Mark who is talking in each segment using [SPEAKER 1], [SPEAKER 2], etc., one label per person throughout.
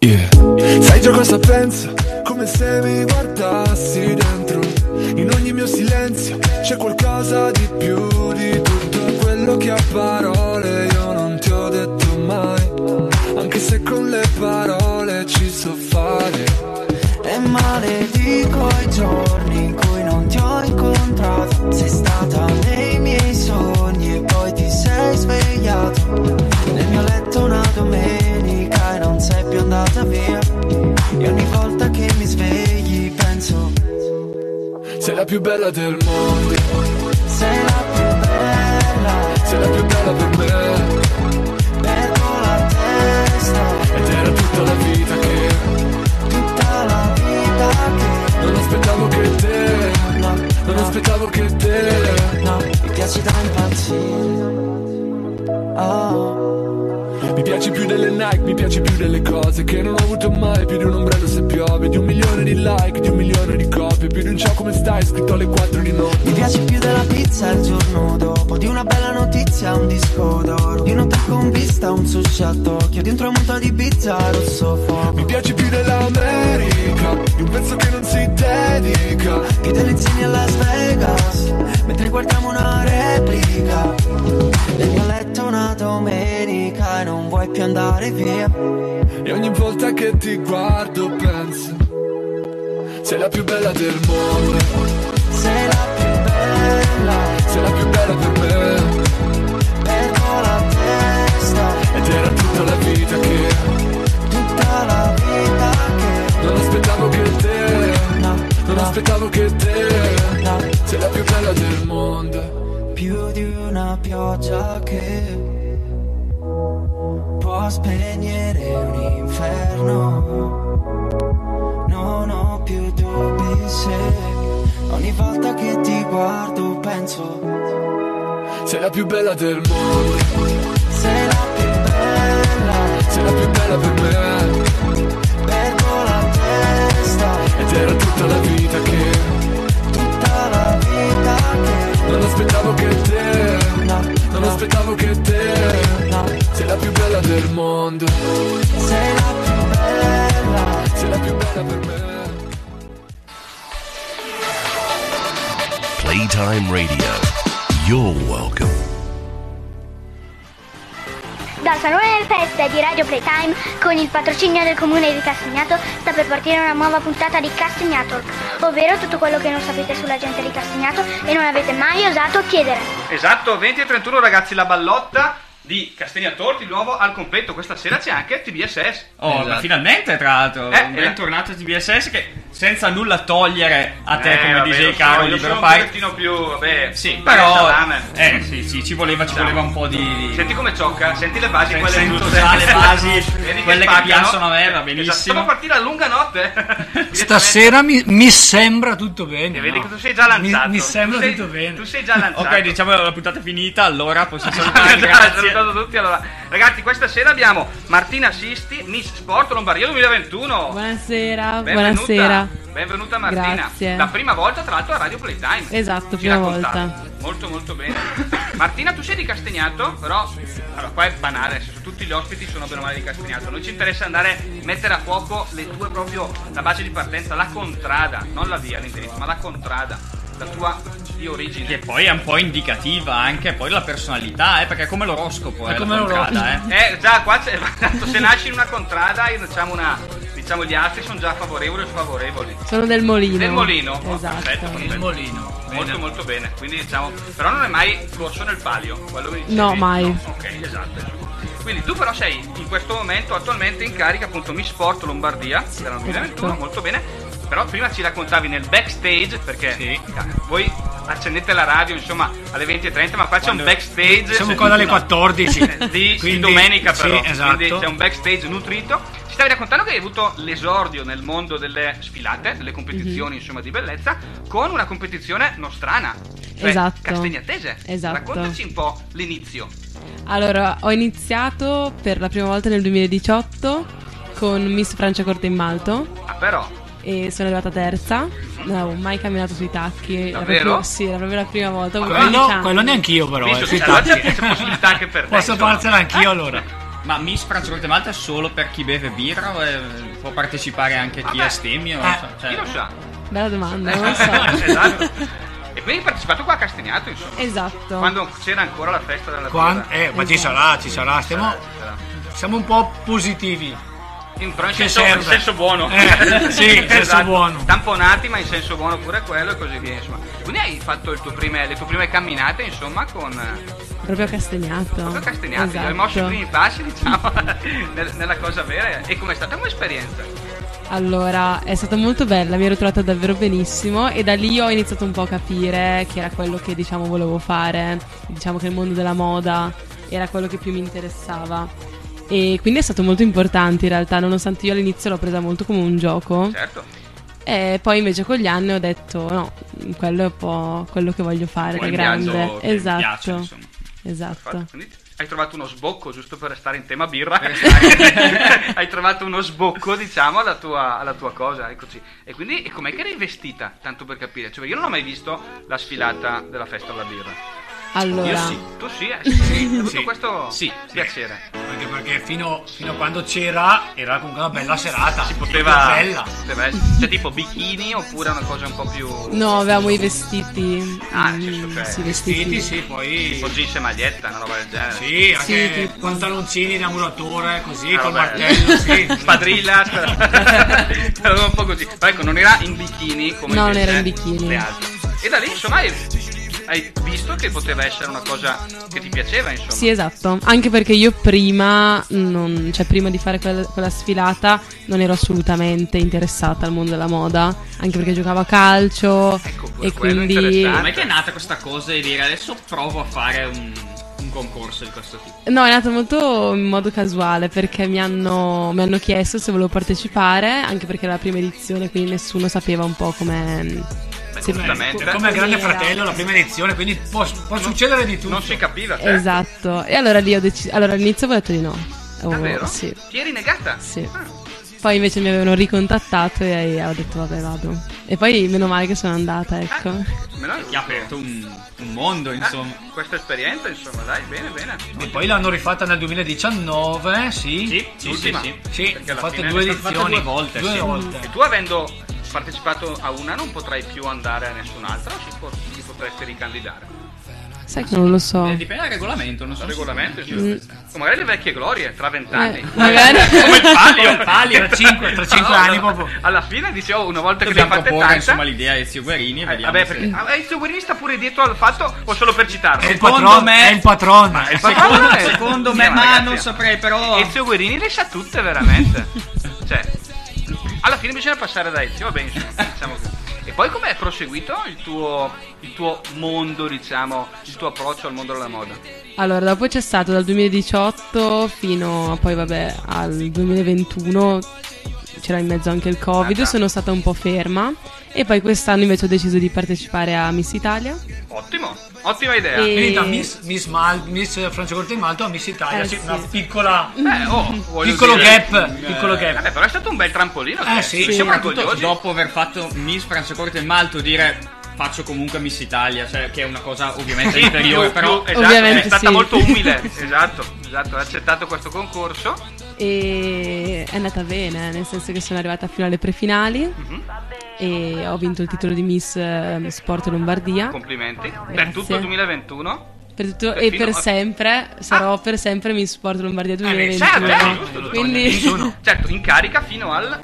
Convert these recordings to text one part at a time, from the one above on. [SPEAKER 1] Yeah. Sai già cosa penso, come se mi guardassi dentro. In ogni mio silenzio c'è qualcosa di più di tutto quello che a parole io non ti ho detto mai. Anche se con le parole ci so fare.
[SPEAKER 2] E maledico i giorni in cui non ti ho incontrato Sei stata nei miei sogni e poi ti sei svegliato Nel mio letto una domenica e non sei più andata via E ogni volta che mi svegli penso
[SPEAKER 1] Sei la più bella del mondo,
[SPEAKER 2] Sei la più bella,
[SPEAKER 1] sei la più bella per me.
[SPEAKER 2] perdo la testa
[SPEAKER 1] Ed era tutta la vita che
[SPEAKER 2] Tutta la vita che
[SPEAKER 1] non aspettavo che te,
[SPEAKER 2] no,
[SPEAKER 1] non
[SPEAKER 2] no,
[SPEAKER 1] aspettavo che te.
[SPEAKER 2] no Mi piaci da impazzire Oh,
[SPEAKER 1] Mi piace più delle Nike, mi piace più delle cose che non ho avuto mai Più di un ombrello se piove, di un milione di like, di un milione di copie Più di un ciao come stai scritto alle 4 di notte
[SPEAKER 2] Mi piace più della pizza il giorno dopo Di una bella notizia, un disco d'oro Di un hotel con vista, un sushi a Tokyo Di un tramonto di pizza rosso fuoco
[SPEAKER 1] Mi piace più dell'America, di un pezzo che non si dedica
[SPEAKER 2] Che te li insegni a Las Vegas Mentre guardiamo una replica Nel mio letto una domenica E non vuoi più andare via
[SPEAKER 1] E ogni volta che ti guardo penso Sei la più bella del mondo,
[SPEAKER 2] Sei la più bella
[SPEAKER 1] sei la più bella per me
[SPEAKER 2] Perdo la testa
[SPEAKER 1] Ed era tutta la vita che
[SPEAKER 2] Tutta la vita che
[SPEAKER 1] non aspettavo che te
[SPEAKER 2] No,
[SPEAKER 1] Non
[SPEAKER 2] no,
[SPEAKER 1] aspettavo che te
[SPEAKER 2] no
[SPEAKER 1] Sei la più bella del mondo
[SPEAKER 2] più di una pioggia che può spegnere un inferno. Non ho più dubbi se ogni volta che ti guardo penso
[SPEAKER 1] Sei la più bella del mondo,
[SPEAKER 2] sei la più bella,
[SPEAKER 1] sei la più bella per me
[SPEAKER 2] perdo la testa,
[SPEAKER 1] Ed era tutta la vita che
[SPEAKER 2] tutta la vita che
[SPEAKER 1] non aspettavo che te
[SPEAKER 2] no,
[SPEAKER 1] Non
[SPEAKER 2] no,
[SPEAKER 1] aspettavo che te
[SPEAKER 2] no,
[SPEAKER 1] Sei la più bella del mondo,
[SPEAKER 2] sei la più bella.
[SPEAKER 1] sei la più bella per me
[SPEAKER 3] Playtime Radio. You're welcome.
[SPEAKER 4] Da Salone del Feste di Radio Playtime, con il patrocinio del comune di Castagnato, sta per partire una nuova puntata di Castagnato, ovvero tutto quello che non sapete sulla gente di Castagnato e non avete mai osato chiedere.
[SPEAKER 5] Esatto, 20 e 31 ragazzi, la ballotta di Castegna Torti, di nuovo al completo. Questa sera c'è anche TBSS.
[SPEAKER 6] Oh, ma
[SPEAKER 7] Esatto.
[SPEAKER 6] finalmente tra l'altro,
[SPEAKER 5] Eh,
[SPEAKER 6] ben
[SPEAKER 5] eh.
[SPEAKER 6] tornato a TBSS che senza nulla togliere a te
[SPEAKER 5] Eh,
[SPEAKER 6] come
[SPEAKER 5] vabbè, lo
[SPEAKER 6] DJ
[SPEAKER 5] so,
[SPEAKER 6] Caro
[SPEAKER 5] io
[SPEAKER 6] Libero
[SPEAKER 5] sono un
[SPEAKER 6] Fai.
[SPEAKER 5] pochettino più, vabbè,
[SPEAKER 6] Sì,
[SPEAKER 5] eh,
[SPEAKER 6] però
[SPEAKER 5] salame. Esatto.
[SPEAKER 6] eh sì, sì, ci voleva, ci voleva un po' di, di
[SPEAKER 5] Senti come ciocca, senti le basi,
[SPEAKER 6] Sen-
[SPEAKER 5] quelle
[SPEAKER 6] sento
[SPEAKER 5] giuste.
[SPEAKER 6] già le basi,
[SPEAKER 5] Vedi
[SPEAKER 6] quelle che
[SPEAKER 5] spaccano.
[SPEAKER 6] piacciono a me, va benissimo.
[SPEAKER 5] Esatto, stiamo a partire a lunga notte. Direttamente.
[SPEAKER 7] Stasera mi, mi sembra tutto bene.
[SPEAKER 5] E vedi
[SPEAKER 7] no?
[SPEAKER 5] che tu sei già lanciato.
[SPEAKER 7] Mi, mi sembra
[SPEAKER 5] Tu sei-
[SPEAKER 7] tutto bene.
[SPEAKER 5] Tu sei già lanciato.
[SPEAKER 6] Ok, diciamo che la puntata è finita, allora possiamo salutare.
[SPEAKER 5] Esatto,
[SPEAKER 6] grazie.
[SPEAKER 5] salutato tutti. Allora, ragazzi, questa sera abbiamo Martina Sisti, Miss Sport Lombardia 2021.
[SPEAKER 8] Buonasera,
[SPEAKER 5] Benvenuta.
[SPEAKER 8] buonasera.
[SPEAKER 5] Benvenuta Martina.
[SPEAKER 8] Grazie.
[SPEAKER 5] La prima volta tra l'altro a Radio Playtime.
[SPEAKER 8] Esatto,
[SPEAKER 5] Ci
[SPEAKER 8] prima
[SPEAKER 5] raccontavi.
[SPEAKER 8] volta.
[SPEAKER 5] Molto molto bene. Martina, tu sei di Castagnato, però allora qua è banale, nel senso, tutti gli ospiti sono bene o male di Castagnato. Noi ci interessa andare a mettere a fuoco le tue proprio la base di partenza, la contrada, non la via, l'indirizzo, ma la contrada, la tua di origine.
[SPEAKER 6] Che poi è un po' indicativa anche poi la personalità, eh, perché è come l'oroscopo, eh,
[SPEAKER 7] come
[SPEAKER 6] la contrada, eh.
[SPEAKER 5] Eh già qua c'è tanto se nasci in una contrada diciamo una diciamo gli altri sono già favorevoli o sfavorevoli.
[SPEAKER 8] Sono del Molino.
[SPEAKER 5] Del Molino. Oh, perfetto,
[SPEAKER 8] Esatto.
[SPEAKER 5] perfetto.
[SPEAKER 7] Il molino. Bene.
[SPEAKER 5] Molto molto bene, quindi diciamo, però non è mai corso nel palio, quello che dicevi?
[SPEAKER 8] No, mai.
[SPEAKER 5] ok, esatto. esatto. Quindi tu però sei in questo momento attualmente in carica appunto Miss Sport Lombardia della 2021,
[SPEAKER 8] Esatto.
[SPEAKER 5] molto bene, però prima ci raccontavi nel backstage perché
[SPEAKER 6] Sì.
[SPEAKER 5] ca- voi accendete la radio insomma alle 20.30 ma qua c'è un
[SPEAKER 6] Quando-
[SPEAKER 5] backstage
[SPEAKER 7] Siamo qua dalle 14.
[SPEAKER 5] di- di,
[SPEAKER 7] Quindi-
[SPEAKER 5] domenica però
[SPEAKER 7] Sì, esatto.
[SPEAKER 5] quindi c'è un backstage nutrito ci stavi raccontando che hai avuto l'esordio nel mondo delle sfilate delle competizioni
[SPEAKER 8] Mhm.
[SPEAKER 5] insomma di bellezza con una competizione nostrana cioè
[SPEAKER 8] Esatto.
[SPEAKER 5] castagnatese
[SPEAKER 8] Esatto.
[SPEAKER 5] raccontaci un po' l'inizio
[SPEAKER 8] Allora, ho iniziato per la prima volta nel 2018 con Miss Francia Corte in Malto
[SPEAKER 5] ah però
[SPEAKER 8] e sono arrivata terza. Non avevo mai camminato sui tacchi. Era
[SPEAKER 5] Mhm. Davvero? Ah,
[SPEAKER 8] proprio- sì, era proprio la prima volta. avevo 15
[SPEAKER 7] Quello,
[SPEAKER 6] eh.
[SPEAKER 8] anni.
[SPEAKER 7] quello neanch'io però.
[SPEAKER 5] visto
[SPEAKER 7] eh, sui
[SPEAKER 5] che allora
[SPEAKER 7] tacchi.
[SPEAKER 5] c'è possibilità anche per te
[SPEAKER 7] Posso
[SPEAKER 5] insomma. Eh.
[SPEAKER 7] farcela anch'io allora.
[SPEAKER 9] Ma Miss Francia Corte Malta è solo per chi beve birra o è- può partecipare anche chi
[SPEAKER 5] Vabbè.
[SPEAKER 9] ha stemmia?
[SPEAKER 5] Eh, chi lo sa?
[SPEAKER 8] Bella domanda, non lo so.
[SPEAKER 5] esatto. E quindi hai partecipato qua a Castagnato, insomma.
[SPEAKER 8] Esatto.
[SPEAKER 5] Quando c'era ancora la festa della
[SPEAKER 6] Certo. Quan-
[SPEAKER 5] birra.
[SPEAKER 6] eh, ma ci sarà, ci sarà. Stiamo, siamo un po' positivi.
[SPEAKER 5] In, però in
[SPEAKER 6] Che
[SPEAKER 5] senso,
[SPEAKER 6] serve.
[SPEAKER 5] in senso buono. Esatto.
[SPEAKER 6] Eh, sì, in senso buono.
[SPEAKER 5] Tamponati, ma in senso buono pure quello e così via, insomma. Quindi hai fatto il tuo prime- le tue prime camminate, insomma, con eh,
[SPEAKER 8] Proprio castagnato.
[SPEAKER 5] proprio Castagnato. Hai
[SPEAKER 8] Esatto.
[SPEAKER 5] mosso i primi passi, diciamo, nel- nella cosa vera. E com'è stata come esperienza?
[SPEAKER 8] Allora, è stata molto bella, mi ero trovata davvero benissimo e da lì ho iniziato un po' a capire che era quello che diciamo volevo fare, diciamo che il mondo della moda era quello che più mi interessava. E quindi è stato molto importante in realtà, nonostante io all'inizio l'ho presa molto come un gioco.
[SPEAKER 5] Certo.
[SPEAKER 8] E poi invece con gli anni ho detto no, quello è un po' quello che voglio fare da
[SPEAKER 9] Poi il
[SPEAKER 8] grande.
[SPEAKER 9] viaggio che mi
[SPEAKER 8] Esatto.
[SPEAKER 9] piace, insomma.
[SPEAKER 8] esatto.
[SPEAKER 5] Quindi hai trovato uno sbocco, giusto per restare in tema birra, hai trovato uno sbocco, diciamo, alla tua, alla tua cosa, eccoci. E quindi e com'è che eri vestita, tanto per capire? Cioè, io non ho mai visto la sfilata della festa alla birra.
[SPEAKER 8] Allora,
[SPEAKER 5] Tu sì, eh? sì, hai avuto
[SPEAKER 6] Sì.
[SPEAKER 5] questo
[SPEAKER 9] Sì.
[SPEAKER 5] piacere.
[SPEAKER 6] Anche perché fino, fino a quando c'era era comunque una bella serata. Si
[SPEAKER 5] Poteva,
[SPEAKER 6] bella.
[SPEAKER 5] poteva essere, cioè tipo bikini oppure una cosa un po' più...
[SPEAKER 8] no, avevamo i vestiti.
[SPEAKER 5] Ah,
[SPEAKER 8] mm,
[SPEAKER 5] nel senso, cioè,
[SPEAKER 8] sì,
[SPEAKER 6] Vestiti, sì, poi.
[SPEAKER 5] Tipo jeans e maglietta, una roba del genere.
[SPEAKER 6] Sì, anche
[SPEAKER 8] tipo-
[SPEAKER 6] pantaloncini da muratore, così,
[SPEAKER 5] Ah,
[SPEAKER 6] col
[SPEAKER 5] vabbè.
[SPEAKER 6] martello, sì.
[SPEAKER 5] Spadrilla, stava un po' così. Ma ecco, non era in bikini come
[SPEAKER 8] No, non
[SPEAKER 5] invece
[SPEAKER 8] era in bikini.
[SPEAKER 5] le altre. E da lì, insomma, hai, hai visto che poteva essere una cosa che ti piaceva, insomma.
[SPEAKER 8] Sì, esatto. Anche perché io prima, non- cioè prima di fare quella, quella sfilata, non ero assolutamente interessata al mondo della moda. Anche perché giocavo a calcio.
[SPEAKER 5] Ecco, pure
[SPEAKER 8] e
[SPEAKER 5] quello
[SPEAKER 8] quindi.
[SPEAKER 5] interessante.
[SPEAKER 9] Com'è che è nata questa cosa di dire adesso provo a fare un, un concorso di questo tipo?
[SPEAKER 8] No, è nato molto in modo casuale perché mi hanno, mi hanno chiesto se volevo partecipare, anche perché era la prima edizione, quindi nessuno sapeva un po' come.
[SPEAKER 5] Beh,
[SPEAKER 8] sì.
[SPEAKER 5] giustamente.
[SPEAKER 6] È come il Grande
[SPEAKER 8] Era.
[SPEAKER 6] Fratello, la prima edizione, quindi può, può succedere di tutto.
[SPEAKER 5] Non si capiva, cioè.
[SPEAKER 8] Esatto. E allora lì ho deciso. Allora all'inizio avevo detto di no. Oh,
[SPEAKER 5] Davvero?
[SPEAKER 8] Sì.
[SPEAKER 5] Ti eri negata?
[SPEAKER 8] Sì.
[SPEAKER 5] Ah,
[SPEAKER 8] Poi invece mi avevano ricontattato e ho detto vabbè vado. E poi meno male che sono andata, ecco.
[SPEAKER 5] meno male.
[SPEAKER 9] Ti ha aperto un, un mondo,
[SPEAKER 5] Ah,
[SPEAKER 9] insomma.
[SPEAKER 5] questa esperienza, insomma, dai, bene, bene.
[SPEAKER 6] E poi l'hanno rifatta nel 2019, sì.
[SPEAKER 9] Sì, sì, sì,
[SPEAKER 5] L'ultima.
[SPEAKER 9] sì.
[SPEAKER 6] Sì,
[SPEAKER 5] Perché
[SPEAKER 6] ha
[SPEAKER 5] alla
[SPEAKER 6] fatto
[SPEAKER 5] fine
[SPEAKER 6] due
[SPEAKER 5] ne
[SPEAKER 9] sono fatte
[SPEAKER 6] edizioni.
[SPEAKER 9] due volte,
[SPEAKER 6] Due
[SPEAKER 9] sì.
[SPEAKER 6] volte.
[SPEAKER 5] E tu avendo partecipato a una non potrai più andare a nessun'altra o ci pot- ti potresti ricandidare?
[SPEAKER 8] Sai che non lo so.
[SPEAKER 9] Eh, dipende dal regolamento, non so.
[SPEAKER 5] Dal
[SPEAKER 9] se-
[SPEAKER 5] regolamento, sì. O magari le vecchie glorie tra vent'anni.
[SPEAKER 8] Eh, magari.
[SPEAKER 5] Come il palio.
[SPEAKER 9] Come il palio,
[SPEAKER 6] tra cinque- tra cinque
[SPEAKER 5] No,
[SPEAKER 6] anni
[SPEAKER 5] no,
[SPEAKER 6] proprio.
[SPEAKER 5] Alla fine dicevo, una volta che
[SPEAKER 9] Dobbiamo
[SPEAKER 5] ne hai fatte
[SPEAKER 9] proporre
[SPEAKER 5] tanta...
[SPEAKER 9] insomma l'idea di Ezio Guerini e
[SPEAKER 5] eh,
[SPEAKER 9] vediamo
[SPEAKER 5] vabbè,
[SPEAKER 9] se-
[SPEAKER 5] perché ah, Ezio Guerini sta pure dietro al fatto o solo per citarlo?
[SPEAKER 6] È il
[SPEAKER 9] Secondo
[SPEAKER 6] patrono,
[SPEAKER 9] me-
[SPEAKER 6] è il patrono.
[SPEAKER 5] il
[SPEAKER 6] Sì.
[SPEAKER 5] patrono
[SPEAKER 9] Secondo,
[SPEAKER 5] è-
[SPEAKER 9] secondo
[SPEAKER 5] Sì,
[SPEAKER 9] me,
[SPEAKER 5] ma
[SPEAKER 9] ma
[SPEAKER 5] ragazzi,
[SPEAKER 9] non saprei però.
[SPEAKER 5] Ezio Guerini le sa tutte veramente. cioè, alla fine bisogna passare da Ezio, va bene, insomma, diciamo così. E poi com'è proseguito il tuo, il tuo mondo, diciamo, il tuo approccio al mondo della moda?
[SPEAKER 8] Mm, Allora, dopo c'è stato dal 2018 fino a poi, vabbè, al 2021 c'era in mezzo anche il Covid,
[SPEAKER 5] Ah, ah.
[SPEAKER 8] sono stata un po' ferma e poi quest'anno invece ho deciso di partecipare a Miss Italia.
[SPEAKER 5] Ottimo, ottima idea.
[SPEAKER 8] E-
[SPEAKER 6] Quindi da eh. Miss, Miss, Mal- Miss Francia Corte in Malta a Miss Italia,
[SPEAKER 8] Eh,
[SPEAKER 6] sì,
[SPEAKER 8] sì.
[SPEAKER 6] una piccola,
[SPEAKER 5] Eh, oh, voglio
[SPEAKER 6] piccolo
[SPEAKER 5] dire- eh,
[SPEAKER 6] gap, piccolo gap.
[SPEAKER 5] Vabbè, però è stato un bel trampolino.
[SPEAKER 6] Eh,
[SPEAKER 5] che-
[SPEAKER 6] sì.
[SPEAKER 5] ci Siamo
[SPEAKER 9] Soprattutto
[SPEAKER 5] orgogliosi.
[SPEAKER 9] dopo aver fatto Miss Francia Corte e Malto, dire faccio comunque Miss Italia, cioè che è una cosa ovviamente inferiore,
[SPEAKER 5] Più-
[SPEAKER 9] però.
[SPEAKER 5] più- esatto,
[SPEAKER 8] Ovviamente
[SPEAKER 5] è stata
[SPEAKER 8] sì.
[SPEAKER 5] molto umile. Esatto, esatto, ha accettato questo concorso.
[SPEAKER 8] E è andata bene, nel senso che sono arrivata fino alle prefinali
[SPEAKER 5] Mhm.
[SPEAKER 8] e ho vinto il titolo di Miss eh, Sport Lombardia.
[SPEAKER 5] Complimenti per
[SPEAKER 8] Grazie.
[SPEAKER 5] tutto il 2021.
[SPEAKER 8] Per tutto- e
[SPEAKER 5] Perfino-
[SPEAKER 8] per sempre sarò
[SPEAKER 5] Ah.
[SPEAKER 8] per sempre Miss Sport Lombardia
[SPEAKER 6] beh,
[SPEAKER 8] 2021.
[SPEAKER 5] Certo, eh,
[SPEAKER 6] no.
[SPEAKER 5] giusto,
[SPEAKER 8] Quindi
[SPEAKER 5] giusto. Certo, in carica fino al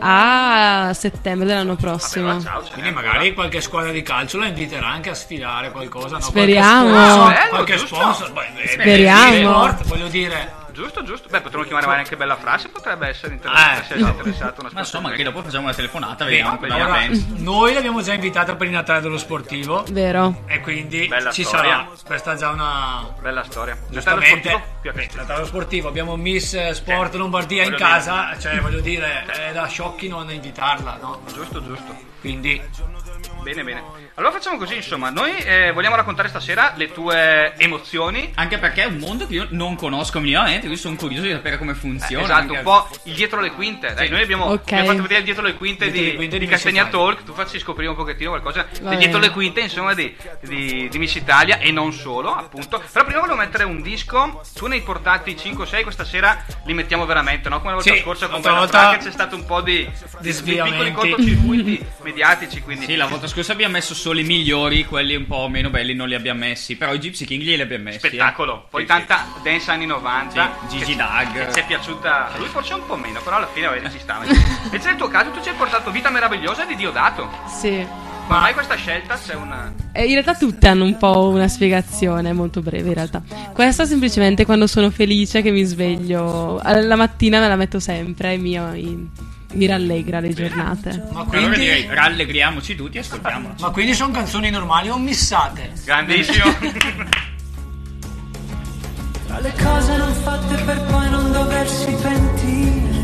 [SPEAKER 8] a settembre dell'anno prossimo.
[SPEAKER 5] Vabbè, va, ciao, cioè,
[SPEAKER 6] Quindi
[SPEAKER 5] ecco,
[SPEAKER 6] magari qualche squadra di calcio la inviterà anche a sfilare qualcosa. No?
[SPEAKER 8] Speriamo.
[SPEAKER 6] Qualche sponsor.
[SPEAKER 5] Bello,
[SPEAKER 6] qualche
[SPEAKER 5] giusto.
[SPEAKER 6] sponsor. Beh, beh,
[SPEAKER 8] Speriamo.
[SPEAKER 6] beh, sport, voglio dire,
[SPEAKER 5] va. Giusto, giusto. Beh, potremmo chiamare Maria anche Bella Frase, potrebbe essere
[SPEAKER 6] Eh,
[SPEAKER 5] interessante. se siete
[SPEAKER 6] no.
[SPEAKER 5] interessato a una
[SPEAKER 9] Ma insomma,
[SPEAKER 5] sponsorizzazione.
[SPEAKER 9] magari dopo facciamo una telefonata,
[SPEAKER 6] beh,
[SPEAKER 9] vediamo cosa ne
[SPEAKER 6] allora,
[SPEAKER 9] pensi.
[SPEAKER 6] noi l'abbiamo già invitata per il Natale dello sportivo
[SPEAKER 8] Vero.
[SPEAKER 6] e quindi
[SPEAKER 5] Bella
[SPEAKER 6] ci
[SPEAKER 5] storia.
[SPEAKER 6] sarà. Questa è già una...
[SPEAKER 5] Bella storia. Natale
[SPEAKER 6] Giustamente,
[SPEAKER 5] sportivo, più a
[SPEAKER 6] beh,
[SPEAKER 5] che-
[SPEAKER 6] Natale dello sportivo, abbiamo Miss eh, Sport Lombardia in
[SPEAKER 5] voglio
[SPEAKER 6] casa, cioè voglio dire, è da sciocchi non invitarla, no?
[SPEAKER 5] Giusto, giusto.
[SPEAKER 6] Quindi
[SPEAKER 5] Bene, bene. Allora facciamo così, insomma, noi eh, vogliamo raccontare stasera le tue emozioni.
[SPEAKER 9] Anche perché è un mondo che io non conosco minimamente, quindi sono curioso di sapere come funziona.
[SPEAKER 5] Esatto,
[SPEAKER 9] anche-
[SPEAKER 5] un po' il dietro le quinte. Dai, noi abbiamo,
[SPEAKER 8] Ok.
[SPEAKER 5] abbiamo fatto vedere il dietro le quinte
[SPEAKER 6] Dietro
[SPEAKER 5] di,
[SPEAKER 6] le quinte
[SPEAKER 5] di
[SPEAKER 6] di Miss
[SPEAKER 5] Castagna
[SPEAKER 6] Italia.
[SPEAKER 5] Talk. Tu facci scoprire un pochettino qualcosa del
[SPEAKER 8] bene.
[SPEAKER 5] dietro le quinte, insomma, di, di, di Miss Italia e non solo, appunto. Però prima volevo mettere un disco. Tu ne canzoni portati 5 o 6 questa sera li mettiamo veramente, no? Come la volta
[SPEAKER 6] Sì,
[SPEAKER 5] scorsa con
[SPEAKER 6] l'altra
[SPEAKER 5] Bella
[SPEAKER 6] volta-
[SPEAKER 5] Track c'è stato un po' di, di piccoli
[SPEAKER 6] Sviamenti.
[SPEAKER 5] cortocircuiti mediatici, quindi
[SPEAKER 9] Sì, la volta scorsa abbiamo messo solo i migliori, quelli un po' meno belli non li abbiamo messi, però i Gypsy King li abbiamo messi. eh.
[SPEAKER 5] spettacolo. Poi
[SPEAKER 9] Sì,
[SPEAKER 5] tanta dance anni 90,
[SPEAKER 9] Sì, Gigi
[SPEAKER 5] che-
[SPEAKER 9] Doug.
[SPEAKER 5] che ci è piaciuta a lui forse un po' meno, però alla fine vabbè, ci stava. Invece nel tuo caso tu ci hai portato Vita meravigliosa di Diodato.
[SPEAKER 8] Sì.
[SPEAKER 5] Ma mai questa scelta c'è una
[SPEAKER 8] Eh, in realtà tutte hanno un po' una spiegazione, molto breve in realtà. Questa semplicemente quando sono felice che mi sveglio, alla mattina me la metto sempre e mi, mi- mi rallegra le giornate.
[SPEAKER 6] Ma
[SPEAKER 9] Allora
[SPEAKER 6] quindi,
[SPEAKER 9] direi rallegriamoci tutti e ascoltiamola.
[SPEAKER 6] ma quindi sono canzoni normali o missate?
[SPEAKER 5] grandissimo
[SPEAKER 10] Tra le cose non fatte per poi non doversi pentire,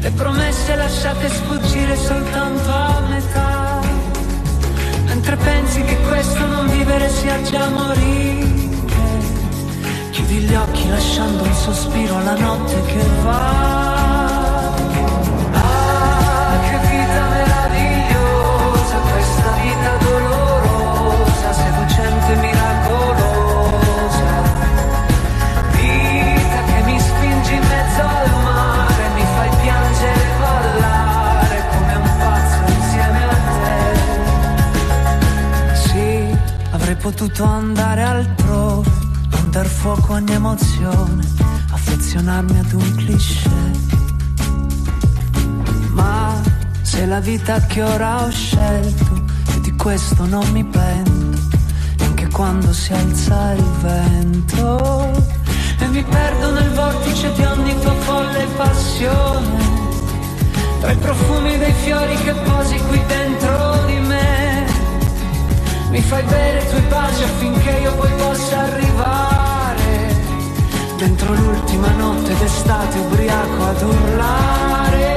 [SPEAKER 10] le promesse lasciate sfuggire soltanto a metà, mentre pensi che questo non vivere sia già morire, chiudi gli occhi lasciando un sospiro alla notte che va. Ah, che vita meravigliosa, questa vita dolorosa, seducente e miracolosa. Vita che mi spingi in mezzo al mare, mi fai piangere e ballare come un pazzo insieme a te. Sì, avrei potuto andare altrove, non dar fuoco a ogni emozione, affezionarmi ad un cliché. Ma se la vita che ora ho scelto, e di questo non mi pento, neanche quando si alza il vento. E mi perdo nel vortice di ogni tua folle passione, tra i profumi dei fiori che posi qui dentro di me. Mi fai bere i tuoi baci affinché io poi possa arrivare dentro l'ultima notte d'estate ubriaco ad urlare.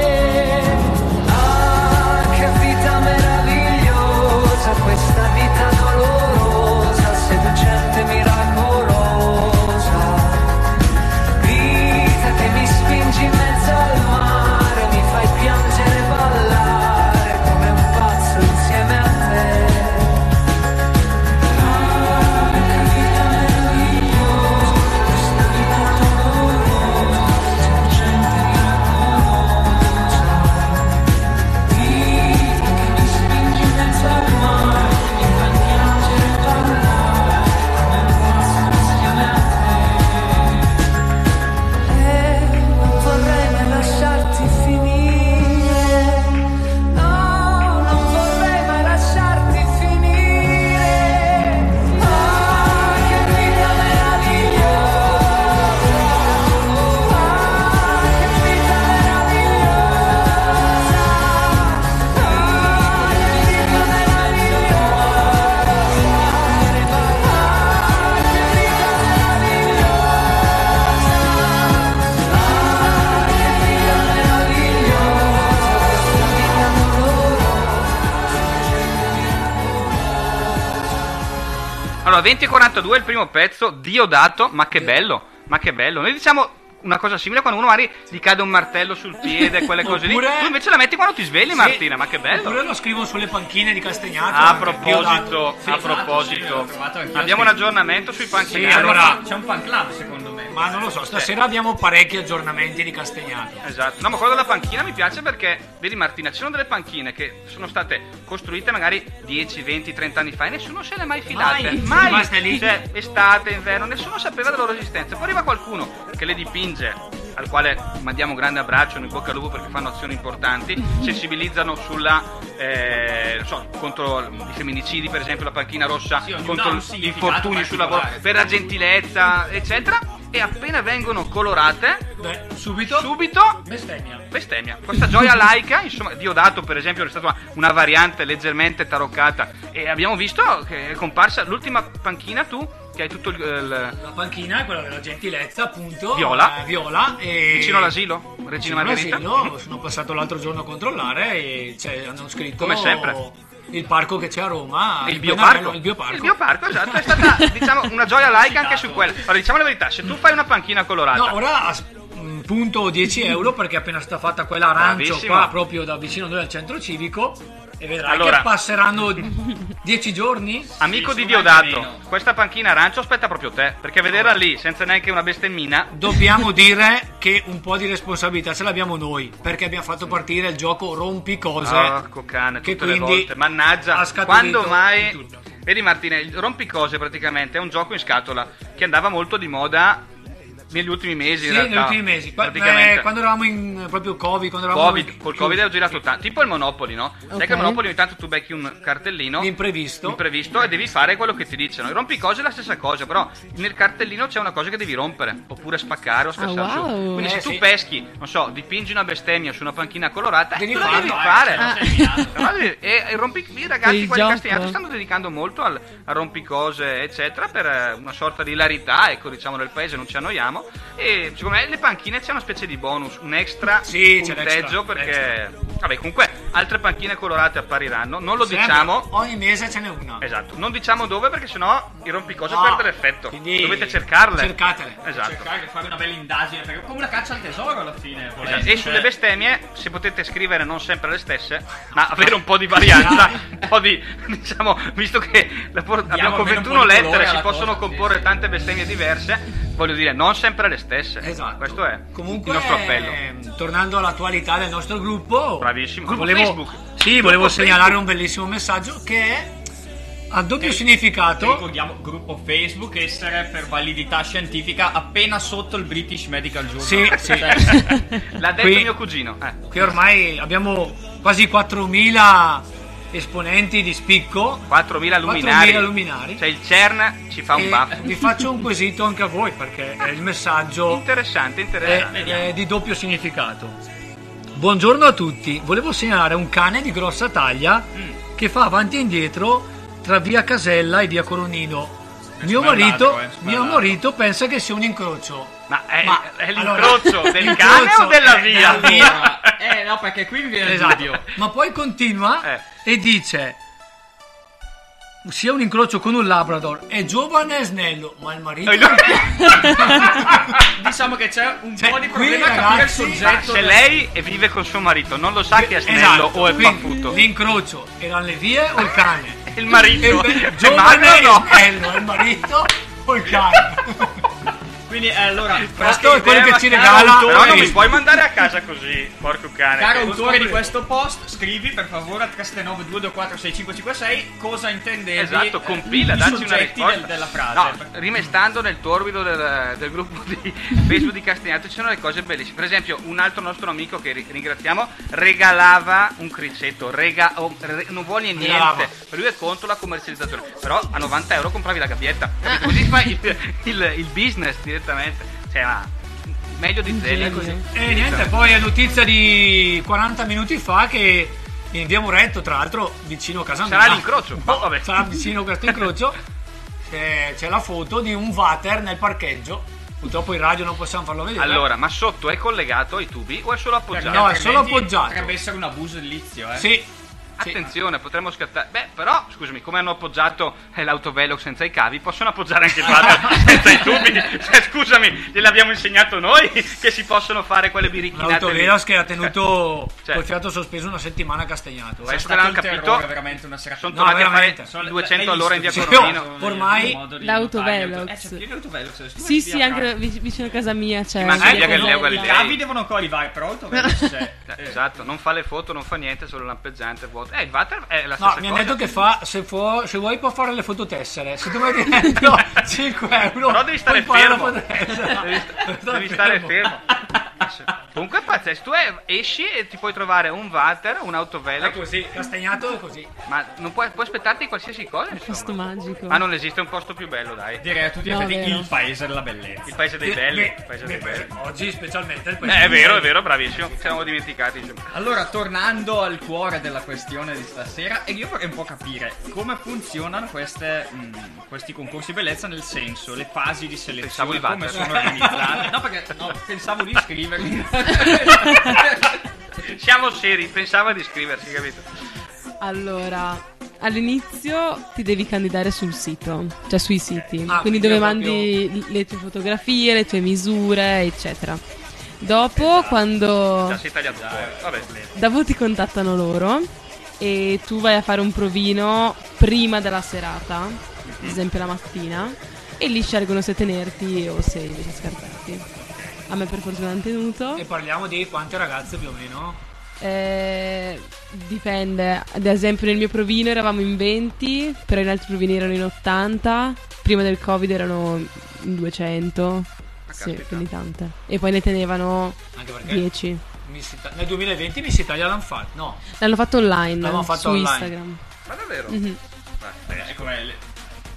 [SPEAKER 10] Ah, che vita meravigliosa, questa vita dolorosa, seducente e miracolosa. Vita che mi spingi in mezzo al mare, mi fai piangere e ballare come un pazzo insieme a te. E non Eh, vorrei mai lasciarti finire, no, non vorrei mai lasciarti finire, ah, che vita meravigliosa, ah, che vita meravigliosa, ah, che vita meravigliosa.
[SPEAKER 5] Allora, 20.42 è il primo pezzo, Diodato, ma che bello, ma che bello. Noi diciamo una cosa simile quando uno magari gli cade un martello sul piede, quelle cose lì.
[SPEAKER 6] Oppure-
[SPEAKER 5] Tu invece la metti quando ti svegli,
[SPEAKER 6] Sì.
[SPEAKER 5] Martina, ma che
[SPEAKER 6] Oppure
[SPEAKER 5] bello.
[SPEAKER 6] lo scrivo sulle panchine di Castagnato.
[SPEAKER 5] A
[SPEAKER 6] anche.
[SPEAKER 5] proposito,
[SPEAKER 9] Sì,
[SPEAKER 5] a
[SPEAKER 9] esatto, sì, l'ho
[SPEAKER 5] proposito,
[SPEAKER 9] trovato anch'io,
[SPEAKER 5] abbiamo un
[SPEAKER 9] sì.
[SPEAKER 5] aggiornamento sui panchini.
[SPEAKER 6] Sì, allora-
[SPEAKER 9] c'è un fan club secondo me.
[SPEAKER 6] Ma non lo so, stasera abbiamo parecchi aggiornamenti di Castagnato.
[SPEAKER 5] Esatto, no, ma quello della panchina mi piace perché, vedi Martina, ci sono delle panchine che sono state costruite magari 10, 20, 30 anni fa e nessuno se le è mai filate.
[SPEAKER 6] Mai,
[SPEAKER 5] mai.
[SPEAKER 6] rimaste lì.
[SPEAKER 5] Cioè, estate, inverno, nessuno sapeva della loro esistenza. Poi arriva qualcuno che le dipinge, al quale mandiamo un grande abbraccio, un in bocca al lupo perché fanno azioni importanti, sensibilizzano sulla, eh, non so, contro i femminicidi, per esempio, la panchina rossa,
[SPEAKER 9] Sì, ognuno ha
[SPEAKER 5] contro
[SPEAKER 9] un
[SPEAKER 5] gli
[SPEAKER 9] significato
[SPEAKER 5] infortuni sul lavoro,
[SPEAKER 9] particolare.
[SPEAKER 5] per la gentilezza, eccetera. E appena vengono colorate,
[SPEAKER 6] Beh, subito.
[SPEAKER 5] subito
[SPEAKER 6] Bestemmia.
[SPEAKER 5] bestemmia. Questa gioia laica, insomma, Diodato per esempio è stata una- una variante leggermente taroccata e abbiamo visto che è comparsa l'ultima panchina tu che hai tutto il, il-
[SPEAKER 6] La panchina è quella della gentilezza, appunto.
[SPEAKER 5] Viola.
[SPEAKER 6] eh, viola. E...
[SPEAKER 5] vicino all'asilo, Regina
[SPEAKER 6] Vicino
[SPEAKER 5] Margherita.
[SPEAKER 6] all'asilo, sono passato l'altro giorno a controllare e c'è- hanno scritto.
[SPEAKER 5] Come sempre.
[SPEAKER 6] Il parco che c'è a Roma.
[SPEAKER 5] Il
[SPEAKER 6] Pennarello,
[SPEAKER 5] bioparco.
[SPEAKER 6] Il bioparco.
[SPEAKER 5] Il bioparco, esatto, è stata diciamo una gioia laica anche su quella. Allora diciamo la verità, se tu fai una panchina colorata,
[SPEAKER 6] No, ora mm, as- mh, punto 10 euro perché è appena sta fatta quella arancio
[SPEAKER 5] Bravissimo.
[SPEAKER 6] qua proprio da vicino a noi al centro civico. E vedrai
[SPEAKER 5] Allora.
[SPEAKER 6] che passeranno dieci giorni.
[SPEAKER 5] Amico
[SPEAKER 9] Sì,
[SPEAKER 5] di
[SPEAKER 9] insomma, anche
[SPEAKER 5] Diodato,
[SPEAKER 9] meno.
[SPEAKER 5] questa panchina arancio aspetta proprio te, perché vederla lì senza neanche una bestemmina
[SPEAKER 6] Dobbiamo dire che un po' di responsabilità ce l'abbiamo noi, perché abbiamo fatto partire il gioco rompi cose.
[SPEAKER 5] Porco cane,
[SPEAKER 6] che
[SPEAKER 5] tutte le
[SPEAKER 6] quindi
[SPEAKER 5] volte. Mannaggia,
[SPEAKER 6] ha scaturito
[SPEAKER 5] quando
[SPEAKER 6] di
[SPEAKER 5] mai...
[SPEAKER 6] tutto.
[SPEAKER 5] Vedi Martina, il rompicose praticamente è un gioco in scatola che andava molto di moda negli ultimi mesi.
[SPEAKER 6] Sì,
[SPEAKER 5] in realtà,
[SPEAKER 6] negli ultimi mesi. Qua-
[SPEAKER 5] praticamente.
[SPEAKER 6] eh, quando eravamo in proprio Covid, quando eravamo
[SPEAKER 5] Covid, col Covid ho girato tanto, tipo il Monopoli, no? Sai
[SPEAKER 8] Ok.
[SPEAKER 5] che al Monopoli ogni tanto tu becchi un cartellino
[SPEAKER 6] L'imprevisto.
[SPEAKER 5] imprevisto e devi fare quello che ti dicono. Il rompicose è la stessa cosa, però nel cartellino c'è una cosa che devi rompere, oppure spaccare o scassare
[SPEAKER 8] Ah, wow.
[SPEAKER 5] su. Quindi se
[SPEAKER 6] Eh,
[SPEAKER 5] tu
[SPEAKER 6] sì.
[SPEAKER 5] peschi, non so, dipingi una bestemmia su una panchina colorata,
[SPEAKER 6] Devi
[SPEAKER 5] eh, lo devi
[SPEAKER 6] farlo, eh,
[SPEAKER 5] fare.
[SPEAKER 8] Ah.
[SPEAKER 5] Però devi- E i rompi- i ragazzi
[SPEAKER 8] Il
[SPEAKER 5] quelli
[SPEAKER 8] gioco.
[SPEAKER 5] castigliati stanno dedicando molto al, al rompicose, eccetera, per eh, una sorta di ilarità, ecco, diciamo, del paese, non ci annoiamo. E secondo me le panchine c'è una specie di bonus, un extra
[SPEAKER 6] Sì, c'è
[SPEAKER 5] punteggio
[SPEAKER 6] l'extra,
[SPEAKER 5] perché vabbè comunque altre panchine colorate appariranno non lo
[SPEAKER 6] Sempre,
[SPEAKER 5] diciamo
[SPEAKER 6] Ogni mese ce n'è una.
[SPEAKER 5] esatto non diciamo dove perché sennò il rompicoso
[SPEAKER 6] No,
[SPEAKER 5] perde l'effetto
[SPEAKER 6] quindi
[SPEAKER 5] dovete cercarle
[SPEAKER 6] cercatele.
[SPEAKER 5] esatto
[SPEAKER 9] Cercare di fare una bella indagine, perché è come una caccia al tesoro alla fine. volendo,
[SPEAKER 5] Esatto.
[SPEAKER 9] cioè.
[SPEAKER 5] E sulle bestemmie, se potete scrivere non sempre le stesse, ma avere un po' di varianza, un po' di, diciamo, visto che la por- abbiamo
[SPEAKER 9] almeno
[SPEAKER 5] con
[SPEAKER 9] un po' di
[SPEAKER 5] 21 lettere,
[SPEAKER 9] colore
[SPEAKER 5] si
[SPEAKER 9] alla
[SPEAKER 5] possono
[SPEAKER 9] cosa, sì,
[SPEAKER 5] comporre
[SPEAKER 9] sì.
[SPEAKER 5] tante bestemmie diverse, voglio dire, non sempre le stesse.
[SPEAKER 6] Esatto.
[SPEAKER 5] Questo è
[SPEAKER 6] Comunque,
[SPEAKER 5] il nostro appello.
[SPEAKER 6] ehm, tornando all'attualità del nostro gruppo,
[SPEAKER 5] Bravissimo. Gruppo
[SPEAKER 6] volevo,
[SPEAKER 5] Facebook.
[SPEAKER 6] Sì,
[SPEAKER 5] Gruppo
[SPEAKER 6] volevo
[SPEAKER 5] Facebook.
[SPEAKER 6] segnalare un bellissimo messaggio che è a doppio
[SPEAKER 9] Che
[SPEAKER 6] significato.
[SPEAKER 9] Eh, Ricordiamo gruppo Facebook essere per validità scientifica appena sotto il British Medical Journal.
[SPEAKER 6] Sì, sì.
[SPEAKER 9] Cioè,
[SPEAKER 5] L'ha detto
[SPEAKER 6] Qui-
[SPEAKER 5] mio cugino. eh.
[SPEAKER 6] Qui ormai abbiamo quasi 4000 esponenti di spicco.
[SPEAKER 5] 4.000 luminari.
[SPEAKER 6] 4.000 luminari.
[SPEAKER 5] Cioè il CERN ci fa un
[SPEAKER 6] E
[SPEAKER 5] baffo.
[SPEAKER 6] vi faccio un quesito anche a voi perché eh, il messaggio Eh,
[SPEAKER 5] Interessante,
[SPEAKER 6] è,
[SPEAKER 5] interessante.
[SPEAKER 6] è di doppio significato. Buongiorno a tutti, volevo segnalare un cane di grossa taglia
[SPEAKER 5] Mm.
[SPEAKER 6] che fa avanti e indietro tra via Casella e via Coronino. Mio
[SPEAKER 9] sballato,
[SPEAKER 6] marito,
[SPEAKER 9] eh, sballato.
[SPEAKER 6] mio marito pensa che sia un incrocio.
[SPEAKER 5] Ma è,
[SPEAKER 6] Ma-
[SPEAKER 5] è
[SPEAKER 6] allora,
[SPEAKER 5] l'incrocio del
[SPEAKER 6] l'incrocio
[SPEAKER 5] cane o della
[SPEAKER 6] è
[SPEAKER 5] via?
[SPEAKER 6] della via.
[SPEAKER 9] eh no, perché qui mi viene il
[SPEAKER 6] Esatto.
[SPEAKER 9] dubbio.
[SPEAKER 6] Ma poi continua
[SPEAKER 5] Eh.
[SPEAKER 6] e dice: Sia un incrocio con un Labrador. È giovane e snello, ma il marito.
[SPEAKER 9] Diciamo che c'è un
[SPEAKER 6] Cioè,
[SPEAKER 9] po' di
[SPEAKER 6] qui,
[SPEAKER 9] problema a capire il
[SPEAKER 6] ragazzi,
[SPEAKER 5] Ma
[SPEAKER 9] soggetto.
[SPEAKER 5] se
[SPEAKER 9] del-
[SPEAKER 5] lei vive con suo marito, non lo sa che è snello o è
[SPEAKER 6] esatto. quindi
[SPEAKER 5] paffuto.
[SPEAKER 6] L'incrocio erano le vie o il cane?
[SPEAKER 5] Il marito
[SPEAKER 6] E il-
[SPEAKER 5] è
[SPEAKER 6] giovane
[SPEAKER 5] magro o
[SPEAKER 6] e
[SPEAKER 5] no?
[SPEAKER 6] snello, il marito o il cane?
[SPEAKER 9] Quindi eh, allora,
[SPEAKER 6] Questo è quello che ci
[SPEAKER 9] caro
[SPEAKER 6] regala.
[SPEAKER 9] autore-
[SPEAKER 5] Però non mi
[SPEAKER 6] Visto.
[SPEAKER 5] puoi mandare a casa così, porco cane.
[SPEAKER 9] Caro autore di questo post, scrivi per favore a 369-224-6556 cosa intendevi.
[SPEAKER 5] Esatto,
[SPEAKER 9] eh,
[SPEAKER 5] compila,
[SPEAKER 9] i
[SPEAKER 5] dacci una
[SPEAKER 9] soggetti
[SPEAKER 5] risposta.
[SPEAKER 9] del- della frase.
[SPEAKER 5] No, rimestando nel torbido del, del gruppo di Facebook di Castagnato ci sono le cose bellissime. Per esempio, un altro nostro amico che ri- ringraziamo regalava un criceto, rega- o- re- non vuole niente.
[SPEAKER 6] Regalava.
[SPEAKER 5] Per lui è contro la commercializzazione. Però a 90 euro compravi la gabbietta. capito? Così fai il, il- il business direttamente. Cioè, ma meglio di zero
[SPEAKER 8] Genio.
[SPEAKER 9] Eh,
[SPEAKER 5] così.
[SPEAKER 6] E Eh, niente, poi è notizia di 40 minuti fa che eh, in via Muretto, tra l'altro, vicino a casa
[SPEAKER 5] Sarà
[SPEAKER 6] mia,
[SPEAKER 5] l'incrocio.
[SPEAKER 6] No,
[SPEAKER 5] Oh, vabbè.
[SPEAKER 6] sarà vicino a questo incrocio. c'è, c'è la foto di un water nel parcheggio. Purtroppo in radio non possiamo farlo vedere.
[SPEAKER 5] Allora, ma sotto è collegato ai tubi o è solo appoggiato?
[SPEAKER 6] No, è solo
[SPEAKER 9] Altrimenti
[SPEAKER 6] appoggiato.
[SPEAKER 9] Potrebbe essere un abuso edilizio, eh.
[SPEAKER 6] sì,
[SPEAKER 5] Attenzione, potremmo scattare. Beh, però, scusami, come hanno appoggiato eh, l'autovelox senza i cavi, possono appoggiare anche il water senza i tubi. Cioè, scusami, gliel'abbiamo insegnato noi che si possono fare quelle birichinate. lì.
[SPEAKER 6] l'autovelox che ha tenuto
[SPEAKER 5] Cioè.
[SPEAKER 6] col fiato sospeso una settimana a Castagnato.
[SPEAKER 5] Sì,
[SPEAKER 9] È
[SPEAKER 6] eh.
[SPEAKER 5] questo
[SPEAKER 9] stato
[SPEAKER 5] l'hanno
[SPEAKER 9] un
[SPEAKER 5] capito.
[SPEAKER 9] terrore veramente una serata.
[SPEAKER 5] Sono
[SPEAKER 6] No,
[SPEAKER 5] tornati a
[SPEAKER 6] veramente.
[SPEAKER 5] fare
[SPEAKER 9] Sono-
[SPEAKER 5] 200
[SPEAKER 9] l'hai
[SPEAKER 5] all'ora in via
[SPEAKER 9] visto,
[SPEAKER 5] Coronino.
[SPEAKER 6] Sì, oh, ormai-
[SPEAKER 8] L'autovelox.
[SPEAKER 9] Eh, c'è pieno l'autovelox. scusi,
[SPEAKER 8] Sì,
[SPEAKER 9] via
[SPEAKER 8] sì,
[SPEAKER 9] Carlo.
[SPEAKER 8] anche vi- vicino a casa mia c'è. certo
[SPEAKER 5] ma sai che
[SPEAKER 8] una
[SPEAKER 5] Galileo
[SPEAKER 8] casella.
[SPEAKER 5] Galilei-
[SPEAKER 9] I cavi devono ancora arrivare, però l'autovelox c'è.
[SPEAKER 5] Cioè,
[SPEAKER 9] Eh,
[SPEAKER 5] Esatto, non fa le foto, non fa niente, solo lampeggiante, vuoto. Eh, il water è la
[SPEAKER 6] No,
[SPEAKER 5] stessa
[SPEAKER 6] mi hanno
[SPEAKER 5] cosa.
[SPEAKER 6] detto che fa, se, può- se vuoi può fare le fototessere. Se tu metti dentro 5 euro,
[SPEAKER 5] Però devi stare
[SPEAKER 6] puoi fare la
[SPEAKER 5] fermo.
[SPEAKER 6] fototessera.
[SPEAKER 5] Devi,
[SPEAKER 9] Esatto.
[SPEAKER 6] Devi
[SPEAKER 5] devi stare fermo. Comunque è pazzesco, tu eh, esci e ti puoi trovare un water, un
[SPEAKER 6] È
[SPEAKER 5] autovelox,
[SPEAKER 6] così, castagnato è così.
[SPEAKER 5] ma non puoi, puoi aspettarti qualsiasi cosa.
[SPEAKER 8] Posto
[SPEAKER 5] Insomma.
[SPEAKER 8] magico.
[SPEAKER 5] Ma non esiste un posto più bello, dai.
[SPEAKER 9] Direi a tutti gli
[SPEAKER 8] No,
[SPEAKER 9] effetti
[SPEAKER 8] vero.
[SPEAKER 9] il paese della bellezza.
[SPEAKER 5] Il paese dei belli.
[SPEAKER 6] Beh,
[SPEAKER 5] il paese dei
[SPEAKER 6] beh,
[SPEAKER 5] belli.
[SPEAKER 6] Oggi specialmente il
[SPEAKER 5] Eh, è vero, è vero, bravissimo. Ci siamo dimenticati. insomma.
[SPEAKER 9] Allora, tornando al cuore della questione di stasera, e io vorrei un po' capire come funzionano queste, mh, questi concorsi bellezza, nel senso, le fasi di selezione,
[SPEAKER 5] Pensavo di
[SPEAKER 9] come
[SPEAKER 5] battere.
[SPEAKER 9] sono organizzate. No, perché no, pensavo di iscrivermi.
[SPEAKER 5] Siamo seri, pensava di iscriversi, capito?
[SPEAKER 8] Allora, all'inizio ti devi candidare sul sito, cioè sui siti,
[SPEAKER 6] Ah,
[SPEAKER 8] quindi
[SPEAKER 6] quindi
[SPEAKER 8] dove
[SPEAKER 6] è
[SPEAKER 8] mandi le tue fotografie, le tue misure, eccetera. Dopo, quando
[SPEAKER 6] Esatto.
[SPEAKER 8] Oh.
[SPEAKER 5] Già si taglia tutto. Vabbè.
[SPEAKER 8] dopo ti contattano loro e tu vai a fare un provino prima della serata,
[SPEAKER 6] Mhm.
[SPEAKER 8] ad esempio la mattina, e lì scelgono se tenerti o se invece scartarti. A me per fortuna hanno tenuto.
[SPEAKER 6] E parliamo di quante ragazze più o meno?
[SPEAKER 8] Eh, dipende, ad esempio nel mio provino eravamo in 20, però in altri provini erano in 80, prima del covid erano in 200, sì,
[SPEAKER 5] caspita.
[SPEAKER 8] quindi tante. E poi ne tenevano
[SPEAKER 6] Anche perché
[SPEAKER 8] 10.
[SPEAKER 6] Miss Ita- nel 2020 Miss Italia l'hanno fatto. No,
[SPEAKER 8] L'hanno fatto online,
[SPEAKER 6] L'avevamo fatto
[SPEAKER 8] su
[SPEAKER 6] online.
[SPEAKER 8] Instagram.
[SPEAKER 5] Ma davvero?
[SPEAKER 8] Mhm.
[SPEAKER 5] Beh,
[SPEAKER 9] Beh, è come le-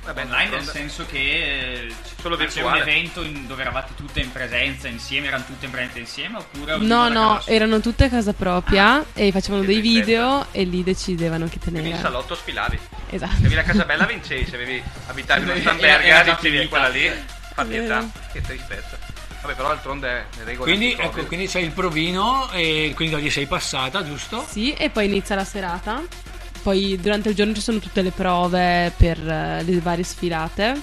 [SPEAKER 5] vabbè,
[SPEAKER 9] online nel
[SPEAKER 5] d'altronde-
[SPEAKER 9] senso che eh,
[SPEAKER 5] Solo
[SPEAKER 9] c'è
[SPEAKER 5] virtuale.
[SPEAKER 9] un evento in- dove eravate tutte in presenza insieme, erano tutte in presenza insieme oppure
[SPEAKER 8] No,
[SPEAKER 9] ognuno da
[SPEAKER 8] no, eh,
[SPEAKER 9] casa sua?
[SPEAKER 8] erano tutte a casa propria e facevano
[SPEAKER 5] Siete
[SPEAKER 8] dei
[SPEAKER 5] in
[SPEAKER 8] video e lì decidevano chi
[SPEAKER 5] Quindi in
[SPEAKER 8] tenere.
[SPEAKER 5] salotto sfilavi. Se avevi
[SPEAKER 8] Esatto.
[SPEAKER 5] la casa bella vincevi, se avevi abitavi in una
[SPEAKER 9] Era-
[SPEAKER 5] stamberga
[SPEAKER 9] era già
[SPEAKER 5] vincevi
[SPEAKER 9] finita.
[SPEAKER 5] quella lì. Fa pietà,
[SPEAKER 8] vero.
[SPEAKER 5] che tristezza. Vabbè, però d'altronde le regole
[SPEAKER 6] quindi,
[SPEAKER 5] anti-Covid.
[SPEAKER 6] ecco, quindi c'è il provino e quindi da lì sei passata, giusto?
[SPEAKER 8] Sì, e poi inizia la serata. Poi durante il giorno ci sono tutte le prove per eh, le varie sfilate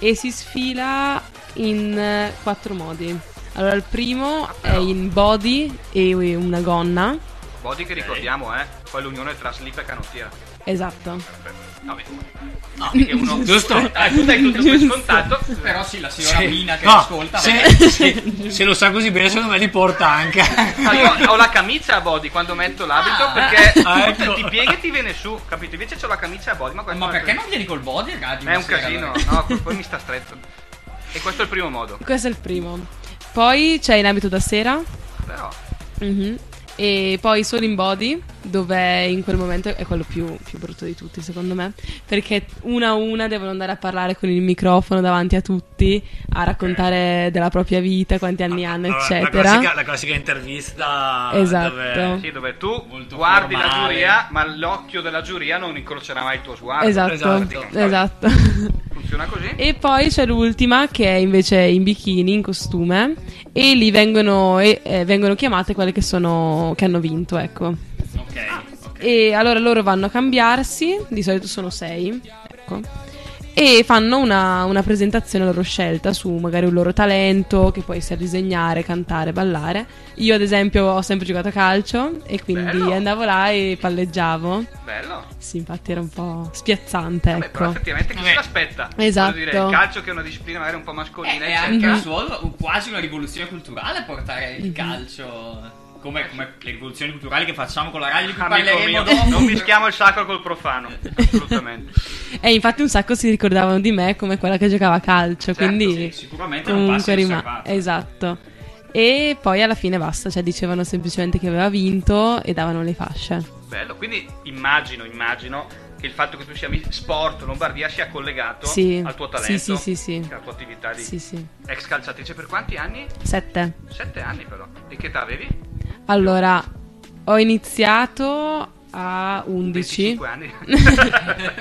[SPEAKER 8] e si sfila in eh, quattro modi. Allora, il primo è in body e una gonna.
[SPEAKER 5] Body che ricordiamo, eh. Poi l'unione tra slip e canottiera.
[SPEAKER 8] Esatto.
[SPEAKER 5] Vabbè. No, perché uno
[SPEAKER 6] Giusto?
[SPEAKER 5] Ah, tu dai tutto per
[SPEAKER 8] Giusto.
[SPEAKER 5] scontato.
[SPEAKER 9] Però sì, la signora Mina che
[SPEAKER 6] no,
[SPEAKER 9] ascolta, vabbè,
[SPEAKER 6] se, se- se lo sa così bene, secondo me li porta anche.
[SPEAKER 5] Ma Ah, io ho la camicia a body quando metto l'abito perché
[SPEAKER 6] Ah, ecco.
[SPEAKER 5] ti pieghi e ti viene su, capito? Invece c'ho la camicia a body, ma questo
[SPEAKER 9] ma
[SPEAKER 5] è
[SPEAKER 9] perché
[SPEAKER 5] per-
[SPEAKER 9] non vieni col body, ragazzi?
[SPEAKER 5] Ma È un casino, no, poi mi sta stretto. E questo è il primo modo.
[SPEAKER 8] Questo è il primo. Poi c'è in abito da sera.
[SPEAKER 5] Però
[SPEAKER 8] Mhm. E poi solo in body, dove in quel momento è quello più, più brutto di tutti, secondo me. Perché una a una devono andare a parlare con il microfono davanti a tutti, a raccontare della propria vita, quanti anni hanno, eccetera.
[SPEAKER 6] intervista.
[SPEAKER 8] Esatto. dove-
[SPEAKER 5] sì, dove tu
[SPEAKER 9] Molto
[SPEAKER 5] guardi la
[SPEAKER 9] formale.
[SPEAKER 5] giuria, ma l'occhio della giuria non incrocerà mai il tuo sguardo.
[SPEAKER 8] esatto,
[SPEAKER 6] esatto.
[SPEAKER 8] esatto.
[SPEAKER 5] Funziona così?
[SPEAKER 8] E poi c'è l'ultima che è invece in bikini, in costume, e lì vengono, e- eh, vengono chiamate quelle che, sono, che hanno vinto, ecco.
[SPEAKER 9] Ok, ok.
[SPEAKER 8] E allora loro vanno a cambiarsi, di solito sono sei, ecco, e fanno una, una presentazione a loro scelta su magari un loro talento, che può essere disegnare, cantare, ballare. Io ad esempio ho sempre giocato a calcio e quindi
[SPEAKER 5] Bello.
[SPEAKER 8] andavo là e palleggiavo.
[SPEAKER 5] Bello.
[SPEAKER 8] Sì, infatti era un po' spiazzante,
[SPEAKER 5] Vabbè, però
[SPEAKER 8] ecco.
[SPEAKER 5] effettivamente chi
[SPEAKER 6] Vabbè.
[SPEAKER 5] se l'aspetta?
[SPEAKER 8] Esatto.
[SPEAKER 5] Voglio dire, il calcio che è una disciplina magari un po' mascolina,
[SPEAKER 9] Eh, è
[SPEAKER 5] eccetera.
[SPEAKER 9] anche solo un- quasi una rivoluzione culturale portare
[SPEAKER 8] Mhm.
[SPEAKER 9] il calcio. Come, come le rivoluzioni culturali che facciamo con la radio di cui
[SPEAKER 5] Amico
[SPEAKER 9] parleremo
[SPEAKER 5] mio,
[SPEAKER 9] dopo.
[SPEAKER 5] non mischiamo il sacro col profano, assolutamente.
[SPEAKER 8] E infatti un sacco si ricordavano di me come quella che giocava a calcio,
[SPEAKER 5] Certo,
[SPEAKER 8] quindi
[SPEAKER 9] Sì, sicuramente non passa
[SPEAKER 8] comunque rimane.
[SPEAKER 9] inosservato.
[SPEAKER 8] Esatto. E poi alla fine basta, cioè dicevano semplicemente che aveva vinto e davano le fasce.
[SPEAKER 5] Bello, quindi immagino, immagino che il fatto che tu sia mi- sport Lombardia sia collegato
[SPEAKER 8] Sì.
[SPEAKER 5] al tuo
[SPEAKER 8] Sì,
[SPEAKER 5] talento,
[SPEAKER 8] sì, sì, sì.
[SPEAKER 5] alla tua attività di
[SPEAKER 8] Sì, sì.
[SPEAKER 5] ex calciatrice. Per quanti anni?
[SPEAKER 8] Sette.
[SPEAKER 5] Sette anni però. E che età avevi?
[SPEAKER 8] Allora, ho iniziato a 11.
[SPEAKER 5] 25 anni.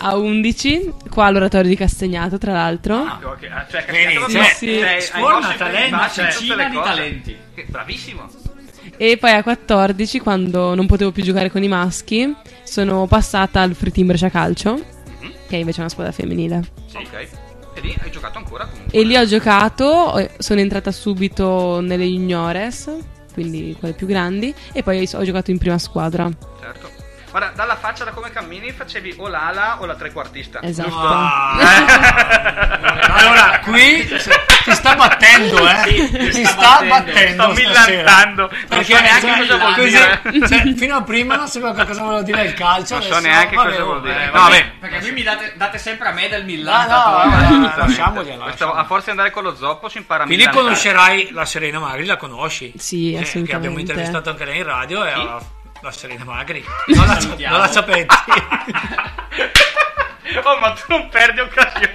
[SPEAKER 8] A 11, qua all'oratorio di Castagnato, tra l'altro.
[SPEAKER 5] Ok, ah, cioè,
[SPEAKER 6] Quindi,
[SPEAKER 5] capito?
[SPEAKER 6] cioè,
[SPEAKER 8] sì.
[SPEAKER 5] Cioè, hai
[SPEAKER 6] sforna
[SPEAKER 5] gossip,
[SPEAKER 6] talenti,
[SPEAKER 5] immagini,
[SPEAKER 6] cioè,
[SPEAKER 5] tutte le
[SPEAKER 9] cina di
[SPEAKER 5] cose.
[SPEAKER 9] talenti.
[SPEAKER 5] Che- bravissimo.
[SPEAKER 8] E poi a 14, quando non potevo più giocare con i maschi, sono passata al Free Team Brescia Calcio,
[SPEAKER 5] Mhm.
[SPEAKER 8] che è invece una squadra femminile.
[SPEAKER 5] Ok. E lì hai giocato ancora comunque.
[SPEAKER 8] E lì ho giocato, eh, sono entrata subito nelle juniores, quindi quelle più grandi, e poi ho giocato in prima squadra.
[SPEAKER 5] Certo. Guarda, dalla faccia da come cammini facevi o l'ala o la trequartista.
[SPEAKER 8] Esatto.
[SPEAKER 5] Ah,
[SPEAKER 6] allora, qui ti sta battendo, eh? ti sta battendo.
[SPEAKER 5] Sto
[SPEAKER 6] stasera.
[SPEAKER 5] millantando. Non so neanche
[SPEAKER 6] cioè,
[SPEAKER 5] cosa vuol dire.
[SPEAKER 6] così- cioè, fino a prima non sapevo che cosa voleva dire il calcio.
[SPEAKER 9] Eh,
[SPEAKER 5] Non so
[SPEAKER 6] adesso,
[SPEAKER 5] neanche
[SPEAKER 6] vabbè,
[SPEAKER 5] cosa vuol dire.
[SPEAKER 6] eh,
[SPEAKER 5] No, vabbè.
[SPEAKER 9] Perché voi mi date, date sempre a me del
[SPEAKER 6] Ah,
[SPEAKER 9] Milan.
[SPEAKER 6] no,
[SPEAKER 9] tatuato.
[SPEAKER 6] eh,
[SPEAKER 5] Esattamente.
[SPEAKER 6] lasciamogliela,
[SPEAKER 5] Questo,
[SPEAKER 6] lasciamogliela.
[SPEAKER 5] a forza di andare con lo zoppo si impara a
[SPEAKER 6] Quindi
[SPEAKER 5] millantare.
[SPEAKER 6] conoscerai la Serena Magri, la conosci? Eh,
[SPEAKER 8] Sì,
[SPEAKER 6] Che- Che
[SPEAKER 8] assolutamente.
[SPEAKER 6] abbiamo intervistato anche lei in radio e
[SPEAKER 5] Chi?
[SPEAKER 6] la, la Serena Magri. Non la,
[SPEAKER 9] salutiamo.
[SPEAKER 6] non la sapete.
[SPEAKER 5] Oh, ma tu non perdi occasione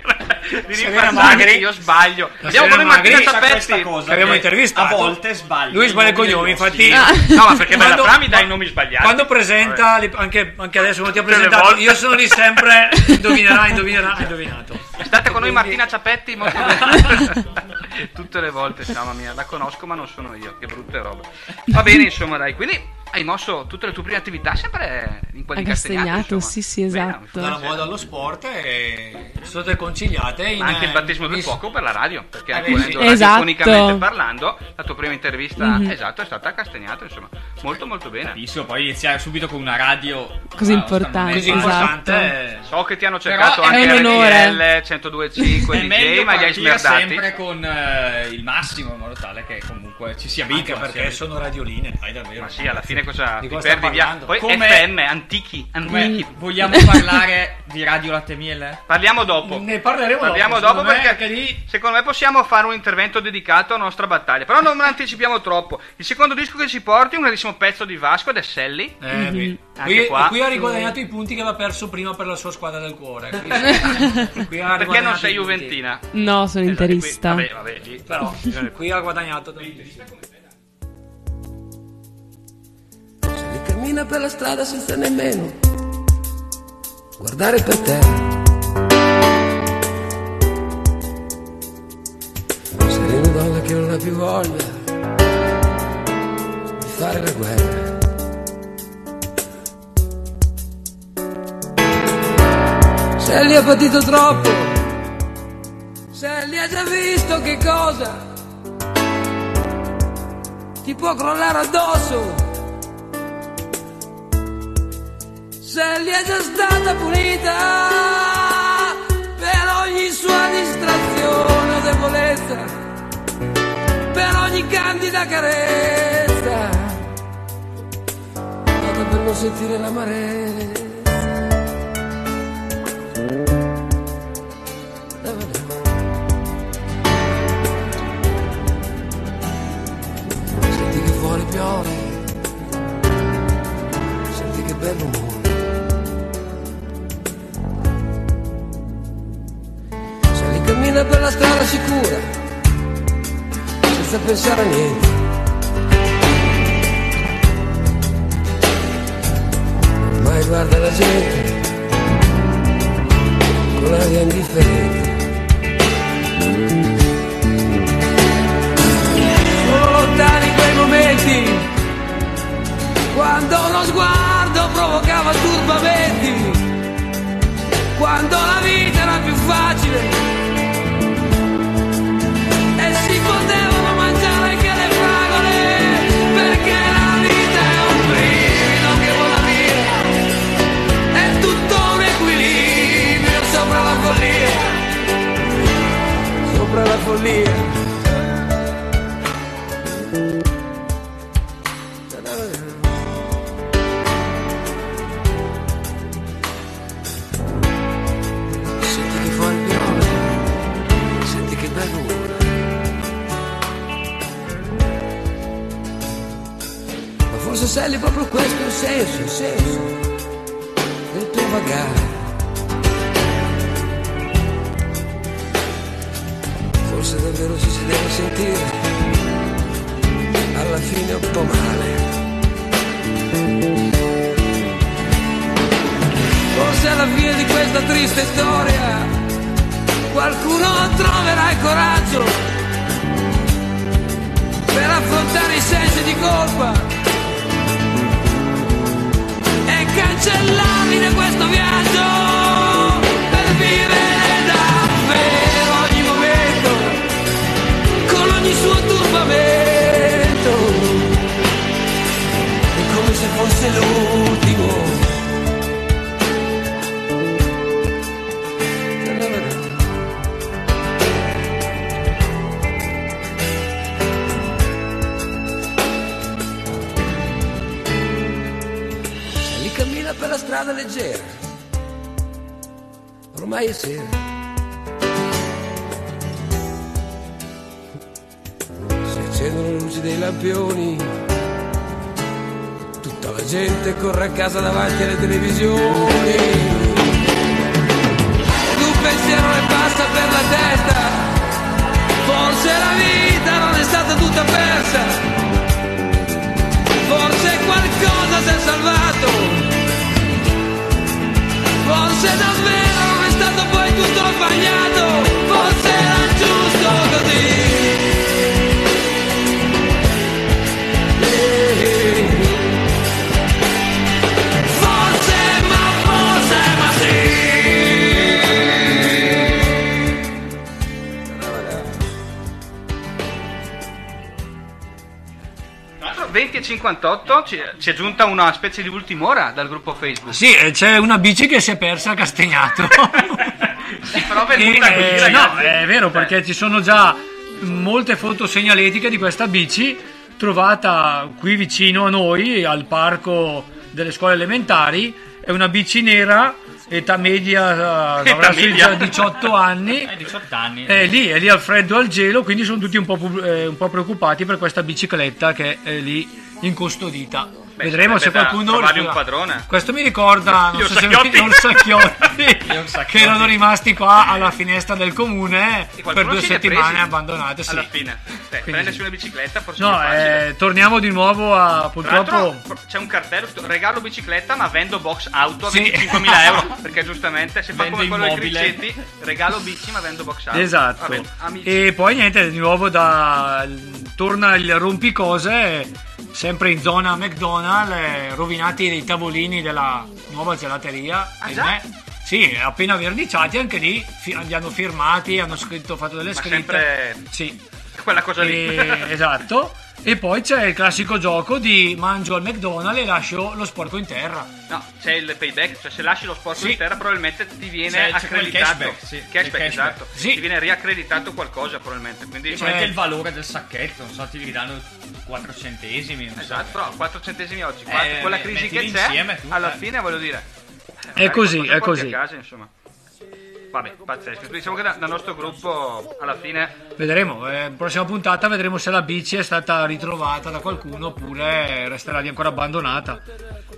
[SPEAKER 5] di
[SPEAKER 6] Serena
[SPEAKER 5] ripassare
[SPEAKER 6] Magri.
[SPEAKER 5] che io sbaglio.
[SPEAKER 6] La
[SPEAKER 5] Vediamo
[SPEAKER 6] Serena
[SPEAKER 5] come Martina
[SPEAKER 6] Magri sa
[SPEAKER 5] Sapetti.
[SPEAKER 9] questa cosa.
[SPEAKER 6] che abbiamo
[SPEAKER 9] che
[SPEAKER 6] intervistato.
[SPEAKER 9] a volte sbaglia
[SPEAKER 6] Lui
[SPEAKER 9] i
[SPEAKER 6] sbaglia i
[SPEAKER 9] nomi
[SPEAKER 6] cognomi,
[SPEAKER 9] degli ospiti.
[SPEAKER 6] infatti.
[SPEAKER 8] Ah.
[SPEAKER 5] No, ma perché Bella
[SPEAKER 6] Quando-
[SPEAKER 5] Fra mi dai i nomi sbagliati.
[SPEAKER 6] Quando presenta, li- anche, anche adesso non ti ha
[SPEAKER 5] Tutte le
[SPEAKER 6] presentato,
[SPEAKER 5] volte.
[SPEAKER 6] io sono lì sempre, indovinerà, indovinerà, ha indovinato.
[SPEAKER 5] State con noi Martina Ciapetti molto bene. Tutte le volte, sì, mamma mia, la conosco ma non sono io, che brutte robe. Va bene, insomma, dai, quindi hai mosso tutte le tue prime attività sempre in quel
[SPEAKER 8] A
[SPEAKER 5] di Castagnato,
[SPEAKER 8] Castagnato,
[SPEAKER 5] insomma.
[SPEAKER 8] sì, sì,
[SPEAKER 5] Bene,
[SPEAKER 8] esatto.
[SPEAKER 5] mi fa
[SPEAKER 6] Dalla
[SPEAKER 5] piacere.
[SPEAKER 6] moda allo sport e sono state conciliate in,
[SPEAKER 5] Ma anche il battesimo del
[SPEAKER 6] in-
[SPEAKER 5] fuoco per la radio, perché
[SPEAKER 6] Eh,
[SPEAKER 5] anche
[SPEAKER 6] sì.
[SPEAKER 5] volendo
[SPEAKER 8] Esatto.
[SPEAKER 5] radiofonicamente parlando, la tua prima intervista
[SPEAKER 8] Mhm.
[SPEAKER 5] esatto, è stata a Castagnato, insomma, Molto molto bene.
[SPEAKER 9] Bellissimo, poi iniziare subito con una radio
[SPEAKER 8] Così importante,
[SPEAKER 9] Così
[SPEAKER 8] esatto.
[SPEAKER 9] importante.
[SPEAKER 5] So che ti hanno cercato
[SPEAKER 9] Però è
[SPEAKER 5] anche eh,
[SPEAKER 8] un onore.
[SPEAKER 5] RTL 102.5
[SPEAKER 9] È meglio
[SPEAKER 5] DJ, ma li
[SPEAKER 9] partire
[SPEAKER 5] hai smerdati.
[SPEAKER 9] sempre con eh, il massimo in modo tale che comunque ci sia
[SPEAKER 11] Anche
[SPEAKER 9] abitua.
[SPEAKER 11] perché sono radioline. Dai, davvero.
[SPEAKER 5] Ma sì, alla fine cosa
[SPEAKER 11] Di
[SPEAKER 5] ti
[SPEAKER 11] cosa sta
[SPEAKER 5] perdi via?
[SPEAKER 11] parlando?
[SPEAKER 5] Poi
[SPEAKER 9] Come-
[SPEAKER 5] FM, antichi, antichi.
[SPEAKER 9] vogliamo parlare di Radio Latte Miele?
[SPEAKER 5] Parliamo dopo.
[SPEAKER 11] Ne parleremo
[SPEAKER 5] Parliamo dopo,
[SPEAKER 11] dopo, secondo me,
[SPEAKER 5] perché
[SPEAKER 11] anche lì-
[SPEAKER 5] secondo me possiamo fare un intervento dedicato alla nostra battaglia. Però non anticipiamo troppo. Il secondo disco che ci porti è un grandissimo pezzo di Vasco ed è Sally.
[SPEAKER 8] Mhm.
[SPEAKER 11] Eh, qui-
[SPEAKER 5] Anche
[SPEAKER 11] qui,
[SPEAKER 5] qua.
[SPEAKER 11] qui ha riguadagnato i punti che aveva perso prima per la sua squadra del cuore. Qui- qui ha
[SPEAKER 5] Perché non
[SPEAKER 11] riguadagnato
[SPEAKER 5] sei
[SPEAKER 11] i punti.
[SPEAKER 5] Juventina?
[SPEAKER 8] No, sono
[SPEAKER 5] Esatto, qui-
[SPEAKER 8] interista.
[SPEAKER 5] Vabbè, vabbè, lì.
[SPEAKER 11] Però qui ha guadagnato.
[SPEAKER 7] se li cammina per la strada senza nemmeno guardare per terra. Sei una donna che non ha più voglia di fare la guerra. Sally ha patito troppo, Sally ha già visto che cosa ti può crollare addosso. Sally è già stata punita per ogni sua distrazione o debolezza, per ogni candida carezza, data per non sentire l'amarezza. Senti che fuori piove, senti che bello rumore. Se li cammina per la strada sicura, senza pensare a niente. Ormai guarda la gente con l'aria indifferente. Sono lontani quei momenti quando lo sguardo provocava turbamenti quando la vita era più facile e si potevano mangiare anche le fragole perché la vita è un brivido che vola via è tutto un equilibrio sopra la follia sopra la follia Senti che fuori piove, senti che bello ora. Ma forse Sally proprio questo è il senso, il senso del tuo vagare. Forse davvero ci si deve sentire, alla fine un po' male. Forse alla fine di questa triste storia qualcuno troverà il coraggio per affrontare i sensi di colpa e cancellarli da questo viaggio per vivere davvero ogni momento con ogni suo turbamento e come se fosse l'ultimo. E lì cammina per la strada leggera. Ormai è sera. Si accendono le luci dei lampioni. Tutta la gente corre a casa davanti alle televisioni. Ed un pensiero le passa per la testa. Forse la vita non è stata tutta persa forse qualcosa si è salvato. Forse davvero non
[SPEAKER 2] é
[SPEAKER 7] è stato poi tutto sbagliato, forse era giusto così. Forse, ma forse, ma sì.
[SPEAKER 2] é
[SPEAKER 5] 20 e 58 ci, ci è giunta una specie di ultima ora dal gruppo Facebook.
[SPEAKER 6] Sì, eh, c'è una bici che si è persa a Castagnato.
[SPEAKER 5] però è venuta così,
[SPEAKER 6] Eh, no,
[SPEAKER 5] ragazzi.
[SPEAKER 6] è vero perché ci sono già molte foto segnaletiche di questa bici trovata qui vicino a noi al parco delle scuole elementari. È una bici nera, età media eh,
[SPEAKER 9] Età
[SPEAKER 6] avrà sui
[SPEAKER 9] media.
[SPEAKER 6] 18 anni.
[SPEAKER 9] Hai 18 Eh, anni.
[SPEAKER 6] È
[SPEAKER 5] Eh,
[SPEAKER 6] lì, è lì al freddo e al gelo, quindi sono tutti un po', pu- eh, un po' preoccupati per questa bicicletta che è lì incustodita. Vedremo se
[SPEAKER 5] sarebbe da
[SPEAKER 6] qualcuno.
[SPEAKER 5] trovargli
[SPEAKER 6] riuscirà.
[SPEAKER 5] un padrone.
[SPEAKER 6] Questo mi ricorda, non
[SPEAKER 5] Gli
[SPEAKER 6] so se
[SPEAKER 5] orsacchiotti.
[SPEAKER 6] non che erano rimasti qua alla finestra del comune per
[SPEAKER 5] Qualcuno
[SPEAKER 6] due
[SPEAKER 5] se li è
[SPEAKER 6] settimane
[SPEAKER 5] presi
[SPEAKER 6] abbandonate. Sì.
[SPEAKER 5] Alla fine, Cioè, prendersi una bicicletta forse
[SPEAKER 6] No,
[SPEAKER 5] è più facile.
[SPEAKER 6] eh, torniamo di nuovo a
[SPEAKER 5] Tra l'altro
[SPEAKER 6] purtroppo.
[SPEAKER 5] pro- c'è un cartello scritto, regalo bicicletta ma vendo box auto a
[SPEAKER 6] Sì.
[SPEAKER 5] 25.000 euro perché giustamente se fa
[SPEAKER 9] Vendo
[SPEAKER 5] come quello dei
[SPEAKER 9] immobile.
[SPEAKER 5] Cricetti regalo bici ma vendo box auto
[SPEAKER 6] Esatto.
[SPEAKER 5] Vabbè, amici.
[SPEAKER 6] e poi niente, di nuovo da torna il rompicose, sempre in zona McDonald's, eh, rovinati dei tavolini della nuova gelateria. ahimè. Sì, appena verniciati anche lì, fi- li hanno firmati, hanno scritto, fatto delle
[SPEAKER 5] ma
[SPEAKER 6] scritte.
[SPEAKER 5] sempre
[SPEAKER 6] Sì.
[SPEAKER 5] quella cosa lì
[SPEAKER 6] E- esatto. E poi c'è il classico gioco di mangio al McDonald's e lascio lo sporco in terra.
[SPEAKER 5] no c'è il payback cioè se lasci lo sport
[SPEAKER 6] Sì.
[SPEAKER 5] in terra probabilmente ti viene
[SPEAKER 9] C'è- c'è quel
[SPEAKER 5] accreditato
[SPEAKER 9] cashback, sì,
[SPEAKER 5] Cashback,
[SPEAKER 9] il cashback.
[SPEAKER 5] esatto
[SPEAKER 6] Sì.
[SPEAKER 5] ti viene riaccreditato qualcosa probabilmente quindi
[SPEAKER 6] Cioè,
[SPEAKER 9] C'è anche il valore del sacchetto, non so, ti ridanno 4 centesimi. Non
[SPEAKER 5] esatto però 4 centesimi oggi
[SPEAKER 9] Eh,
[SPEAKER 5] quattro- quella
[SPEAKER 9] me-
[SPEAKER 5] crisi che
[SPEAKER 9] mettili
[SPEAKER 5] c'è
[SPEAKER 9] insieme tu,
[SPEAKER 5] alla
[SPEAKER 9] eh.
[SPEAKER 5] fine voglio dire
[SPEAKER 6] È così, è così.
[SPEAKER 5] casa, insomma vabbè pazzesco diciamo che da- dal nostro gruppo alla fine
[SPEAKER 6] Vedremo, eh, prossima puntata vedremo se la bici è stata ritrovata da qualcuno oppure resterà lì ancora abbandonata.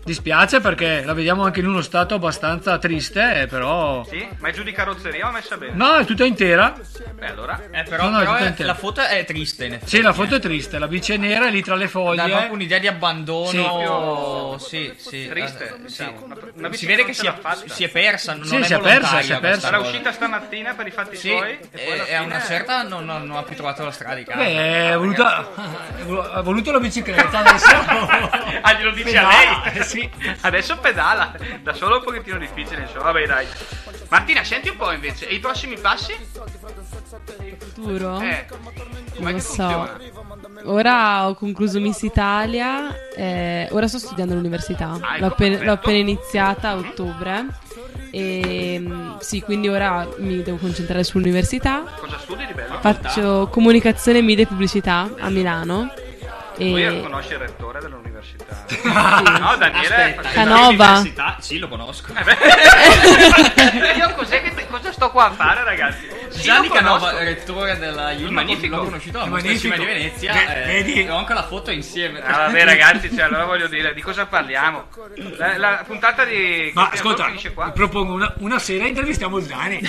[SPEAKER 6] Dispiace perché la vediamo anche in uno stato abbastanza triste, eh, però...
[SPEAKER 5] Sì, ma è giù di carrozzeria o messa bene?
[SPEAKER 6] No, è tutta intera.
[SPEAKER 5] Beh, allora.
[SPEAKER 9] so. Eh, però,
[SPEAKER 6] No, no,
[SPEAKER 9] però
[SPEAKER 6] tutto
[SPEAKER 9] è-
[SPEAKER 6] intero.
[SPEAKER 9] la foto è triste, in effetti.
[SPEAKER 6] Sì, la foto è triste, la bici è nera, è lì tra le
[SPEAKER 9] Dà proprio
[SPEAKER 6] foglie.
[SPEAKER 9] un'idea di abbandono. Sì, sì.
[SPEAKER 5] Triste,
[SPEAKER 9] eh,
[SPEAKER 5] diciamo.
[SPEAKER 9] sì.
[SPEAKER 5] Una- una bici
[SPEAKER 9] si
[SPEAKER 5] che
[SPEAKER 9] vede
[SPEAKER 5] non
[SPEAKER 9] che
[SPEAKER 5] ce
[SPEAKER 9] si
[SPEAKER 5] l'ha
[SPEAKER 9] è,
[SPEAKER 5] fatta.
[SPEAKER 9] si è persa, non
[SPEAKER 6] Sì,
[SPEAKER 9] non è
[SPEAKER 6] si è persa,
[SPEAKER 9] volontaria
[SPEAKER 6] si
[SPEAKER 9] questa
[SPEAKER 6] è persa.
[SPEAKER 5] Sarà
[SPEAKER 9] cosa.
[SPEAKER 5] uscita stamattina per i fatti
[SPEAKER 9] Sì,
[SPEAKER 5] suoi
[SPEAKER 9] e-
[SPEAKER 5] e poi alla
[SPEAKER 9] e a una
[SPEAKER 5] fine-
[SPEAKER 9] certa non, non- non ha più trovato la strada di casa.
[SPEAKER 6] Beh, è voluta- è volu- ha voluto la bicicletta adesso.
[SPEAKER 5] Ah, glielo dice a
[SPEAKER 6] Pedala,
[SPEAKER 5] lei?
[SPEAKER 6] eh, sì.
[SPEAKER 5] Adesso pedala, da solo è un pochettino difficile, insomma. Vabbè, dai. Martina, senti un po' invece, e i prossimi passi?
[SPEAKER 8] Futuro?
[SPEAKER 5] Eh, com'è
[SPEAKER 8] Non
[SPEAKER 5] che
[SPEAKER 8] lo
[SPEAKER 5] funziona?
[SPEAKER 8] so. Ora ho concluso Miss Italia, eh, ora sto studiando all'università.
[SPEAKER 5] Ah, ecco,
[SPEAKER 8] l'ho, appena,
[SPEAKER 5] perfetto.
[SPEAKER 8] l'ho appena iniziata a ottobre. E, mm, sì, quindi ora mi devo concentrare sull'università.
[SPEAKER 5] Cosa studi di bello?
[SPEAKER 8] Faccio comunicazione, media e pubblicità a Milano.
[SPEAKER 5] Lui
[SPEAKER 8] E
[SPEAKER 5] conosce il rettore dell'università.
[SPEAKER 8] sì.
[SPEAKER 5] No, Daniele.
[SPEAKER 9] Aspetta,
[SPEAKER 5] faceva-
[SPEAKER 8] Canova.
[SPEAKER 9] l'università- Sì, lo conosco.
[SPEAKER 5] Eh, beh. Io cos'è che cosa sto qua a fare, ragazzi? Sì,
[SPEAKER 9] Gianni
[SPEAKER 5] lo conosco.
[SPEAKER 9] Canova, rettore della Yulma,
[SPEAKER 5] Magnifico.
[SPEAKER 9] l'ho conosciuto alla
[SPEAKER 6] Magnifico.
[SPEAKER 9] Mostra di Venezia.
[SPEAKER 6] Ve-
[SPEAKER 9] eh,
[SPEAKER 6] vedi?
[SPEAKER 9] Ho anche la foto insieme.
[SPEAKER 5] Ah, vabbè ragazzi, cioè, allora voglio dire, di cosa parliamo? La, la puntata di
[SPEAKER 6] Ma
[SPEAKER 5] Coffee and Talk
[SPEAKER 6] ascolta,
[SPEAKER 5] finisce qua.
[SPEAKER 6] propongo una, una sera intervistiamo il Dani.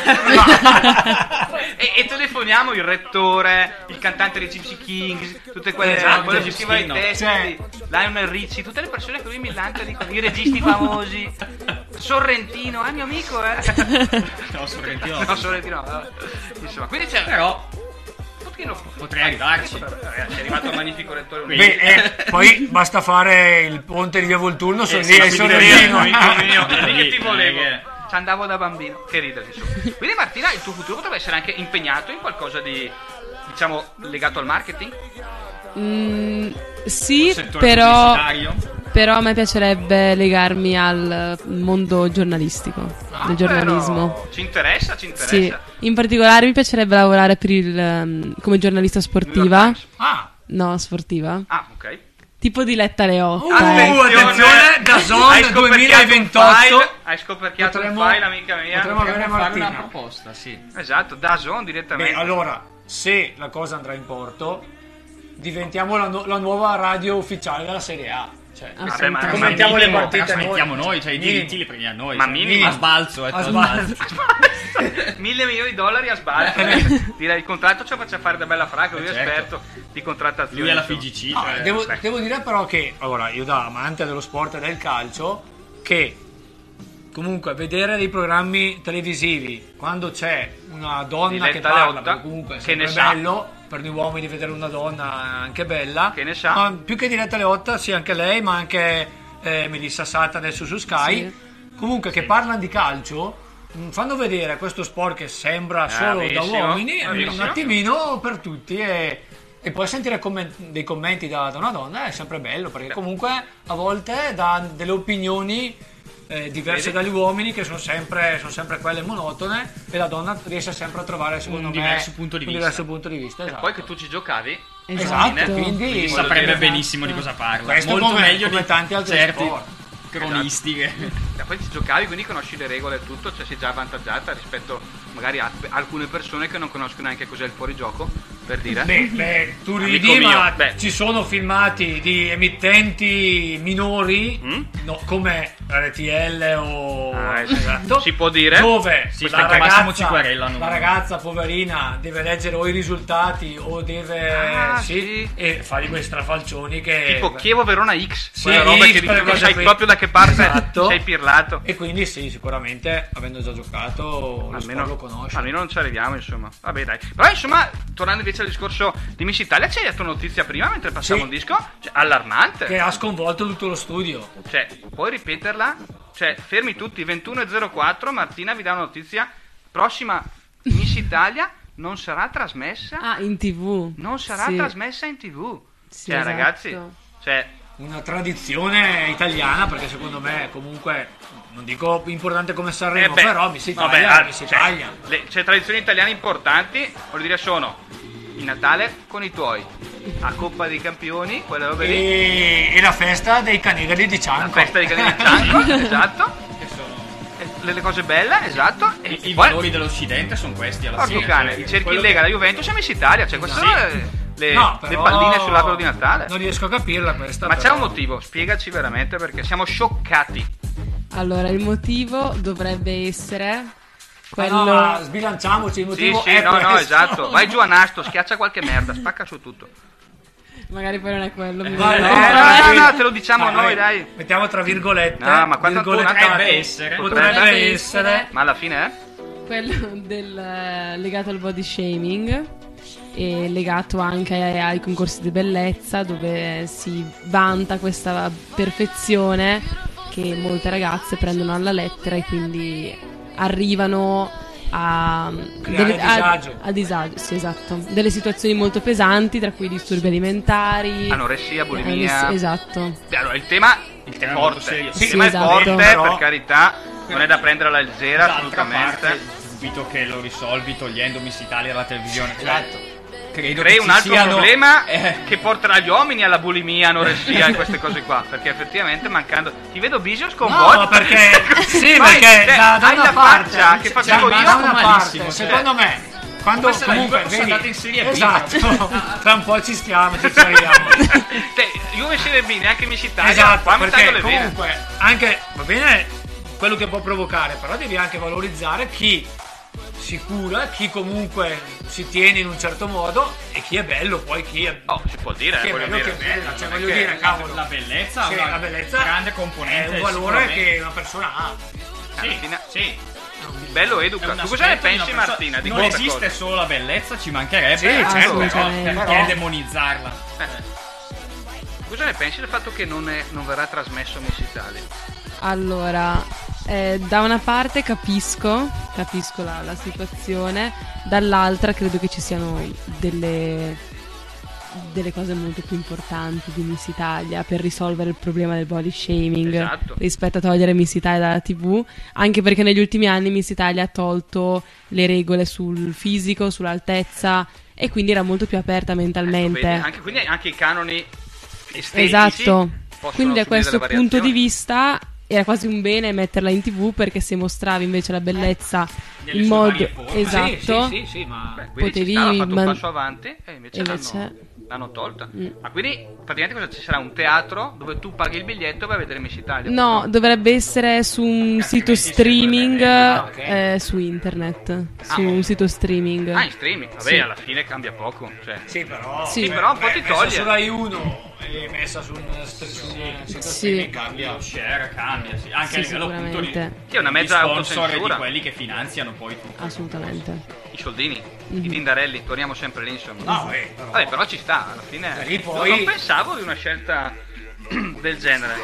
[SPEAKER 5] E, e telefoniamo il rettore, il cantante dei Gypsy Kings, tutte quelle
[SPEAKER 6] Esatto,
[SPEAKER 5] quello che scriveva i
[SPEAKER 9] Giustino.
[SPEAKER 5] testi,
[SPEAKER 6] Cioè-
[SPEAKER 5] Lionel Ricci, tutte le persone che lui mi lancia dicono, i registi famosi, Sorrentino, è mio amico, eh.
[SPEAKER 9] No, Sorrentino.
[SPEAKER 5] no, Sorrentino. no. Insomma, quindi c'è
[SPEAKER 9] Però
[SPEAKER 5] un pochino...
[SPEAKER 9] potrei arrivarci.
[SPEAKER 5] Ragazzi, è arrivato un magnifico rettore.
[SPEAKER 6] Beh, eh, poi basta fare il ponte di via Volturno, sono
[SPEAKER 9] Eh,
[SPEAKER 6] lì
[SPEAKER 9] sì,
[SPEAKER 6] ai
[SPEAKER 9] sì,
[SPEAKER 6] Sorrentino.
[SPEAKER 9] sì, sì, sì, sì.
[SPEAKER 5] Io è lì che ti volevo.
[SPEAKER 9] Eh,
[SPEAKER 5] Ci andavo da bambino. Che ridere, insomma. Quindi, Martina, il tuo futuro potrebbe essere anche impegnato in qualcosa di. diciamo, legato al marketing?
[SPEAKER 8] mm, sì,
[SPEAKER 5] Certo,
[SPEAKER 9] Settore
[SPEAKER 8] però,
[SPEAKER 9] pubblicitario.
[SPEAKER 8] però a me piacerebbe legarmi al mondo giornalistico, del giornalismo.
[SPEAKER 5] Ah, però Ci interessa, ci
[SPEAKER 8] Sì,
[SPEAKER 5] interessa.
[SPEAKER 8] in particolare mi piacerebbe lavorare per il, ehm, come giornalista sportiva.
[SPEAKER 6] Ah,
[SPEAKER 8] No, sportiva.
[SPEAKER 5] Ah, ok.
[SPEAKER 8] Tipo di Letta Leotta. ecco.
[SPEAKER 6] Uh, attenzione, da Zon
[SPEAKER 5] Hai scoperchiato un
[SPEAKER 6] 2028.
[SPEAKER 5] file, Hai scoperchiato
[SPEAKER 6] Potremmo-
[SPEAKER 5] un file, amica mia.
[SPEAKER 6] potremmo avere
[SPEAKER 9] Fare una
[SPEAKER 6] Martina.
[SPEAKER 9] proposta, sì.
[SPEAKER 5] Esatto, da Zone direttamente.
[SPEAKER 6] Beh, allora, se la cosa andrà in porto, diventiamo la, nu- la nuova radio ufficiale della Serie A.
[SPEAKER 9] Eh,
[SPEAKER 6] Cioè,
[SPEAKER 8] Ah,
[SPEAKER 5] Vabbè, ma- ma-
[SPEAKER 6] commentiamo le
[SPEAKER 9] minimo,
[SPEAKER 5] Ah,
[SPEAKER 6] partite
[SPEAKER 9] trasmettiamo
[SPEAKER 6] noi.
[SPEAKER 9] noi, cioè i
[SPEAKER 6] Minimo.
[SPEAKER 9] diritti li prendiamo noi.
[SPEAKER 5] Ma
[SPEAKER 9] cioè,
[SPEAKER 5] minimo.
[SPEAKER 9] A sbalzo, eh,
[SPEAKER 6] A
[SPEAKER 9] a
[SPEAKER 6] sbalzo.
[SPEAKER 9] sbalzo.
[SPEAKER 5] Mille milioni di dollari a sbaglio. Direi il contratto ce lo faccia fare da bella fraca, lui è
[SPEAKER 9] Eh. Certo.
[SPEAKER 5] esperto di contrattazione.
[SPEAKER 9] Lui è la
[SPEAKER 5] insomma.
[SPEAKER 9] FIGC.
[SPEAKER 6] No,
[SPEAKER 9] cioè,
[SPEAKER 6] devo,
[SPEAKER 5] beh.
[SPEAKER 6] devo dire però che, allora, io da amante dello sport e del calcio, che comunque vedere dei programmi televisivi quando c'è una donna che
[SPEAKER 5] Diletta
[SPEAKER 6] parla,
[SPEAKER 5] Leotta,
[SPEAKER 6] perché comunque è
[SPEAKER 5] che ne
[SPEAKER 6] sempre
[SPEAKER 5] sa.
[SPEAKER 6] bello per noi uomini vedere una donna anche bella,
[SPEAKER 5] Che ne sa.
[SPEAKER 6] ma più che Diletta Leotta, sì, anche lei, ma anche eh, Melissa Sata adesso su Sky, comunque che parlano di calcio. mh, Fanno vedere questo sport che sembra solo da
[SPEAKER 5] Bravissimo,
[SPEAKER 6] uomini, è un
[SPEAKER 5] bravissimo.
[SPEAKER 6] attimino per tutti e E poi sentire commen- dei commenti da, da una donna è sempre bello, perché comunque a volte dà delle opinioni eh, diverse dagli uomini, che sono sempre, sono sempre quelle monotone, e la donna riesce sempre a trovare, secondo me,
[SPEAKER 9] diverso punto di
[SPEAKER 6] un
[SPEAKER 9] vista.
[SPEAKER 6] diverso punto di vista.
[SPEAKER 5] E
[SPEAKER 6] esatto.
[SPEAKER 5] poi che tu ci giocavi.
[SPEAKER 6] Esatto,
[SPEAKER 5] alla fine,
[SPEAKER 6] quindi-
[SPEAKER 5] voglio
[SPEAKER 9] saprebbe
[SPEAKER 5] dire- esatto.
[SPEAKER 9] benissimo di cosa parla.
[SPEAKER 6] Questo
[SPEAKER 9] Molto
[SPEAKER 6] come-
[SPEAKER 9] meglio
[SPEAKER 6] come
[SPEAKER 9] di
[SPEAKER 6] tanti altri
[SPEAKER 9] certi
[SPEAKER 6] sport.
[SPEAKER 9] cronisti che-
[SPEAKER 5] Esatto. E poi ci giocavi, quindi conosci le regole e tutto, cioè sei già avvantaggiata rispetto magari a alcune persone che non conoscono neanche cos'è il fuorigioco, per dire.
[SPEAKER 6] Beh, beh, tu
[SPEAKER 5] Amico
[SPEAKER 6] ridi, ma
[SPEAKER 5] mio, beh.
[SPEAKER 6] ci sono filmati di emittenti minori, no, come RTL o...
[SPEAKER 5] Mm? Ah, esatto.
[SPEAKER 6] esatto.
[SPEAKER 5] Si può dire.
[SPEAKER 6] Dove
[SPEAKER 5] Si
[SPEAKER 6] la,
[SPEAKER 5] sta- Massimo
[SPEAKER 6] ragazza,
[SPEAKER 5] Ciquarella, non-
[SPEAKER 6] la ragazza poverina deve leggere o i risultati o deve...
[SPEAKER 5] Ah,
[SPEAKER 6] sì, E fare quei strafalcioni che...
[SPEAKER 5] Tipo Chievo Verona X,
[SPEAKER 6] Sì,
[SPEAKER 5] quella roba
[SPEAKER 6] X, quelle
[SPEAKER 5] che dici, non
[SPEAKER 6] cose
[SPEAKER 5] sai
[SPEAKER 6] qui.
[SPEAKER 5] proprio da che parte
[SPEAKER 6] Esatto.
[SPEAKER 5] sei pirlato.
[SPEAKER 6] E quindi sì, sicuramente, avendo già giocato, lo
[SPEAKER 5] Almeno,
[SPEAKER 6] sport lo conosci.
[SPEAKER 5] almeno non ci arriviamo, insomma. Vabbè, dai. Però, insomma, tornando invece al discorso di Miss Italia, c'hai la tua notizia prima mentre passavo
[SPEAKER 6] Sì.
[SPEAKER 5] un disco? Cioè, allarmante.
[SPEAKER 6] Che ha sconvolto tutto lo studio.
[SPEAKER 5] Cioè, puoi ripeterla? Cioè, fermi tutti, 21.04, Martina vi dà una notizia. Prossima Miss Italia non sarà trasmessa.
[SPEAKER 8] Ah, in tv.
[SPEAKER 5] non sarà
[SPEAKER 8] sì.
[SPEAKER 5] trasmessa in tv.
[SPEAKER 8] Sì,
[SPEAKER 5] cioè,
[SPEAKER 8] esatto.
[SPEAKER 5] ragazzi, cioè,
[SPEAKER 6] una tradizione italiana perché secondo me comunque non dico importante come
[SPEAKER 5] eh
[SPEAKER 6] Sanremo
[SPEAKER 5] beh,
[SPEAKER 6] però Miss Italia
[SPEAKER 5] vabbè, ah,
[SPEAKER 6] Miss
[SPEAKER 5] cioè,
[SPEAKER 6] Italia
[SPEAKER 5] le cioè, tradizioni italiane importanti, voglio dire, sono il Natale con i tuoi, a Coppa dei Campioni, quella roba lì.
[SPEAKER 6] e, e la festa dei canigari di Cianco
[SPEAKER 5] La festa dei canini di Cianco, esatto. Eh, Le, le cose belle, esatto. E,
[SPEAKER 9] I, i
[SPEAKER 5] e poi-
[SPEAKER 9] valori dell'Occidente sono questi alla
[SPEAKER 5] Porco
[SPEAKER 9] fine.
[SPEAKER 5] cane,
[SPEAKER 9] cioè,
[SPEAKER 5] cerchi
[SPEAKER 9] quello
[SPEAKER 5] in Lega
[SPEAKER 9] che-
[SPEAKER 5] la Juventus e Miss Italia, cioè queste
[SPEAKER 9] Sì.
[SPEAKER 5] sono le, le-
[SPEAKER 6] No,
[SPEAKER 5] le
[SPEAKER 6] però-
[SPEAKER 5] palline sull'albero di Natale.
[SPEAKER 6] non riesco a capirla questa
[SPEAKER 5] Ma c'è
[SPEAKER 6] però.
[SPEAKER 5] un motivo, spiegaci veramente perché siamo scioccati.
[SPEAKER 8] Allora, il motivo dovrebbe essere
[SPEAKER 6] Ah,
[SPEAKER 8] quello...
[SPEAKER 6] no, ma sbilanciamoci il
[SPEAKER 5] Sì,
[SPEAKER 6] motivo
[SPEAKER 5] sì,
[SPEAKER 6] è
[SPEAKER 5] no, no,
[SPEAKER 6] questo.
[SPEAKER 5] esatto. Vai giù a nastro, schiaccia qualche merda, spacca su tutto.
[SPEAKER 8] Magari poi non è quello. mi
[SPEAKER 6] Vai,
[SPEAKER 8] verrà.
[SPEAKER 5] no,
[SPEAKER 6] eh,
[SPEAKER 5] no,
[SPEAKER 6] dai.
[SPEAKER 5] no, te lo diciamo
[SPEAKER 6] Dai,
[SPEAKER 5] noi,
[SPEAKER 6] dai.
[SPEAKER 5] dai.
[SPEAKER 6] mettiamo tra virgolette
[SPEAKER 5] No, ma quanto-
[SPEAKER 6] virgolettate.
[SPEAKER 5] potrebbe
[SPEAKER 9] essere.
[SPEAKER 6] potrebbe
[SPEAKER 8] Potrebbe
[SPEAKER 6] essere
[SPEAKER 5] Ma alla fine, eh?
[SPEAKER 8] quello del, eh, legato al body shaming e legato anche ai, ai concorsi di bellezza dove si vanta questa perfezione che molte ragazze prendono alla lettera e quindi arrivano a,
[SPEAKER 6] Creare
[SPEAKER 8] a-
[SPEAKER 6] disagio.
[SPEAKER 8] a disagio, sì, esatto. delle situazioni molto pesanti tra cui disturbi alimentari
[SPEAKER 5] Anoressia, bulimia.
[SPEAKER 8] anoress- esatto
[SPEAKER 5] Beh, Allora, il tema, il tema è
[SPEAKER 9] molto
[SPEAKER 5] forte.
[SPEAKER 9] serio.
[SPEAKER 5] Il
[SPEAKER 8] Sì,
[SPEAKER 5] tema
[SPEAKER 8] esatto.
[SPEAKER 5] è forte,
[SPEAKER 6] Però-
[SPEAKER 5] per carità, non è da prendere alla leggera,
[SPEAKER 9] D'altra
[SPEAKER 5] assolutamente.
[SPEAKER 9] parte, dubito che lo risolvi togliendo Miss Italia dalla televisione. Cioè, Credo
[SPEAKER 5] Esatto. Crei
[SPEAKER 9] che
[SPEAKER 5] un
[SPEAKER 9] ci
[SPEAKER 5] altro
[SPEAKER 9] siano-
[SPEAKER 5] problema
[SPEAKER 9] Eh,
[SPEAKER 5] che porterà gli uomini alla bulimia, anoressia e queste cose qua. Perché effettivamente mancando. Ti vedo Bisio sconvolto.
[SPEAKER 6] No, perché- sì,
[SPEAKER 5] Vai,
[SPEAKER 6] perché
[SPEAKER 5] cioè,
[SPEAKER 6] da- da
[SPEAKER 5] hai
[SPEAKER 6] una
[SPEAKER 5] la
[SPEAKER 6] parte-
[SPEAKER 5] faccia che
[SPEAKER 6] cioè,
[SPEAKER 5] facevo
[SPEAKER 6] da
[SPEAKER 5] io.
[SPEAKER 6] da una parte,
[SPEAKER 9] malissimo, cioè.
[SPEAKER 6] secondo me, quando
[SPEAKER 9] Come se la
[SPEAKER 6] comunque
[SPEAKER 9] Juventus è andata in Serie B,
[SPEAKER 6] esatto, tra un po' ci stiamo, ci arriviamo.
[SPEAKER 5] Te, Juve Serie B, neanche mi città.
[SPEAKER 6] esatto,
[SPEAKER 5] qua mi
[SPEAKER 6] perché
[SPEAKER 5] taglio le vene.
[SPEAKER 6] comunque anche va bene quello che può provocare, però devi anche valorizzare chi si cura, chi comunque si tiene in un certo modo e chi è bello, poi chi è
[SPEAKER 5] Oh, si può dire,
[SPEAKER 6] Che
[SPEAKER 5] eh, voglio
[SPEAKER 6] bello,
[SPEAKER 5] dire.
[SPEAKER 6] che bello, cioè
[SPEAKER 9] non è
[SPEAKER 6] voglio
[SPEAKER 9] che
[SPEAKER 6] dire, cavolo.
[SPEAKER 9] La bellezza
[SPEAKER 6] Sì,
[SPEAKER 9] ha una
[SPEAKER 6] la bellezza
[SPEAKER 9] grande componente.
[SPEAKER 6] è un valore
[SPEAKER 9] sicuramente.
[SPEAKER 6] che una persona ha.
[SPEAKER 5] Alla
[SPEAKER 9] Sì,
[SPEAKER 5] fine-
[SPEAKER 9] sì.
[SPEAKER 5] Il bello educa.
[SPEAKER 9] È un
[SPEAKER 5] Tu cosa
[SPEAKER 9] aspetto di
[SPEAKER 5] ne
[SPEAKER 9] una
[SPEAKER 5] pensi,
[SPEAKER 9] persona-
[SPEAKER 5] Martina? Di
[SPEAKER 9] non
[SPEAKER 5] questa
[SPEAKER 9] esiste
[SPEAKER 5] cosa?
[SPEAKER 9] solo la bellezza, ci mancherebbe.
[SPEAKER 6] Sì, certo,
[SPEAKER 8] assolutamente.
[SPEAKER 9] Perché
[SPEAKER 6] Però-
[SPEAKER 9] demonizzarla?
[SPEAKER 5] Eh. Cosa ne pensi del fatto che non, è- non verrà trasmesso Miss Italia?
[SPEAKER 8] Allora, eh, da una parte capisco, capisco la, la situazione, dall'altra credo che ci siano delle, delle cose molto più importanti di Miss Italia per risolvere il problema del body shaming
[SPEAKER 5] Esatto.
[SPEAKER 8] rispetto a togliere Miss Italia dalla TV, anche perché negli ultimi anni Miss Italia ha tolto le regole sul fisico, sull'altezza e quindi era molto più aperta mentalmente.
[SPEAKER 5] Ecco, vedi, anche, quindi anche i canoni estetici
[SPEAKER 8] Esatto.
[SPEAKER 5] possono
[SPEAKER 8] Quindi da
[SPEAKER 5] subire
[SPEAKER 8] questo
[SPEAKER 5] delle
[SPEAKER 8] punto di
[SPEAKER 5] variazioni.
[SPEAKER 8] vista era quasi un bene metterla in tv perché se mostravi invece la bellezza
[SPEAKER 5] Ecco.
[SPEAKER 9] nelle
[SPEAKER 8] in
[SPEAKER 9] sue
[SPEAKER 8] modo
[SPEAKER 9] varie forme.
[SPEAKER 8] esatto,
[SPEAKER 6] Sì, sì, sì, sì, ma
[SPEAKER 5] Beh, quindi
[SPEAKER 8] Potevi
[SPEAKER 5] ci sta, hanno fatto
[SPEAKER 8] man-
[SPEAKER 5] un passo avanti e invece,
[SPEAKER 8] e
[SPEAKER 5] l'hanno,
[SPEAKER 8] invece-
[SPEAKER 5] l'hanno tolta.
[SPEAKER 8] Mm.
[SPEAKER 5] Ma quindi praticamente cosa ci sarà? Un teatro dove tu paghi il biglietto e vai a vedere Miss Italia?
[SPEAKER 8] no, dovrebbe essere su un sito streaming
[SPEAKER 5] ok.
[SPEAKER 8] eh, su internet, su un sito streaming.
[SPEAKER 5] Ah, in streaming. Vabbè,
[SPEAKER 8] Sì.
[SPEAKER 5] alla fine cambia poco. Cioè,
[SPEAKER 6] Sì, però,
[SPEAKER 8] Sì.
[SPEAKER 6] beh,
[SPEAKER 5] però un po'
[SPEAKER 6] beh,
[SPEAKER 5] ti
[SPEAKER 6] messa
[SPEAKER 5] toglie.
[SPEAKER 6] su Rai 1 e messa su un streaming
[SPEAKER 8] Sì.
[SPEAKER 6] cambia.
[SPEAKER 9] Lo share cambia, sì. anche
[SPEAKER 8] Sì,
[SPEAKER 9] a livello appunto di
[SPEAKER 8] sicuramente.
[SPEAKER 5] Che è una mezza
[SPEAKER 9] di sponsor e di
[SPEAKER 5] autocensura.
[SPEAKER 9] quelli che finanziano poi
[SPEAKER 8] Ah.
[SPEAKER 9] tutto.
[SPEAKER 8] Assolutamente.
[SPEAKER 5] i soldini,
[SPEAKER 8] Mhm.
[SPEAKER 5] i dindarelli, torniamo sempre lì insomma.
[SPEAKER 6] No, eh, però-
[SPEAKER 5] Vabbè, però ci sta, alla fine.
[SPEAKER 6] Da lì
[SPEAKER 5] non-
[SPEAKER 6] poi-
[SPEAKER 5] Non pensavo di una scelta del genere.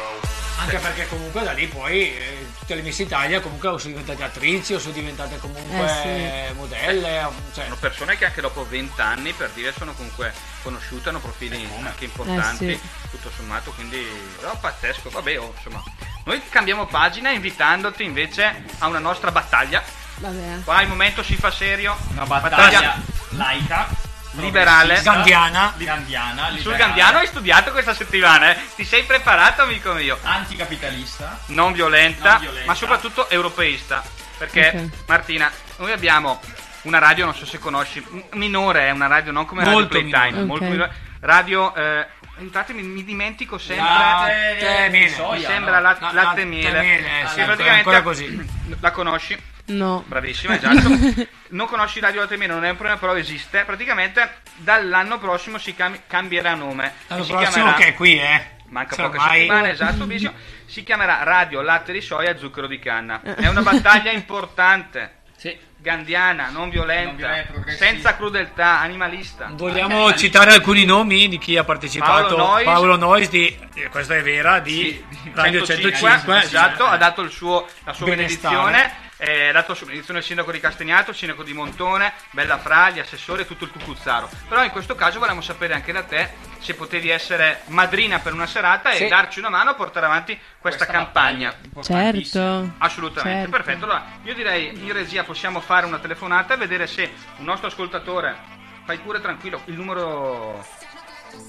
[SPEAKER 6] Anche perché comunque da lì poi eh, tutte le Miss Italia comunque o sono diventate attrici o sono diventate comunque
[SPEAKER 5] Eh,
[SPEAKER 6] modelle. o- cioè,
[SPEAKER 5] Sono persone che anche dopo 20 anni per dire sono comunque conosciute, hanno profili anche importanti,
[SPEAKER 6] Eh,
[SPEAKER 5] tutto sommato, quindi però pazzesco, vabbè, oh, insomma. Noi cambiamo pagina invitandoti invece a una nostra battaglia.
[SPEAKER 8] Vabbè.
[SPEAKER 5] Qua il momento si fa serio.
[SPEAKER 9] Una battaglia laica,
[SPEAKER 5] liberale,
[SPEAKER 9] progressista,
[SPEAKER 6] Gambiana.
[SPEAKER 9] Gambiana,
[SPEAKER 5] Sul
[SPEAKER 9] liberale,
[SPEAKER 5] Gambiano hai studiato questa settimana, eh? Ti sei preparato, amico mio?
[SPEAKER 9] Anticapitalista.
[SPEAKER 5] non violenta,
[SPEAKER 9] Non violenta.
[SPEAKER 5] ma soprattutto europeista. Perché
[SPEAKER 9] Ok.
[SPEAKER 5] Martina, noi abbiamo una radio, non so se conosci, m- minore, è una radio non come
[SPEAKER 6] Molto
[SPEAKER 5] Radio Playtime,
[SPEAKER 6] minore.
[SPEAKER 5] molto
[SPEAKER 6] Ok.
[SPEAKER 5] minore. Radio eh, aiutatemi, mi dimentico sempre
[SPEAKER 6] Latte,
[SPEAKER 5] Eh,
[SPEAKER 6] miele.
[SPEAKER 5] mi
[SPEAKER 6] soia,
[SPEAKER 5] sembra
[SPEAKER 6] no?
[SPEAKER 5] lat-
[SPEAKER 6] No,
[SPEAKER 5] latte,
[SPEAKER 6] latte,
[SPEAKER 5] e miele.
[SPEAKER 6] miele, eh,
[SPEAKER 5] Sì,
[SPEAKER 6] sì, ancora-
[SPEAKER 5] praticamente-
[SPEAKER 6] ancora così.
[SPEAKER 5] La conosci?
[SPEAKER 8] No.
[SPEAKER 5] Bravissima, esatto. non conosci Radio Latte e Miele, non è un problema, però esiste. Praticamente dall'anno prossimo si cam- cambierà nome.
[SPEAKER 6] L'anno
[SPEAKER 5] E si
[SPEAKER 6] prossimo
[SPEAKER 5] chiamerà-
[SPEAKER 6] che è qui, eh.
[SPEAKER 5] Manca
[SPEAKER 6] Cioè,
[SPEAKER 5] poche
[SPEAKER 6] ormai-
[SPEAKER 5] settimane, esatto, Bisio. Si chiamerà Radio Latte di Soia Zucchero di Canna. È una battaglia importante. Gandiana, non violenta, senza crudeltà, animalista.
[SPEAKER 6] Vogliamo citare alcuni nomi di chi ha partecipato.
[SPEAKER 5] Paolo Nois.
[SPEAKER 6] Nois di, eh, questa è vera, di Radio 105.
[SPEAKER 5] esatto, ha dato il suo- la sua
[SPEAKER 6] Benestare.
[SPEAKER 5] benedizione. eh, ha dato la sua benedizione il sindaco di Castagnato, il sindaco di Montone, Bella Fra, gli assessori e tutto il cucuzzaro. Però in questo caso vorremmo sapere anche da te se potevi essere madrina per una serata e
[SPEAKER 8] Sì.
[SPEAKER 5] darci una mano a portare avanti questa, campagna.
[SPEAKER 8] Certo.
[SPEAKER 5] Assolutamente,
[SPEAKER 8] Certo.
[SPEAKER 5] perfetto. Allora, io direi in regia possiamo fare una telefonata e vedere se un nostro ascoltatore. Fai pure tranquillo, il numero.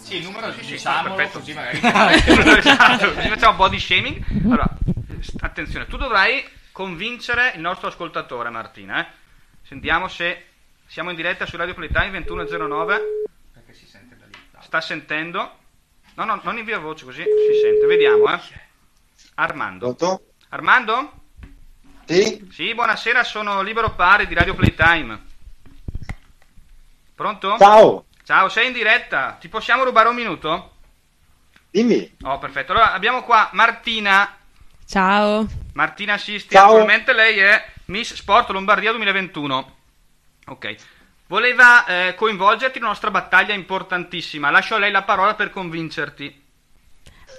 [SPEAKER 5] Sì, il numero sì, sì,
[SPEAKER 9] Diciamolo,
[SPEAKER 5] perfetto.
[SPEAKER 9] così magari-
[SPEAKER 5] esatto, così facciamo body shaming. Allora, st- attenzione, tu dovrai convincere il nostro ascoltatore, Martina. eh. Sentiamo se siamo in diretta su Radio Playtime 2109. Perché si sente da lì? Sta sentendo? No, no, non in via voce così si sente. Vediamo, eh. Armando. Armando? Sì? Sì, buonasera, sono Libero Pari di Radio Playtime. Pronto?
[SPEAKER 12] Ciao.
[SPEAKER 5] Ciao, sei in diretta. Ti possiamo rubare un minuto?
[SPEAKER 12] Dimmi.
[SPEAKER 5] Oh, perfetto. Allora, abbiamo qua Martina.
[SPEAKER 8] Ciao.
[SPEAKER 5] Martina Sisti,
[SPEAKER 8] Ciao.
[SPEAKER 5] attualmente lei è Miss Sport Lombardia 2021. Ok. Voleva eh, coinvolgerti in una nostra battaglia importantissima. Lascio a lei la parola per convincerti.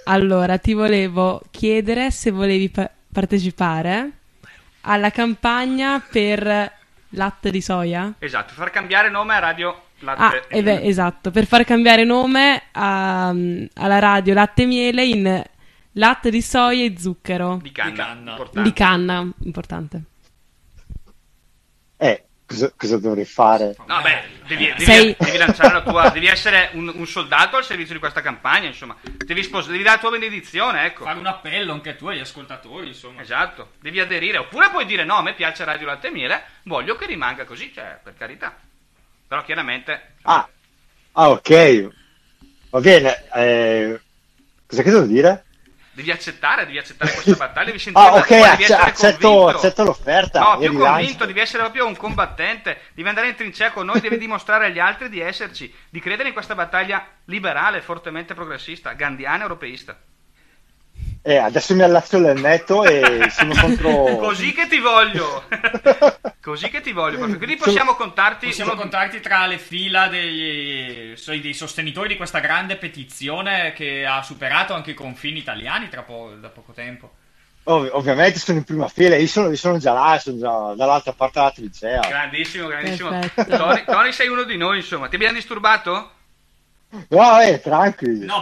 [SPEAKER 8] Allora, ti volevo chiedere se volevi pa- partecipare alla campagna per latte di soia.
[SPEAKER 5] Esatto, far cambiare nome a Radio
[SPEAKER 8] Ah,
[SPEAKER 5] Latte.
[SPEAKER 8] eh beh, esatto, per far cambiare nome a- alla radio latte e miele in latte di soia e zucchero.
[SPEAKER 5] Di canna. Importante.
[SPEAKER 8] Di canna, importante.
[SPEAKER 12] Eh, cosa, cosa dovrei fare?
[SPEAKER 5] No, beh, devi, devi-
[SPEAKER 12] Sei-
[SPEAKER 5] devi lanciare la tua. Devi essere un, un soldato al servizio di questa campagna, insomma. Devi, spos- devi dare la tua benedizione, ecco. Fare
[SPEAKER 9] un appello anche tu agli ascoltatori, insomma.
[SPEAKER 5] Esatto, devi aderire. Oppure puoi dire: No, a me piace Radio Latte e Miele, voglio che rimanga così, cioè, per carità. Però chiaramente.
[SPEAKER 12] Ah, ah, ok. Va bene. eh, cosa che devo dire?
[SPEAKER 5] Devi accettare, devi accettare questa battaglia, devi sentire
[SPEAKER 12] Ah, ok,
[SPEAKER 5] devi
[SPEAKER 12] acce-
[SPEAKER 5] essere
[SPEAKER 12] accetto-
[SPEAKER 5] convinto.
[SPEAKER 12] accetto l'offerta,
[SPEAKER 5] No,
[SPEAKER 12] io
[SPEAKER 5] più
[SPEAKER 12] mi
[SPEAKER 5] convinto,
[SPEAKER 12] lancio.
[SPEAKER 5] devi essere proprio un combattente, devi andare in trincea con noi, devi dimostrare agli altri di esserci, di credere in questa battaglia liberale, fortemente progressista, gandiana, europeista.
[SPEAKER 12] Eh, adesso mi allaccio il netto e sono contro...
[SPEAKER 5] Così che ti voglio. Così che ti voglio. proprio. Quindi possiamo contarti.
[SPEAKER 9] Possiamo contarti tra le fila degli, so- dei sostenitori di questa grande petizione che ha superato anche i confini italiani tra po- da poco tempo.
[SPEAKER 12] Ov- ovviamente sono in prima fila, io sono, io sono già là, sono già dall'altra parte della trincea.
[SPEAKER 5] Grandissimo, grandissimo.
[SPEAKER 12] Perfetto.
[SPEAKER 5] Tony, Tony, sei uno di noi, insomma. Ti abbiamo disturbato?
[SPEAKER 12] No, eh, tranquilli. No,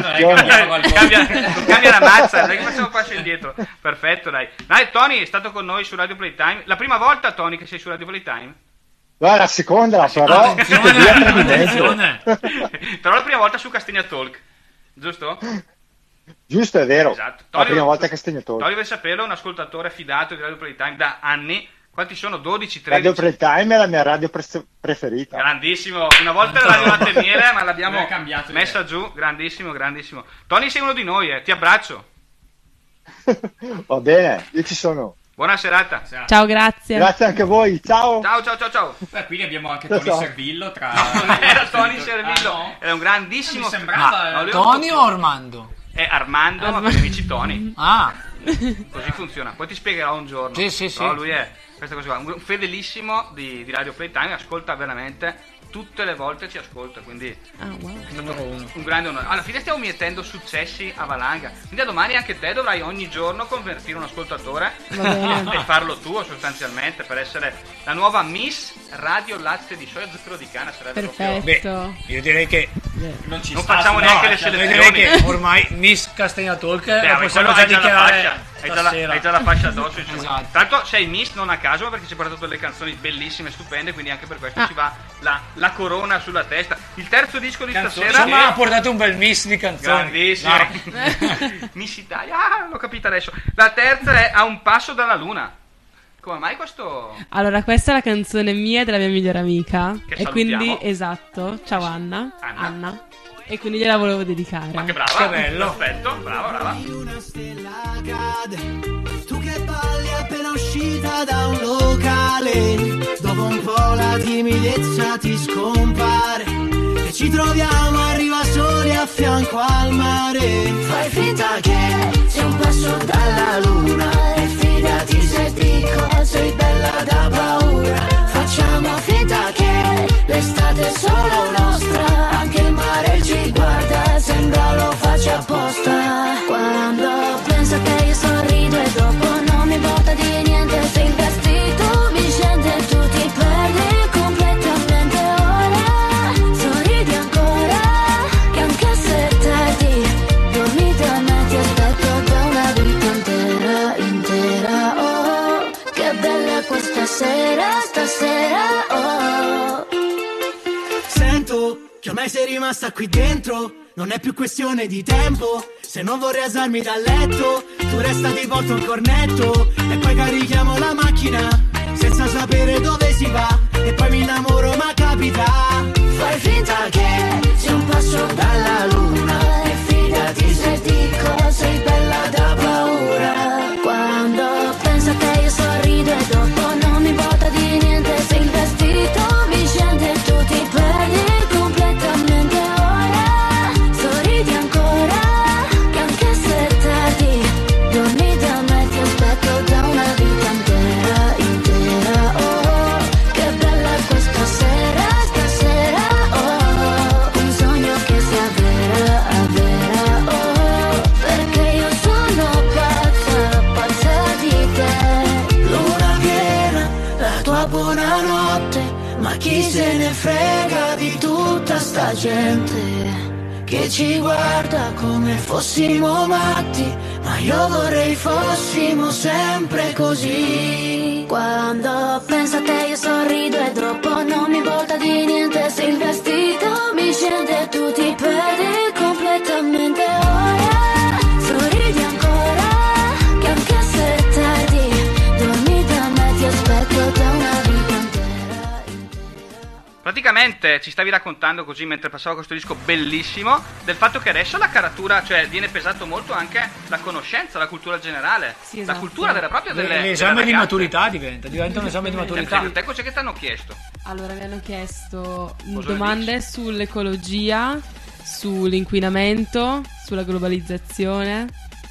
[SPEAKER 5] cambia, cambia la mazza, dai, che facciamo un passo indietro. Perfetto, dai. Dai, Tony è stato con noi su Radio Playtime. La prima volta, Tony, che sei su Radio Playtime?
[SPEAKER 12] No, la seconda, la però... tutte e due a tre dentro.
[SPEAKER 5] Però la prima volta su Castegna Talk, giusto?
[SPEAKER 12] Giusto, è vero.
[SPEAKER 5] Esatto.
[SPEAKER 12] La prima
[SPEAKER 5] Toglio-
[SPEAKER 12] volta che Castagnatore.
[SPEAKER 5] Tony, per saperlo, è un ascoltatore fidato di Radio Playtime da anni. Quanti sono? 12, 13?
[SPEAKER 12] Radio Playtime è la mia radio pres- preferita.
[SPEAKER 5] Grandissimo, una volta era Radio Latte e Miele, ma l'abbiamo
[SPEAKER 9] Abbiamo cambiato
[SPEAKER 5] messa giù. Grandissimo, grandissimo. Tony, sei uno di noi, eh. ti abbraccio.
[SPEAKER 12] Va bene, io ci sono.
[SPEAKER 5] Buona serata.
[SPEAKER 8] Ciao, grazie.
[SPEAKER 12] Grazie anche a voi, ciao.
[SPEAKER 5] Ciao, ciao, ciao, ciao.
[SPEAKER 9] Beh, quindi abbiamo anche
[SPEAKER 12] Lo
[SPEAKER 9] Tony
[SPEAKER 12] so.
[SPEAKER 9] Servillo tra...
[SPEAKER 5] Era Tony Servillo, era un grandissimo.
[SPEAKER 9] Ah, Mi sembrava, eh,
[SPEAKER 6] Tony o Armando?
[SPEAKER 5] È Armando, ma per gli amici Tony.
[SPEAKER 6] Ah,
[SPEAKER 5] Così funziona. Poi ti spiegherò un giorno.
[SPEAKER 6] Sì, sì, sì.
[SPEAKER 5] Però lui è Questa cosa qua, un fedelissimo di, di Radio Playtime, ascolta veramente tutte le volte ci ascolta, quindi
[SPEAKER 8] Ah, wow.
[SPEAKER 5] è stato un grande onore. Alla fine stiamo mietendo successi a valanga. Quindi da domani anche te dovrai ogni giorno convertire un ascoltatore
[SPEAKER 13] Va bene.
[SPEAKER 5] e farlo tuo sostanzialmente per essere la nuova Miss Radio Latte di Soia Zucchero di Canna. Sarebbe proprio-
[SPEAKER 6] Beh, io direi che
[SPEAKER 5] Non ci
[SPEAKER 6] sta,
[SPEAKER 5] facciamo
[SPEAKER 6] no,
[SPEAKER 5] neanche le
[SPEAKER 6] cioè,
[SPEAKER 5] selezioni.
[SPEAKER 6] Direi che ormai Miss Castagna Talk
[SPEAKER 5] Beh,
[SPEAKER 6] la
[SPEAKER 5] ma
[SPEAKER 6] possiamo
[SPEAKER 5] quello
[SPEAKER 6] già
[SPEAKER 5] hai già la
[SPEAKER 6] dichiarare
[SPEAKER 5] fascia, hai già la,
[SPEAKER 6] stasera.
[SPEAKER 5] hai già la fascia addosso. insomma.
[SPEAKER 13] Esatto.
[SPEAKER 5] Tanto sei Miss non a caso ma perché ci ha portato delle canzoni bellissime, stupende, quindi anche per questo
[SPEAKER 6] Ah.
[SPEAKER 5] ci va la, la corona sulla testa. Il terzo disco di stasera
[SPEAKER 6] Insomma, ha portato un bel mix di canzoni.
[SPEAKER 5] Grandissimo.
[SPEAKER 6] Dai.
[SPEAKER 5] Miss Italia, ah, l'ho capita adesso. La terza è A un passo dalla luna. Come mai questo?
[SPEAKER 8] Allora, questa è la canzone mia e della mia migliore amica.
[SPEAKER 5] Che
[SPEAKER 8] e
[SPEAKER 5] salutiamo.
[SPEAKER 8] quindi, esatto, ciao Anna.
[SPEAKER 5] Anna.
[SPEAKER 8] E quindi gliela volevo dedicare.
[SPEAKER 5] Ma che brava! Perfetto, brava, brava.
[SPEAKER 2] Una stella cade, tu che balli appena uscita da un locale, dopo un po' la timidezza ti scompare e ci troviamo arriva soli a fianco al mare. Fai finta che sei un passo dalla luna e fidati se dico sei bella da paura. Facciamo finta che l'estate è solo nostra, anche il mare ci guarda, sembra lo faccia apposta.
[SPEAKER 14] Quando penso che io sorrido e dopo non mi importa di niente Se il vestito mi scende e tu ti perdi completamente ora Sorridi ancora, che anche se è tardi Dormi da me, ti aspetto da una vita intera, intera Oh, che bella questa sera, stasera, oh
[SPEAKER 2] Sento che ormai sei rimasta qui dentro. Non è più questione di tempo. Se non vorrei alzarmi dal letto, tu resta di volta un cornetto. E poi carichiamo la macchina, senza sapere dove si va. E poi mi innamoro, ma capita. Fai finta che sia un passo dalla luna. E fidati se dico sei bella da paura.
[SPEAKER 14] Quando penso che io sorrido e dopo non mi importa di niente Se il vestito mi scende e tu ti perdi completamente ora Sorridi ancora, che anche se è tardi Dormi da me, ti aspetto da una vita intera, intera Oh, che bella questa sera, stasera Oh, un sogno che si avvera, avvera Oh, perché io sono pazza, pazza di te
[SPEAKER 2] Luna piena, la tua buonanotte, ma chi se ne frega di tutta sta gente che ci guarda come fossimo matti, ma io vorrei fossimo sempre così.
[SPEAKER 14] Quando penso che io sorrido e troppo non mi importa di niente Se il vestito mi scende e tu ti perdi completamente ora Sorridi ancora, che anche se è tardi Dormi da me, ti aspetto da una vita
[SPEAKER 5] Praticamente ci stavi raccontando così mentre passava questo disco bellissimo del fatto che adesso la caratura, cioè viene pesato molto anche la conoscenza, la cultura generale,
[SPEAKER 6] esatto.
[SPEAKER 5] la cultura vera e propria delle, delle
[SPEAKER 6] L'esame di
[SPEAKER 5] ragazze.
[SPEAKER 6] maturità diventa, diventa un esame di
[SPEAKER 5] Eh,
[SPEAKER 6] maturità.
[SPEAKER 5] perché a te cos'è che ti hanno chiesto?
[SPEAKER 8] Allora mi hanno chiesto
[SPEAKER 5] Cosa
[SPEAKER 8] domande sull'ecologia, sull'inquinamento, sulla globalizzazione.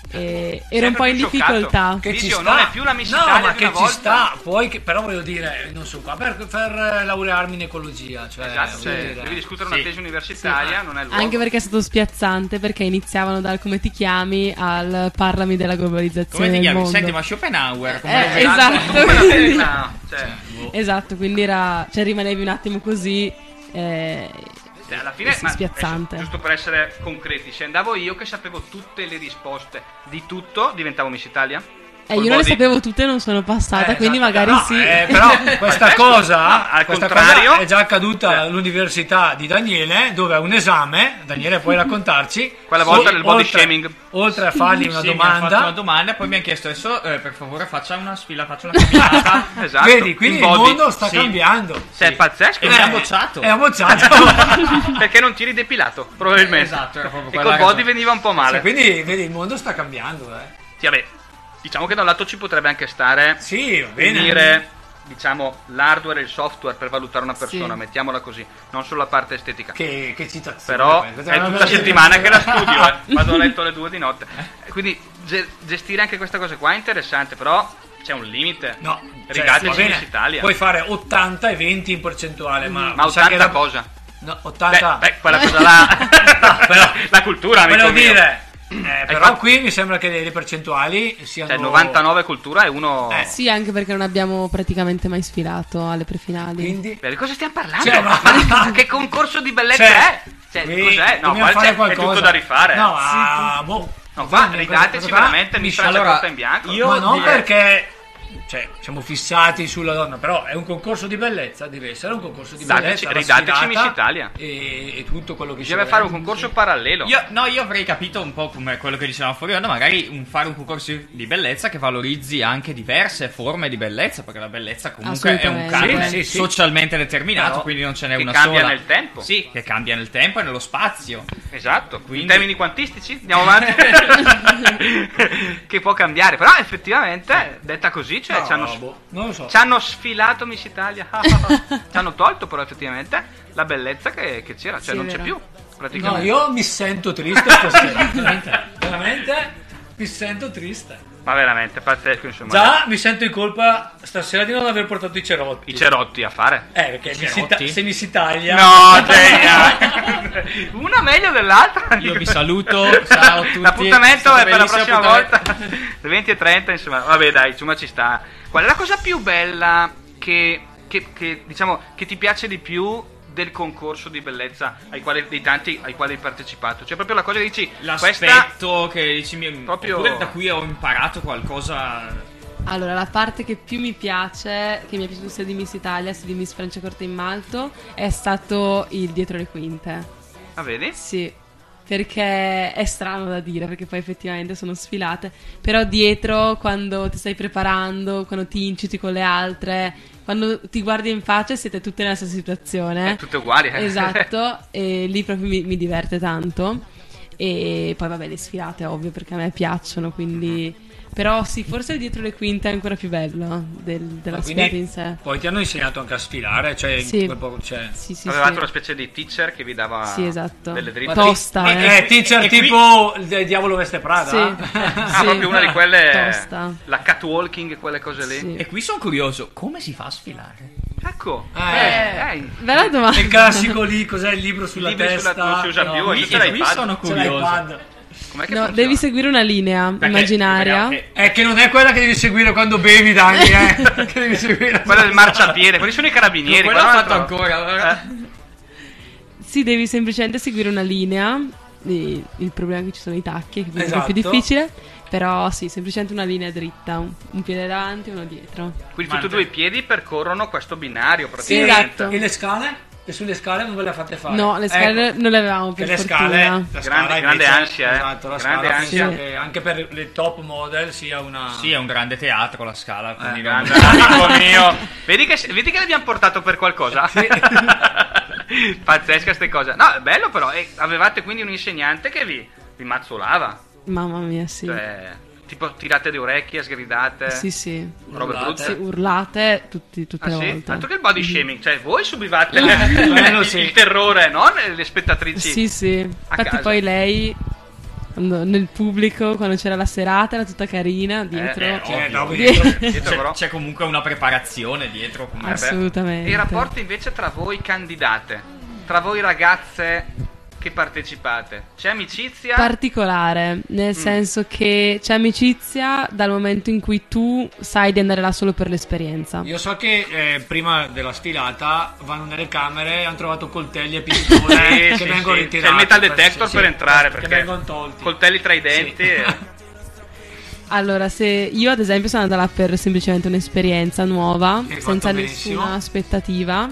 [SPEAKER 8] E
[SPEAKER 5] Cioè,
[SPEAKER 8] ero un po' in difficoltà.
[SPEAKER 6] Che
[SPEAKER 5] "Oh,
[SPEAKER 6] ci sta.
[SPEAKER 5] Italia
[SPEAKER 6] no,
[SPEAKER 5] di
[SPEAKER 6] ma
[SPEAKER 5] una
[SPEAKER 6] che ci
[SPEAKER 5] volta.
[SPEAKER 6] sta. Poi che- però voglio dire, non sono qua per, per eh, laurearmi in ecologia. Cioè,
[SPEAKER 5] Esatto,
[SPEAKER 6] voglio
[SPEAKER 5] cioè,
[SPEAKER 6] dire-
[SPEAKER 5] devi discutere una tesi universitaria, non è il luogo.
[SPEAKER 8] Anche perché è stato spiazzante perché iniziavano dal come ti chiami al parlami della globalizzazione.
[SPEAKER 15] Come ti
[SPEAKER 8] del
[SPEAKER 15] chiami?
[SPEAKER 8] mondo.
[SPEAKER 15] Senti, ma Schopenhauer.
[SPEAKER 8] Eh,
[SPEAKER 15] Come
[SPEAKER 8] esatto.
[SPEAKER 15] Come la
[SPEAKER 8] quindi-
[SPEAKER 15] pensa?
[SPEAKER 5] Cioè,
[SPEAKER 8] Esatto, quindi era. Cioè, rimanevi un attimo così. eh,
[SPEAKER 5] Cioè, alla fine,
[SPEAKER 8] sì,
[SPEAKER 5] ma-
[SPEAKER 8] spiazzante.
[SPEAKER 5] adesso, giusto per essere concreti, se andavo io che sapevo tutte le risposte di tutto, diventavo Miss Italia?
[SPEAKER 8] Eh, io non le sapevo tutte, non sono passata, quindi magari
[SPEAKER 6] No,
[SPEAKER 8] sì.
[SPEAKER 6] eh, però questa
[SPEAKER 5] Perfetto.
[SPEAKER 6] cosa,
[SPEAKER 5] No, al
[SPEAKER 6] questa
[SPEAKER 5] contrario-
[SPEAKER 6] cosa è già accaduta all'università di Daniele, dove a un esame, Daniele puoi raccontarci,
[SPEAKER 5] Quella volta
[SPEAKER 6] o-
[SPEAKER 5] del body
[SPEAKER 6] oltre-
[SPEAKER 5] shaming.
[SPEAKER 6] Oltre a fargli una
[SPEAKER 15] Sì, mi hanno fatto una
[SPEAKER 6] domanda,
[SPEAKER 15] domanda, poi mi hanno chiesto adesso, eh, per favore, faccia una sfila, faccia una camminata.
[SPEAKER 5] esatto.
[SPEAKER 6] vedi, quindi il mondo sta cambiando.
[SPEAKER 5] Cioè, è pazzesco.
[SPEAKER 15] E mi ha bocciato.
[SPEAKER 6] È ammozzato.
[SPEAKER 5] perché non ti eri depilato, probabilmente.
[SPEAKER 15] Esatto, era proprio
[SPEAKER 5] E
[SPEAKER 15] quella
[SPEAKER 5] col body
[SPEAKER 15] cosa.
[SPEAKER 5] veniva un po' male.
[SPEAKER 6] Sì, quindi vedi, il mondo sta cambiando, eh.
[SPEAKER 5] Sì, vabbè, diciamo che da un lato ci potrebbe anche stare
[SPEAKER 6] sì, bene.
[SPEAKER 5] unire diciamo, l'hardware e il software per valutare una persona,
[SPEAKER 6] Sì.
[SPEAKER 5] mettiamola così, non solo la parte estetica.
[SPEAKER 6] Che, che citazione.
[SPEAKER 5] Però è
[SPEAKER 6] questa una
[SPEAKER 5] tutta
[SPEAKER 6] bella
[SPEAKER 5] settimana che la studio, eh.
[SPEAKER 6] citazione.
[SPEAKER 5] vado a letto alle due di notte. Quindi ge- gestire anche questa cosa qua è interessante, però c'è un limite?
[SPEAKER 6] No.
[SPEAKER 5] Rigate
[SPEAKER 6] va
[SPEAKER 5] cioè,
[SPEAKER 6] bene,
[SPEAKER 5] Italia.
[SPEAKER 6] Puoi fare 80 e 20 in percentuale, ma...
[SPEAKER 5] Ma
[SPEAKER 6] mi sa
[SPEAKER 5] 80
[SPEAKER 6] che la-
[SPEAKER 5] cosa?
[SPEAKER 6] No, 80...
[SPEAKER 5] Beh, beh, quella cosa là... la cultura, amico
[SPEAKER 6] Volevo
[SPEAKER 5] mio.
[SPEAKER 6] dire, eh, però
[SPEAKER 5] fatto-
[SPEAKER 6] qui mi sembra che le, le percentuali siano... Eh.
[SPEAKER 5] Cioè, 99 cultura e uno...
[SPEAKER 8] Sì, anche perché non abbiamo praticamente mai sfilato alle prefinali.
[SPEAKER 6] Quindi...
[SPEAKER 5] Beh, di cosa stiamo parlando? ma, ma che concorso di bellezza
[SPEAKER 6] Cioè,
[SPEAKER 5] è? Cioè, cos'è? No,
[SPEAKER 6] dobbiamo
[SPEAKER 5] qua
[SPEAKER 6] fare
[SPEAKER 5] c'è- è
[SPEAKER 6] qualcosa.
[SPEAKER 5] tutto da rifare.
[SPEAKER 6] No,
[SPEAKER 5] eh.
[SPEAKER 6] ah, boh.
[SPEAKER 5] No, qua ridateci veramente mi la
[SPEAKER 6] Allora,
[SPEAKER 5] in bianco.
[SPEAKER 6] ma non perché cioè, siamo fissati sulla donna, però è un concorso di bellezza, deve essere un concorso di
[SPEAKER 5] Dateci-
[SPEAKER 6] bellezza.
[SPEAKER 5] ridateci
[SPEAKER 6] la sfilata
[SPEAKER 5] Miss Italia.
[SPEAKER 6] E, e tutto quello che
[SPEAKER 5] Bisognerebbe
[SPEAKER 6] ci
[SPEAKER 5] fare un
[SPEAKER 6] vuole.
[SPEAKER 5] concorso parallelo.
[SPEAKER 16] Io, no, io avrei capito un po' come quello che dicevamo fuori onda, magari un- fare un concorso di bellezza che valorizzi anche diverse forme di bellezza, perché la bellezza comunque è un
[SPEAKER 5] Assolutamente.
[SPEAKER 16] canone
[SPEAKER 5] Sì, sì, sì.
[SPEAKER 16] socialmente determinato,
[SPEAKER 5] Però
[SPEAKER 16] quindi non ce n'è
[SPEAKER 5] che
[SPEAKER 16] una
[SPEAKER 5] cambia
[SPEAKER 16] sola.
[SPEAKER 5] nel tempo.
[SPEAKER 16] Sì, che cambia nel tempo e nello spazio.
[SPEAKER 5] Esatto, in termini quantistici, andiamo avanti. che può cambiare, però effettivamente, detta così, cioè,
[SPEAKER 6] No,
[SPEAKER 5] ci, hanno, s-
[SPEAKER 6] boh, non lo so.
[SPEAKER 5] ci hanno sfilato Miss Italia. ci hanno tolto però effettivamente la bellezza che, che c'era, cioè
[SPEAKER 6] Sì, è
[SPEAKER 5] non c'è
[SPEAKER 6] vero.
[SPEAKER 5] più
[SPEAKER 6] No,
[SPEAKER 5] praticamente.
[SPEAKER 6] io mi sento triste stasera, veramente, veramente mi sento triste.
[SPEAKER 5] Ma veramente, pazzesco insomma.
[SPEAKER 6] Già mi sento in colpa stasera di non aver portato i cerotti.
[SPEAKER 5] I cerotti a fare.
[SPEAKER 6] Eh, perché mi si ta- se mi si taglia...
[SPEAKER 5] No, dai. Una meglio dell'altra. Io
[SPEAKER 16] vi saluto, ciao a tutti.
[SPEAKER 5] L'appuntamento è,
[SPEAKER 16] È stato
[SPEAKER 5] per la
[SPEAKER 16] bellissimo
[SPEAKER 5] prossima volta. Le 20 e 30, insomma. Vabbè, dai, insomma, ci sta. Qual è la cosa più bella che, che- che, diciamo, che ti piace di più del concorso di bellezza ai quali, dei tanti ai quali hai partecipato? Cioè, proprio la cosa che dici, questa...
[SPEAKER 16] L'aspetto che dici, mi, oppure da cui ho imparato qualcosa...
[SPEAKER 8] Allora, la parte che più mi piace, che mi è piaciuta sia di Miss Italia sia di Miss Francia Corte in Malto, è stato il dietro le quinte.
[SPEAKER 5] Ah, vedi?
[SPEAKER 8] Sì, perché è strano da dire, perché poi effettivamente sono sfilate, però dietro quando ti stai preparando, quando ti inciti con le altre, quando ti guardi in faccia siete tutte nella stessa situazione.
[SPEAKER 5] È tutto eh. uguale.
[SPEAKER 8] Esatto, e lì proprio mi, mi diverte tanto. E poi vabbè le sfilate, ovvio, perché a me piacciono, quindi... Però sì, forse dietro le quinte è ancora più bello del- della sfilata in sé.
[SPEAKER 6] Poi ti hanno insegnato anche a sfilare, cioè,
[SPEAKER 8] Sì.
[SPEAKER 6] quel po- cioè-
[SPEAKER 8] sì,
[SPEAKER 5] Avevate
[SPEAKER 8] sì.
[SPEAKER 5] una specie di teacher che vi dava
[SPEAKER 8] Sì, esatto.
[SPEAKER 5] delle dritte.
[SPEAKER 8] Tosta,
[SPEAKER 6] Eh, eh, teacher tipo il de- diavolo veste Prada.
[SPEAKER 8] Sì.
[SPEAKER 5] Ah, proprio una di quelle.
[SPEAKER 6] Tosta.
[SPEAKER 5] La catwalking, quelle cose lì.
[SPEAKER 16] E qui sono curioso, come si fa a sfilare?
[SPEAKER 5] Ecco.
[SPEAKER 6] Eh.
[SPEAKER 5] eh,
[SPEAKER 8] Bella domanda.
[SPEAKER 6] Il classico lì, cos'è il libro sulla
[SPEAKER 5] Libri
[SPEAKER 6] testa?
[SPEAKER 5] sulla- non si usa più,
[SPEAKER 6] Qui-
[SPEAKER 5] e c'è
[SPEAKER 6] e qui
[SPEAKER 5] l'iPad.
[SPEAKER 6] sono
[SPEAKER 5] C'è
[SPEAKER 6] curioso.
[SPEAKER 5] l'iPad. Com'è che
[SPEAKER 8] No,
[SPEAKER 5] funziona?
[SPEAKER 8] devi seguire una linea immaginaria.
[SPEAKER 6] È che non è quella che devi seguire quando bevi, Dani, eh. che devi seguire.
[SPEAKER 5] Quello del marciapiede, quelli sono i carabinieri.
[SPEAKER 6] Quello
[SPEAKER 5] qua,
[SPEAKER 6] ho
[SPEAKER 5] tra
[SPEAKER 6] fatto
[SPEAKER 5] l'altro.
[SPEAKER 8] Sì, devi semplicemente seguire una linea. e il problema è che ci sono i tacchi, che quindi è
[SPEAKER 5] Esatto.
[SPEAKER 8] più difficile. Però sì, semplicemente una linea dritta, un, un piede davanti e uno dietro.
[SPEAKER 5] Quindi tutti e due i piedi percorrono questo binario
[SPEAKER 6] Sì,
[SPEAKER 5] praticamente.
[SPEAKER 6] E le scale? E sulle scale non ve le fate fare?
[SPEAKER 8] No, le scale Eh,
[SPEAKER 5] Ecco.
[SPEAKER 8] non le avevamo per
[SPEAKER 6] le
[SPEAKER 8] fortuna.
[SPEAKER 6] scale, la scala
[SPEAKER 5] Grande- grande ansia, eh.
[SPEAKER 6] Esatto, la
[SPEAKER 5] Grande
[SPEAKER 6] scala
[SPEAKER 5] ansia.
[SPEAKER 6] penso che anche per le top model sia una...
[SPEAKER 16] Sì, è un grande teatro la scala. quindi non-
[SPEAKER 5] Eh, Grande amico mio. Vedi che, vedi che l'abbiamo portato per qualcosa? Pazzesca ste cose. No, è bello però. E avevate quindi un insegnante che vi, vi mazzolava.
[SPEAKER 8] Mamma mia, sì.
[SPEAKER 5] Cioè, eh. tipo tirate le orecchie, sgridate.
[SPEAKER 8] Sì, sì.
[SPEAKER 5] Robe brutte.
[SPEAKER 8] Sì, Mhm. urlate tutti- tutte
[SPEAKER 5] Ah,
[SPEAKER 8] le
[SPEAKER 5] sì?
[SPEAKER 8] volte.
[SPEAKER 5] Altro che il body shaming, cioè voi subivate
[SPEAKER 6] Quello
[SPEAKER 5] il,
[SPEAKER 6] sì.
[SPEAKER 5] il terrore, non le spettatrici.
[SPEAKER 8] Sì, sì. Infatti
[SPEAKER 5] casa.
[SPEAKER 8] poi lei quando- nel pubblico, quando c'era la serata, era tutta carina dietro.
[SPEAKER 16] Eh, eh, ovvio.
[SPEAKER 8] Dietro-
[SPEAKER 16] C'è- c'è, comunque una preparazione dietro. comunque.
[SPEAKER 8] Assolutamente.
[SPEAKER 5] E i rapporti invece tra voi candidate, tra voi ragazze che partecipate. C'è amicizia?
[SPEAKER 8] particolare, nel senso che c'è amicizia dal momento in cui tu sai di andare là solo per l'esperienza.
[SPEAKER 6] Io so che eh, prima della sfilata vanno nelle camere e hanno trovato coltelli e pistole
[SPEAKER 5] Sì,
[SPEAKER 6] che
[SPEAKER 5] sì,
[SPEAKER 6] vengono
[SPEAKER 5] sì.
[SPEAKER 6] ritirati.
[SPEAKER 5] C'è il metal
[SPEAKER 6] per-
[SPEAKER 5] detector
[SPEAKER 6] sì,
[SPEAKER 5] per
[SPEAKER 6] sì,
[SPEAKER 5] entrare
[SPEAKER 6] che
[SPEAKER 5] perché
[SPEAKER 6] vengono tolti.
[SPEAKER 5] coltelli tra i denti. e-
[SPEAKER 8] Allora, se io ad esempio sono andata là per semplicemente un'esperienza nuova,
[SPEAKER 6] Hai
[SPEAKER 8] senza
[SPEAKER 6] fatto benissimo.
[SPEAKER 8] nessuna aspettativa.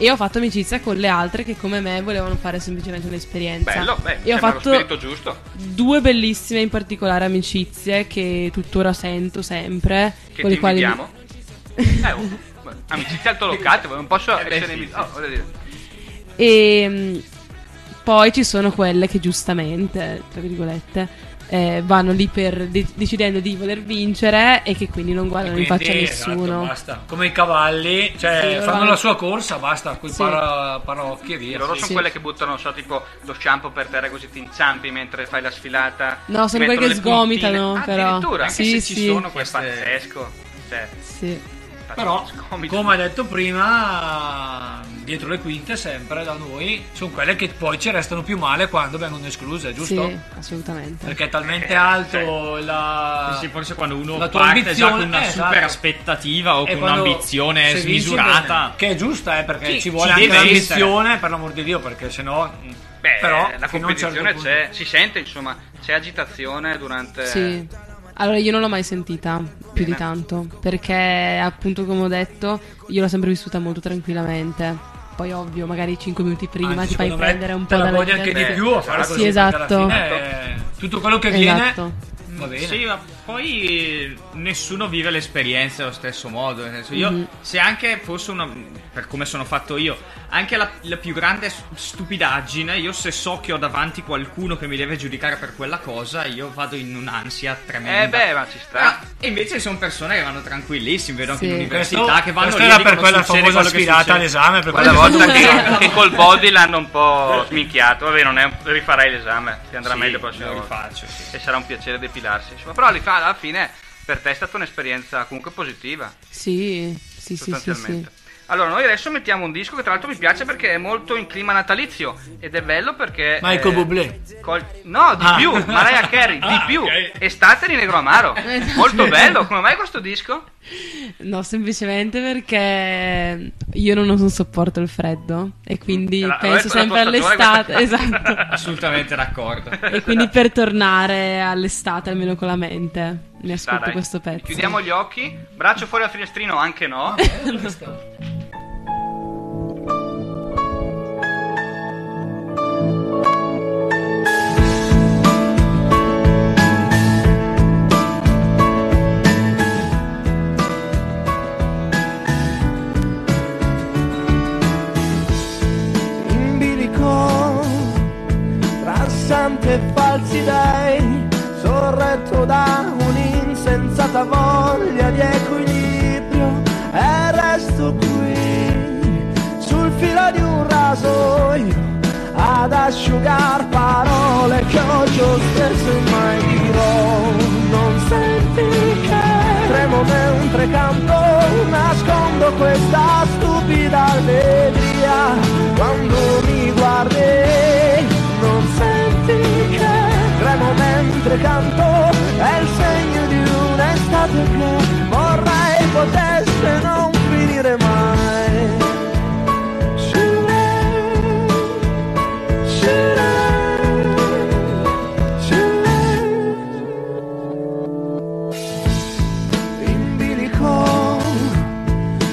[SPEAKER 8] E ho fatto amicizia con le altre che come me volevano fare semplicemente un'esperienza.
[SPEAKER 5] Bello, beh,
[SPEAKER 8] e ho
[SPEAKER 5] sembra lo
[SPEAKER 8] fatto
[SPEAKER 5] spirito giusto.
[SPEAKER 8] due bellissime in particolare amicizie che tuttora sento sempre.
[SPEAKER 5] Che
[SPEAKER 8] con
[SPEAKER 5] ti
[SPEAKER 8] le quali
[SPEAKER 5] invidiamo? Eh, oh, beh, amicizia altolocate, non posso essere invi- oh, voglio dire.
[SPEAKER 8] E mh, Ehm, poi ci sono quelle che giustamente, tra virgolette, eh, vanno lì per de- decidendo di voler vincere e che quindi non guardano in
[SPEAKER 6] Quindi,
[SPEAKER 8] faccia a
[SPEAKER 6] esatto,
[SPEAKER 8] nessuno.
[SPEAKER 6] basta. Come i cavalli,
[SPEAKER 8] Sì,
[SPEAKER 6] cioè,
[SPEAKER 8] loro
[SPEAKER 6] fanno
[SPEAKER 8] vanno-
[SPEAKER 6] la sua corsa, basta, con i
[SPEAKER 8] Sì.
[SPEAKER 6] para- parocchi e via.
[SPEAKER 5] Loro
[SPEAKER 6] Sì.
[SPEAKER 5] sono quelle che buttano, non so, tipo lo shampoo per terra così ti inciampi mentre fai la sfilata.
[SPEAKER 8] No, sono
[SPEAKER 5] Mettono
[SPEAKER 8] quelle che
[SPEAKER 5] le puntine.
[SPEAKER 8] sgomitano,
[SPEAKER 5] Ah,
[SPEAKER 8] però.
[SPEAKER 5] Addirittura,
[SPEAKER 8] Anche Sì, se ci sì. sono
[SPEAKER 5] Che è pazzesco. Cioè,
[SPEAKER 8] Sì.
[SPEAKER 11] Però,
[SPEAKER 5] come
[SPEAKER 11] come detto prima, dietro le quinte sempre da noi sono quelle che poi ci restano più male quando vengono escluse, giusto?
[SPEAKER 8] Sì, assolutamente.
[SPEAKER 11] Perché è
[SPEAKER 5] Eh,
[SPEAKER 11] talmente alto la...
[SPEAKER 16] Sì, forse quando uno
[SPEAKER 11] la tua
[SPEAKER 16] parte già
[SPEAKER 11] ambizione-
[SPEAKER 16] con una
[SPEAKER 11] eh,
[SPEAKER 16] super
[SPEAKER 11] esatto.
[SPEAKER 16] aspettativa o
[SPEAKER 11] E
[SPEAKER 16] con
[SPEAKER 11] quando
[SPEAKER 16] un'ambizione
[SPEAKER 11] se vinci,
[SPEAKER 16] smisurata.
[SPEAKER 11] bene. Che è giusta, eh, perché
[SPEAKER 16] Sì,
[SPEAKER 11] ci vuole
[SPEAKER 16] ci
[SPEAKER 11] anche
[SPEAKER 16] deve
[SPEAKER 11] l'ambizione, per l'amor di Dio, perché sennò...
[SPEAKER 5] Beh,
[SPEAKER 11] però,
[SPEAKER 5] la
[SPEAKER 11] fino a un
[SPEAKER 5] competizione
[SPEAKER 11] certo
[SPEAKER 5] c'è, si sente, insomma, c'è agitazione durante...
[SPEAKER 8] Sì. Allora io non l'ho mai sentita più
[SPEAKER 11] Eh.
[SPEAKER 8] di tanto, perché appunto come ho detto, io l'ho sempre vissuta molto tranquillamente. Poi ovvio, magari 5 minuti prima
[SPEAKER 11] Anzi,
[SPEAKER 8] ti fai
[SPEAKER 11] secondo me
[SPEAKER 8] prendere un
[SPEAKER 11] te
[SPEAKER 8] po'
[SPEAKER 11] la
[SPEAKER 8] dalla
[SPEAKER 11] godi anche di
[SPEAKER 8] gente.
[SPEAKER 11] più a fare
[SPEAKER 8] Sì,
[SPEAKER 11] così, perché alla
[SPEAKER 8] esatto.
[SPEAKER 11] fine, eh, tutto quello che
[SPEAKER 8] Esatto.
[SPEAKER 11] viene va bene.
[SPEAKER 16] Certo. Sì, ma poi eh, nessuno vive l'esperienza allo stesso modo. nel senso, io,
[SPEAKER 8] Mhm.
[SPEAKER 16] se anche fosse una. per come sono fatto io, anche la, la più grande s- stupidaggine, io se so che ho davanti qualcuno che mi deve giudicare per quella cosa, io vado in un'ansia tremenda. Ah,
[SPEAKER 5] Eh beh, ma ci sta.
[SPEAKER 16] E invece sono persone che vanno tranquillissime, vedo anche
[SPEAKER 5] Sì.
[SPEAKER 16] in università
[SPEAKER 5] Questo-
[SPEAKER 16] che vanno
[SPEAKER 5] questo
[SPEAKER 16] lì
[SPEAKER 5] era
[SPEAKER 16] e
[SPEAKER 5] per
[SPEAKER 16] dicono,
[SPEAKER 5] quella
[SPEAKER 16] "Succede
[SPEAKER 5] famosa
[SPEAKER 16] quello che
[SPEAKER 5] sfilata
[SPEAKER 16] succede".
[SPEAKER 5] all'esame, per Quella volta che, che col body l'hanno un po' smicchiato, vabbè, non è, rifarai l'esame, ti andrà
[SPEAKER 16] Sì,
[SPEAKER 5] meglio la prossima
[SPEAKER 16] lo
[SPEAKER 5] volta.
[SPEAKER 16] rifaccio,
[SPEAKER 5] E sarà un piacere depilarsi. insomma. Però li fa alla fine, per te è stata un'esperienza comunque positiva.
[SPEAKER 8] Sì, sì, sì, sì, sì.
[SPEAKER 5] Sostanzialmente. Allora, noi adesso mettiamo un disco che tra l'altro mi piace perché è molto in clima natalizio ed è bello perché...
[SPEAKER 11] Michael
[SPEAKER 5] eh,
[SPEAKER 11] Bublé.
[SPEAKER 5] col- No, di
[SPEAKER 11] Ah.
[SPEAKER 5] più, Mariah Carey, di
[SPEAKER 11] Ah,
[SPEAKER 5] più.
[SPEAKER 11] ok.
[SPEAKER 5] Estate di Negro Amaro.
[SPEAKER 8] Esatto.
[SPEAKER 5] molto bello, come mai questo disco?
[SPEAKER 8] No, semplicemente perché io non, non sopporto il freddo e quindi
[SPEAKER 16] La-
[SPEAKER 11] eh,
[SPEAKER 16] la-
[SPEAKER 8] penso
[SPEAKER 16] la tua
[SPEAKER 8] sempre all'estate.
[SPEAKER 16] stagione, questa-
[SPEAKER 8] Esatto.
[SPEAKER 16] Assolutamente d'accordo.
[SPEAKER 8] E quindi per tornare all'estate, almeno con la mente, mi
[SPEAKER 5] Sta,
[SPEAKER 8] ascolto
[SPEAKER 5] dai.
[SPEAKER 8] questo pezzo.
[SPEAKER 5] Chiudiamo gli occhi, braccio fuori al finestrino, anche no.
[SPEAKER 2] in bilico tra assante e falsi dei sorretto da un'insensata voglia di equilibrio e resto qui sul filo di un rasoio ad asciugar parole che ho già spesso in mai dirò non senti che tremo mentre canto nascondo questa stupida allegria quando mi guardi non senti che tremo mentre canto è il segno di un'estate che vorrei potesse non finire mai Scegliere, scegliere, scegliere. In bilico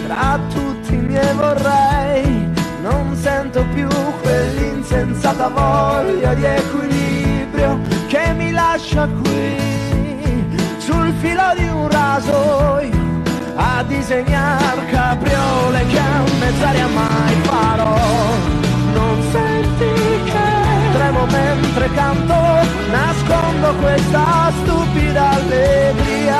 [SPEAKER 2] tra tutti i miei vorrei non sento più quell'insensata voglia di equilibrio che mi lascia qui sul filo di un rasoio a disegnar capriole che a mezz'aria mai farò non senti che tremo mentre canto nascondo questa stupida allegria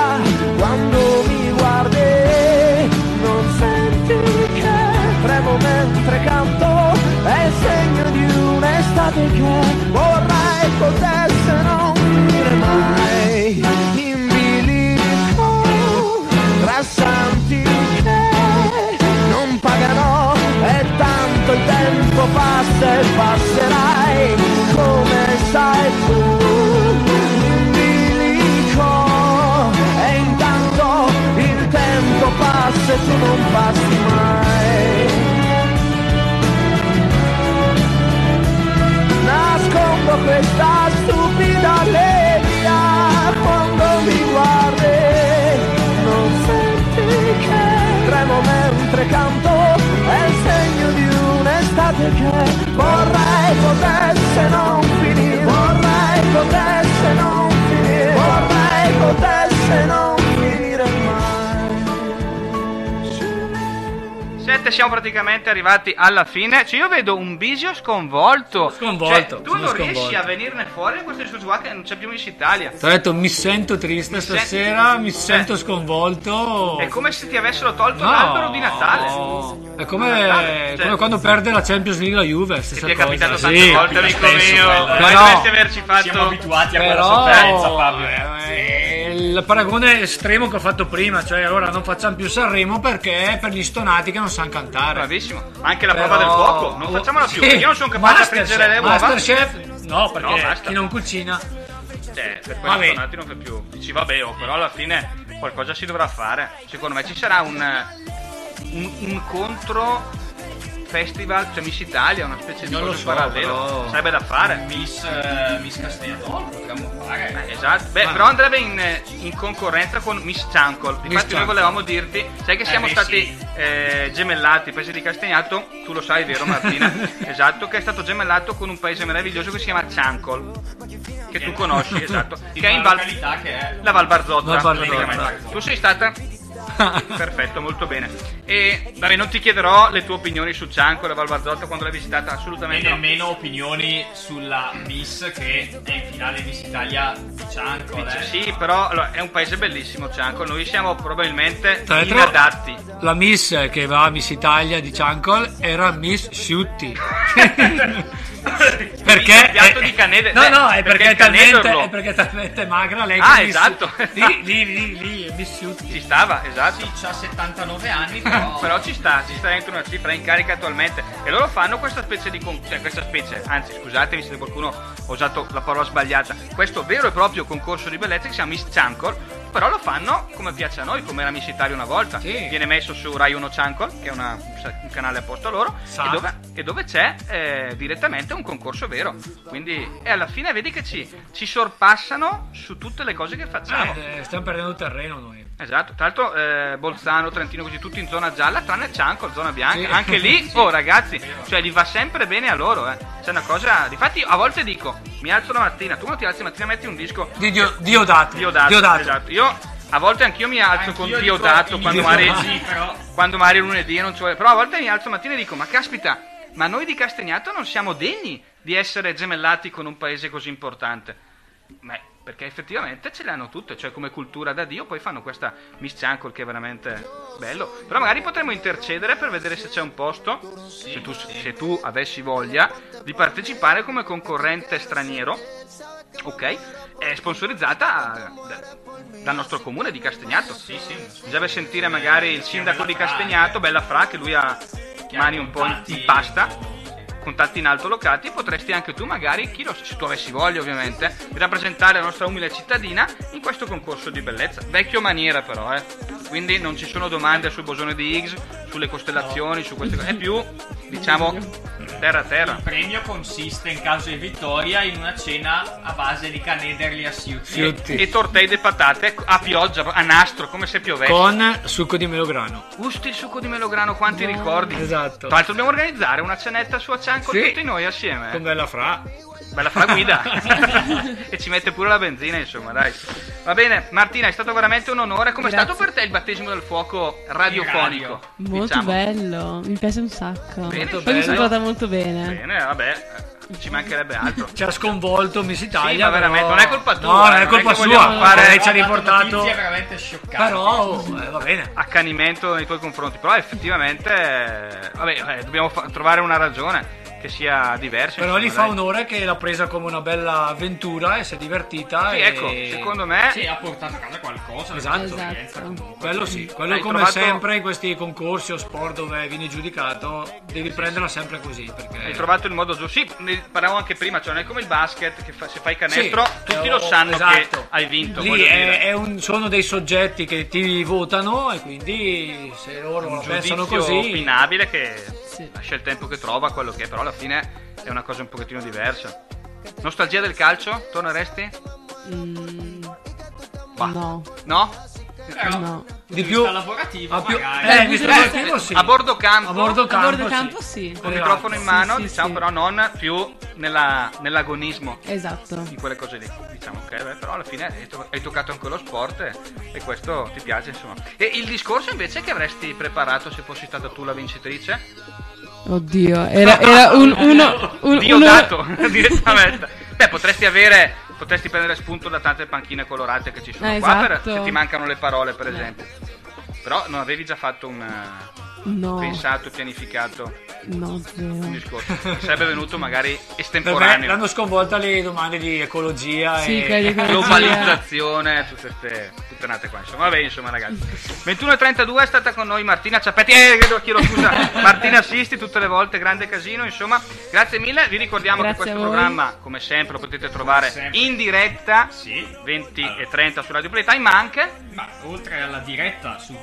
[SPEAKER 2] quando mi guardi non senti che tremo mentre canto è il segno di un'estate che vorrei potesse non finire mai in bilico tra santi che non pagano e tanto il tempo passa e passerai come sai tu in bilico e intanto il tempo passa e tu non passi mai nascondo questa stupida allegria quando mi guardi non senti che tremo mentre canto è il segno di un'estate che vorrei potesse non finire vorrei potesse non finire vorrei potesse non finire
[SPEAKER 5] Sette, siamo praticamente arrivati alla fine. Cioè, io vedo un bisio sconvolto.
[SPEAKER 11] Sconvolto,
[SPEAKER 5] Cioè, tu
[SPEAKER 11] sono
[SPEAKER 5] non riesci
[SPEAKER 11] sconvolto.
[SPEAKER 5] a venirne fuori da questo discorso qua che non c'è più Miss Italia.
[SPEAKER 11] Ti ho detto, mi sento triste stasera, mi sento sconvolto.
[SPEAKER 5] È come se ti avessero tolto
[SPEAKER 11] No.
[SPEAKER 5] l'albero di Natale.
[SPEAKER 11] È come,
[SPEAKER 5] Cioè-
[SPEAKER 11] come quando perde la Champions League la Juve, stessa
[SPEAKER 5] Ti è capitato
[SPEAKER 11] cosa.
[SPEAKER 5] tante
[SPEAKER 11] Sì.
[SPEAKER 5] volte, amico
[SPEAKER 11] Spesso
[SPEAKER 5] mio.
[SPEAKER 11] quello, eh.
[SPEAKER 5] Come
[SPEAKER 11] No,
[SPEAKER 5] dovresti averci fatto.
[SPEAKER 16] Siamo abituati a
[SPEAKER 11] Però-
[SPEAKER 16] quella sofferenza, Fabio.
[SPEAKER 11] eh,
[SPEAKER 6] il paragone estremo che ho fatto prima, cioè ora non facciamo più Sanremo perché è per gli stonati che non sanno cantare. Oh,
[SPEAKER 5] Bravissimo, ma anche la prova del fuoco, non facciamola più, io non sono capace a friggere le uova.
[SPEAKER 6] Masterchef, no, perché
[SPEAKER 5] basta.
[SPEAKER 6] chi non cucina.
[SPEAKER 5] Cioè, per
[SPEAKER 6] Vabbè.
[SPEAKER 5] quelli tornati non fai più. Dici, vabbè, oh, però alla fine qualcosa si dovrà fare. Secondo me ci sarà un, un, un contro festival, cioè Miss Italia, una specie di
[SPEAKER 16] Non lo
[SPEAKER 5] cosa in
[SPEAKER 16] so,
[SPEAKER 5] parallelo.
[SPEAKER 16] però-
[SPEAKER 5] Sarebbe da fare.
[SPEAKER 16] Miss, eh, Miss Castello, potremmo fare.
[SPEAKER 5] Eh, Esatto, beh,
[SPEAKER 16] Ma-
[SPEAKER 5] però andrebbe in, in concorrenza con Miss Chancol. Infatti, noi
[SPEAKER 16] Chancol.
[SPEAKER 5] volevamo dirti: sai che
[SPEAKER 16] Eh,
[SPEAKER 5] siamo
[SPEAKER 16] beh,
[SPEAKER 5] stati
[SPEAKER 16] sì.
[SPEAKER 5] eh, gemellati, il paese di Castagnato, tu lo sai, vero Martina? esatto, che è stato gemellato con un paese meraviglioso che si chiama Chancol, che tu conosci, esatto,
[SPEAKER 16] Di
[SPEAKER 5] che è in
[SPEAKER 16] una
[SPEAKER 5] Val,
[SPEAKER 16] località che è-
[SPEAKER 5] la Val Barzotta.
[SPEAKER 16] La Val Barzotta.
[SPEAKER 5] praticamente. Tu sei stata? Perfetto, molto bene. E vabbè, non ti chiederò le tue opinioni su Chancol e Val Barzotta quando l'hai visitata,
[SPEAKER 16] E
[SPEAKER 5] assolutamente no.
[SPEAKER 16] nemmeno opinioni sulla Miss che è in finale Miss Italia di Cianco.
[SPEAKER 5] Dice,
[SPEAKER 16] eh.
[SPEAKER 5] sì, però allora, è un paese bellissimo, Cianco. Noi siamo probabilmente
[SPEAKER 6] Tra l'altro-
[SPEAKER 5] inadatti.
[SPEAKER 6] La Miss che va a Miss Italia di Chancol era Miss Sciutti. perché?
[SPEAKER 5] Il piatto di canede.
[SPEAKER 6] No,
[SPEAKER 5] beh,
[SPEAKER 6] no, è perché, è,
[SPEAKER 5] il
[SPEAKER 6] talmente,
[SPEAKER 5] canederlo-
[SPEAKER 6] è perché è talmente magra lei. che
[SPEAKER 5] Ah,
[SPEAKER 6] Miss-
[SPEAKER 5] esatto.
[SPEAKER 6] Lì, lì, lì, lì, Miss Sciutti.
[SPEAKER 5] Ci stava, esatto.
[SPEAKER 16] Sì, ha 79 anni,
[SPEAKER 5] però... ci sta, ci sta dentro una cifra in carica attualmente. E loro fanno questa specie di. con- cioè, questa specie, anzi, scusatemi se qualcuno ha usato la parola sbagliata. Questo vero e proprio concorso di bellezza che si chiama Miss Chancol. Però lo fanno come piace a noi, come era Miss Italia una volta. Viene messo su Rai 1 Chancol, che è una- un canale apposta a loro.
[SPEAKER 16] Sa.
[SPEAKER 5] E dove, e dove c'è eh, direttamente un concorso vero. Quindi, e alla fine vedi che ci, ci sorpassano su tutte le cose che facciamo.
[SPEAKER 6] Eh, stiamo perdendo terreno noi.
[SPEAKER 5] Esatto, tra l'altro eh, Bolzano, Trentino, così tutti in zona gialla, tranne Cianco, zona bianca.
[SPEAKER 6] Sì.
[SPEAKER 5] Anche lì,
[SPEAKER 6] Sì.
[SPEAKER 5] oh ragazzi, cioè gli va sempre bene a loro, eh. C'è una cosa. Difatti, a volte dico, mi alzo la mattina, tu quando ti alzi la mattina metti un disco.
[SPEAKER 6] Di Dio- Diodati.
[SPEAKER 5] Diodato,
[SPEAKER 6] Diodato.
[SPEAKER 5] esatto. Io a volte anch'io mi alzo con
[SPEAKER 16] Anch'io
[SPEAKER 5] Diodato
[SPEAKER 16] dico,
[SPEAKER 5] quando
[SPEAKER 16] mi-
[SPEAKER 5] magari,
[SPEAKER 16] sì, però-
[SPEAKER 5] quando magari lunedì non ci vuole. Però a volte mi alzo la mattina e dico, ma caspita, ma noi di Castagnato non siamo degni di essere gemellati con un paese così importante. Ma perché effettivamente ce l'hanno tutte, cioè come cultura da Dio, poi fanno questa Miss Chancol che è veramente bello. Però magari potremmo intercedere per vedere se c'è un posto, se tu, se tu avessi voglia, di partecipare come concorrente straniero, ok? È sponsorizzata da- dal nostro comune di Castagnato. Sì, sì. Bisogna sentire magari il sindaco di Castagnato, Bella Fra, che lui ha mani un po' in- in pasta contatti in alto locati potresti anche tu magari, chi lo sa, se tu avessi voglia ovviamente, rappresentare la nostra umile cittadina in questo concorso di bellezza. Vecchio maniera però, eh. Quindi non ci sono domande sul bosone di Higgs, sulle costellazioni, su queste cose. È più, diciamo, terra a terra.
[SPEAKER 16] Il premio consiste, in caso di vittoria, in una cena a base di canederli a Siuti.
[SPEAKER 5] E, e tortei de patate a pioggia, a nastro, come se piovesse.
[SPEAKER 6] Con succo di melograno.
[SPEAKER 5] Gusti il succo di melograno, quanti ricordi?
[SPEAKER 6] Esatto.
[SPEAKER 5] Tra l'altro dobbiamo organizzare una cenetta su Accianco
[SPEAKER 6] Sì.
[SPEAKER 5] tutti noi assieme. eh.
[SPEAKER 6] Con bella fra.
[SPEAKER 5] Bella fra guida. e ci mette pure la benzina, insomma, dai. Va bene, Martina, è stato veramente un onore. Com'è stato per te il battesimo del fuoco radiofonico?
[SPEAKER 8] Molto
[SPEAKER 5] diciamo?
[SPEAKER 8] bello, mi piace un sacco.
[SPEAKER 5] Bene,
[SPEAKER 8] Poi
[SPEAKER 5] bello.
[SPEAKER 8] mi sono trovata molto bene.
[SPEAKER 5] Bene, vabbè, eh, ci mancherebbe altro.
[SPEAKER 6] Ci ha sconvolto Miss Italia.
[SPEAKER 5] Sì, ma veramente,
[SPEAKER 6] però-
[SPEAKER 5] non è colpa tua,
[SPEAKER 6] No, non
[SPEAKER 5] eh,
[SPEAKER 6] è
[SPEAKER 5] non è
[SPEAKER 6] colpa
[SPEAKER 5] che
[SPEAKER 6] sua.
[SPEAKER 5] vogliamo fare-
[SPEAKER 6] Lei ci ha
[SPEAKER 5] Ha dato
[SPEAKER 6] riportato.
[SPEAKER 5] notizie
[SPEAKER 16] veramente scioccante.
[SPEAKER 6] Però, eh, va bene.
[SPEAKER 5] Accanimento nei tuoi confronti, però effettivamente, eh, vabbè, eh, dobbiamo fa- trovare una ragione che sia diversa.
[SPEAKER 6] Però gli
[SPEAKER 5] insomma,
[SPEAKER 6] fa
[SPEAKER 5] Ecco, dai.
[SPEAKER 6] onore che l'ha presa come una bella avventura e si è divertita.
[SPEAKER 5] Sì,
[SPEAKER 6] e-
[SPEAKER 5] ecco, secondo me...
[SPEAKER 16] Sì, ha portato a casa qualcosa.
[SPEAKER 6] Esatto.
[SPEAKER 16] un'esperienza comunque.
[SPEAKER 6] Quello sì, quello
[SPEAKER 5] Hai
[SPEAKER 6] come
[SPEAKER 5] trovato-
[SPEAKER 6] sempre in questi concorsi o sport dove vieni giudicato, devi prenderla sempre così. Perché...
[SPEAKER 5] Hai trovato il modo giusto. Sì, ne parlavamo anche prima, cioè non è come il basket che fa- se fai canestro
[SPEAKER 6] Sì,
[SPEAKER 5] tutti
[SPEAKER 6] eh,
[SPEAKER 5] lo
[SPEAKER 6] oh,
[SPEAKER 5] sanno che
[SPEAKER 6] esatto.
[SPEAKER 5] hai vinto.
[SPEAKER 6] Lì
[SPEAKER 5] voglio
[SPEAKER 6] è-
[SPEAKER 5] dire.
[SPEAKER 6] è un- sono dei soggetti che ti votano e quindi se loro
[SPEAKER 5] un
[SPEAKER 6] la
[SPEAKER 5] giudizio
[SPEAKER 6] pensano eh, così...
[SPEAKER 5] opinabile che lascia il tempo che trova quello che è, però alla fine è una cosa un pochettino diversa. Nostalgia del calcio? Torneresti? Bah.
[SPEAKER 8] No.
[SPEAKER 5] No?
[SPEAKER 8] Però, No.
[SPEAKER 6] Di più-
[SPEAKER 16] lavorativo,
[SPEAKER 6] a più-
[SPEAKER 16] magari.
[SPEAKER 6] eh, visto lavorativo, sì.
[SPEAKER 5] a bordo campo,
[SPEAKER 6] A bordo campo, A bordo
[SPEAKER 8] campo, sì. sì.
[SPEAKER 5] Con il
[SPEAKER 8] Esatto.
[SPEAKER 5] microfono in mano,
[SPEAKER 8] Sì, sì,
[SPEAKER 5] diciamo,
[SPEAKER 8] sì.
[SPEAKER 5] però non più nella- nell'agonismo.
[SPEAKER 8] Esatto.
[SPEAKER 5] In quelle cose lì, diciamo che beh, però alla fine hai, to- hai toccato anche lo sport e, e questo ti piace, insomma. E il discorso invece che avresti preparato se fossi stata tu la vincitrice?
[SPEAKER 8] Oddio, era, era un, uno, un,
[SPEAKER 5] Diodato
[SPEAKER 8] uno-
[SPEAKER 5] direttamente. Beh, potresti avere potresti prendere spunto da tante panchine colorate che ci sono
[SPEAKER 8] Eh,
[SPEAKER 5] qua per,
[SPEAKER 8] esatto. Eh.
[SPEAKER 5] se ti mancano le parole, per esempio. Però non avevi già fatto un eh,
[SPEAKER 8] No.
[SPEAKER 5] pensato, pianificato
[SPEAKER 8] No,
[SPEAKER 5] un
[SPEAKER 8] zero.
[SPEAKER 5] discorso. Sarebbe venuto magari
[SPEAKER 6] Vabbè,
[SPEAKER 5] estemporaneo.
[SPEAKER 6] l'hanno sconvolta le domande di ecologia
[SPEAKER 8] Sì,
[SPEAKER 6] e
[SPEAKER 8] quelli-
[SPEAKER 5] globalizzazione, tutte queste puttanate qua, insomma, vabbè, insomma, ragazzi. 21.32 è stata con noi Martina Ciappetti, eh, chiedo, chiedo scusa, Martina Assisti tutte le volte, grande casino, insomma, grazie mille, vi ricordiamo
[SPEAKER 16] Grazie
[SPEAKER 5] che questo
[SPEAKER 16] a voi.
[SPEAKER 5] programma, come sempre, lo potete trovare
[SPEAKER 16] sempre.
[SPEAKER 5] in diretta, 20 e 30 su Radio Playtime, ma anche...
[SPEAKER 16] Ma oltre alla diretta su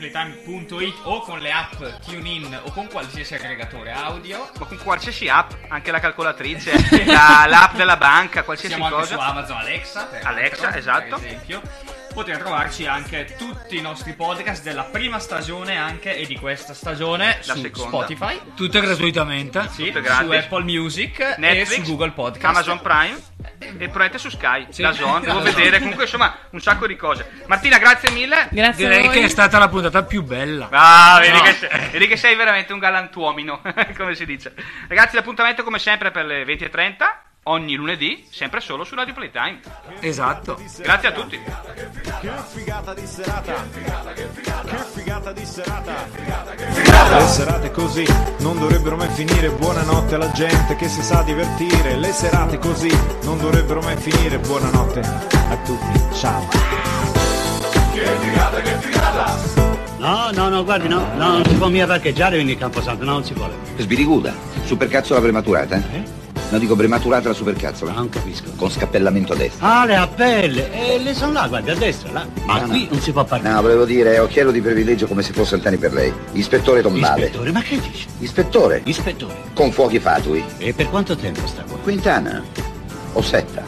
[SPEAKER 16] www.radioplaytime.it o con le app TuneIn o con qualsiasi aggregatore audio,
[SPEAKER 5] ma con qualsiasi app, anche la calcolatrice, la- l'app della banca, qualsiasi
[SPEAKER 16] siamo
[SPEAKER 5] cosa.
[SPEAKER 16] anche su Amazon Alexa, per
[SPEAKER 5] Alexa,
[SPEAKER 16] per
[SPEAKER 5] esatto.
[SPEAKER 16] esempio. Potete trovarci anche tutti i nostri podcast della prima stagione anche e di questa stagione
[SPEAKER 6] La
[SPEAKER 16] su
[SPEAKER 6] seconda.
[SPEAKER 16] Spotify,
[SPEAKER 6] Eh, Tutte gratuitamente.
[SPEAKER 16] sì,
[SPEAKER 5] Tutte
[SPEAKER 16] su
[SPEAKER 5] gratis.
[SPEAKER 16] Apple Music
[SPEAKER 5] Netflix,
[SPEAKER 16] e su Google Podcast. Eh,
[SPEAKER 5] Amazon Prime e probabilmente su Sky,
[SPEAKER 16] Sì.
[SPEAKER 5] la Zone, devo
[SPEAKER 16] DAZN.
[SPEAKER 5] vedere, comunque insomma un sacco di cose. Martina, grazie mille.
[SPEAKER 6] Direi che è stata la puntata più bella.
[SPEAKER 5] Ah, vedi,
[SPEAKER 6] No.
[SPEAKER 5] che sei, vedi che sei veramente un galantuomino, come si dice. Ragazzi, l'appuntamento come sempre per le 20.30, ogni lunedì, sempre solo su Radio Playtime.
[SPEAKER 6] Esatto.
[SPEAKER 5] Grazie a tutti.
[SPEAKER 17] Che figata di serata! Che figata di serata! Le serate così non dovrebbero mai finire. Buonanotte alla gente che si sa divertire. Le serate così non dovrebbero mai finire. Buonanotte a tutti. Ciao.
[SPEAKER 18] No, no, no, guardi, no, no, non si può mica parcheggiare quindi in Camposanto, no, non si vuole.
[SPEAKER 19] Sbiriguda, supercazzola prematurata? eh?
[SPEAKER 18] Eh?
[SPEAKER 19] No, dico prematurata la supercazzola. Non capisco. Con scappellamento a destra.
[SPEAKER 18] Ah, le appelle, e le sono là, guardi, a destra, là. Ma
[SPEAKER 19] Ah, No, no.
[SPEAKER 18] qui non si può parlare.
[SPEAKER 19] No, volevo dire, occhiello di privilegio come se fosse Antani per lei. Ispettore tombale.
[SPEAKER 18] Ispettore, ma che dici?
[SPEAKER 19] Ispettore.
[SPEAKER 18] Ispettore.
[SPEAKER 19] Con fuochi fatui.
[SPEAKER 18] E per quanto tempo sta qua?
[SPEAKER 19] Quintana. O setta.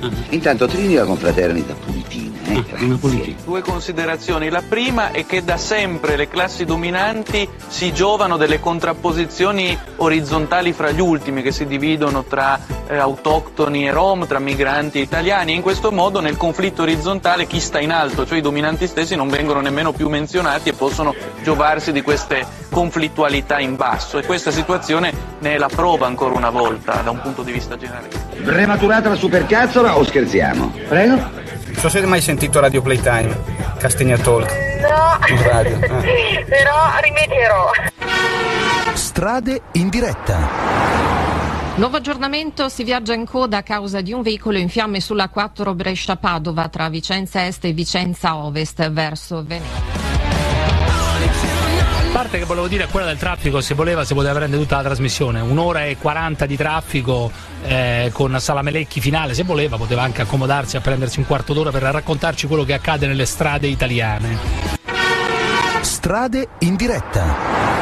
[SPEAKER 18] Ah,
[SPEAKER 19] Intanto Trini la confraternita pulitina, eh? una pulitina.
[SPEAKER 20] Due considerazioni. La prima è che da sempre le classi dominanti si giovano delle contrapposizioni orizzontali fra gli ultimi che si dividono tra eh, autoctoni e rom, tra migranti e italiani. In questo modo nel conflitto orizzontale chi sta in alto, cioè i dominanti stessi, non vengono nemmeno più menzionati e possono giovarsi di queste conflittualità in basso. E questa situazione ne è la prova ancora una volta da un punto di vista generale.
[SPEAKER 19] Prematurata la supercazzola o scherziamo?
[SPEAKER 21] Prego? Non so se avete mai sentito Radio Playtime, Castegna Talk.
[SPEAKER 22] No,
[SPEAKER 21] in radio.
[SPEAKER 22] però rimetterò.
[SPEAKER 21] Strade in diretta.
[SPEAKER 23] Nuovo aggiornamento, si viaggia in coda a causa di un veicolo in fiamme sulla 4 Brescia-Padova tra Vicenza Est e Vicenza Ovest verso Veneto.
[SPEAKER 24] La parte che volevo dire è quella del traffico, se voleva si poteva prendere tutta la trasmissione, un'ora e 40 di traffico eh, con Salamelecchi finale, se voleva poteva anche accomodarsi a prendersi un quarto d'ora per raccontarci quello che accade nelle strade italiane.
[SPEAKER 21] Strade in diretta.